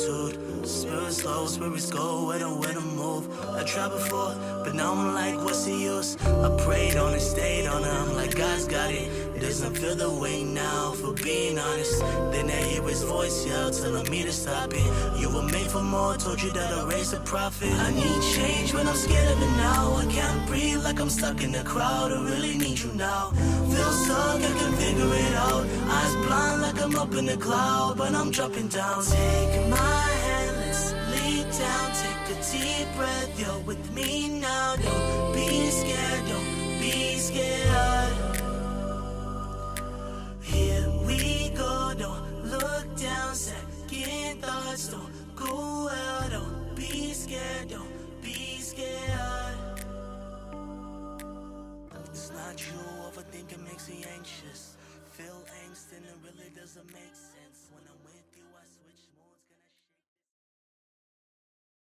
Speaker 4: altitude. Spirit slow, spirits go, where the where to move. I tried before, but now I'm like, what's the use? I prayed on it, stayed on it. I'm like, God's got it. It doesn't feel the way now, for being honest. Then I hear his voice yell, telling me to stop it. You were made for more, told you that I raised a profit. I need change when I'm scared of it now. I can't breathe like I'm stuck in the crowd. I really need you now. Feel stuck, I can figure it out. Eyes blind like I'm up in the cloud, but I'm dropping down. Take my hand, let's lead down. Take a deep breath, you're with me now. Don't be scared, don't be scared. Here we go, don't look down. Second thoughts, don't go out. Don't be scared, don't be scared. It's not you overthinking makes me anxious. Feel angst and it really doesn't make sense when I'm with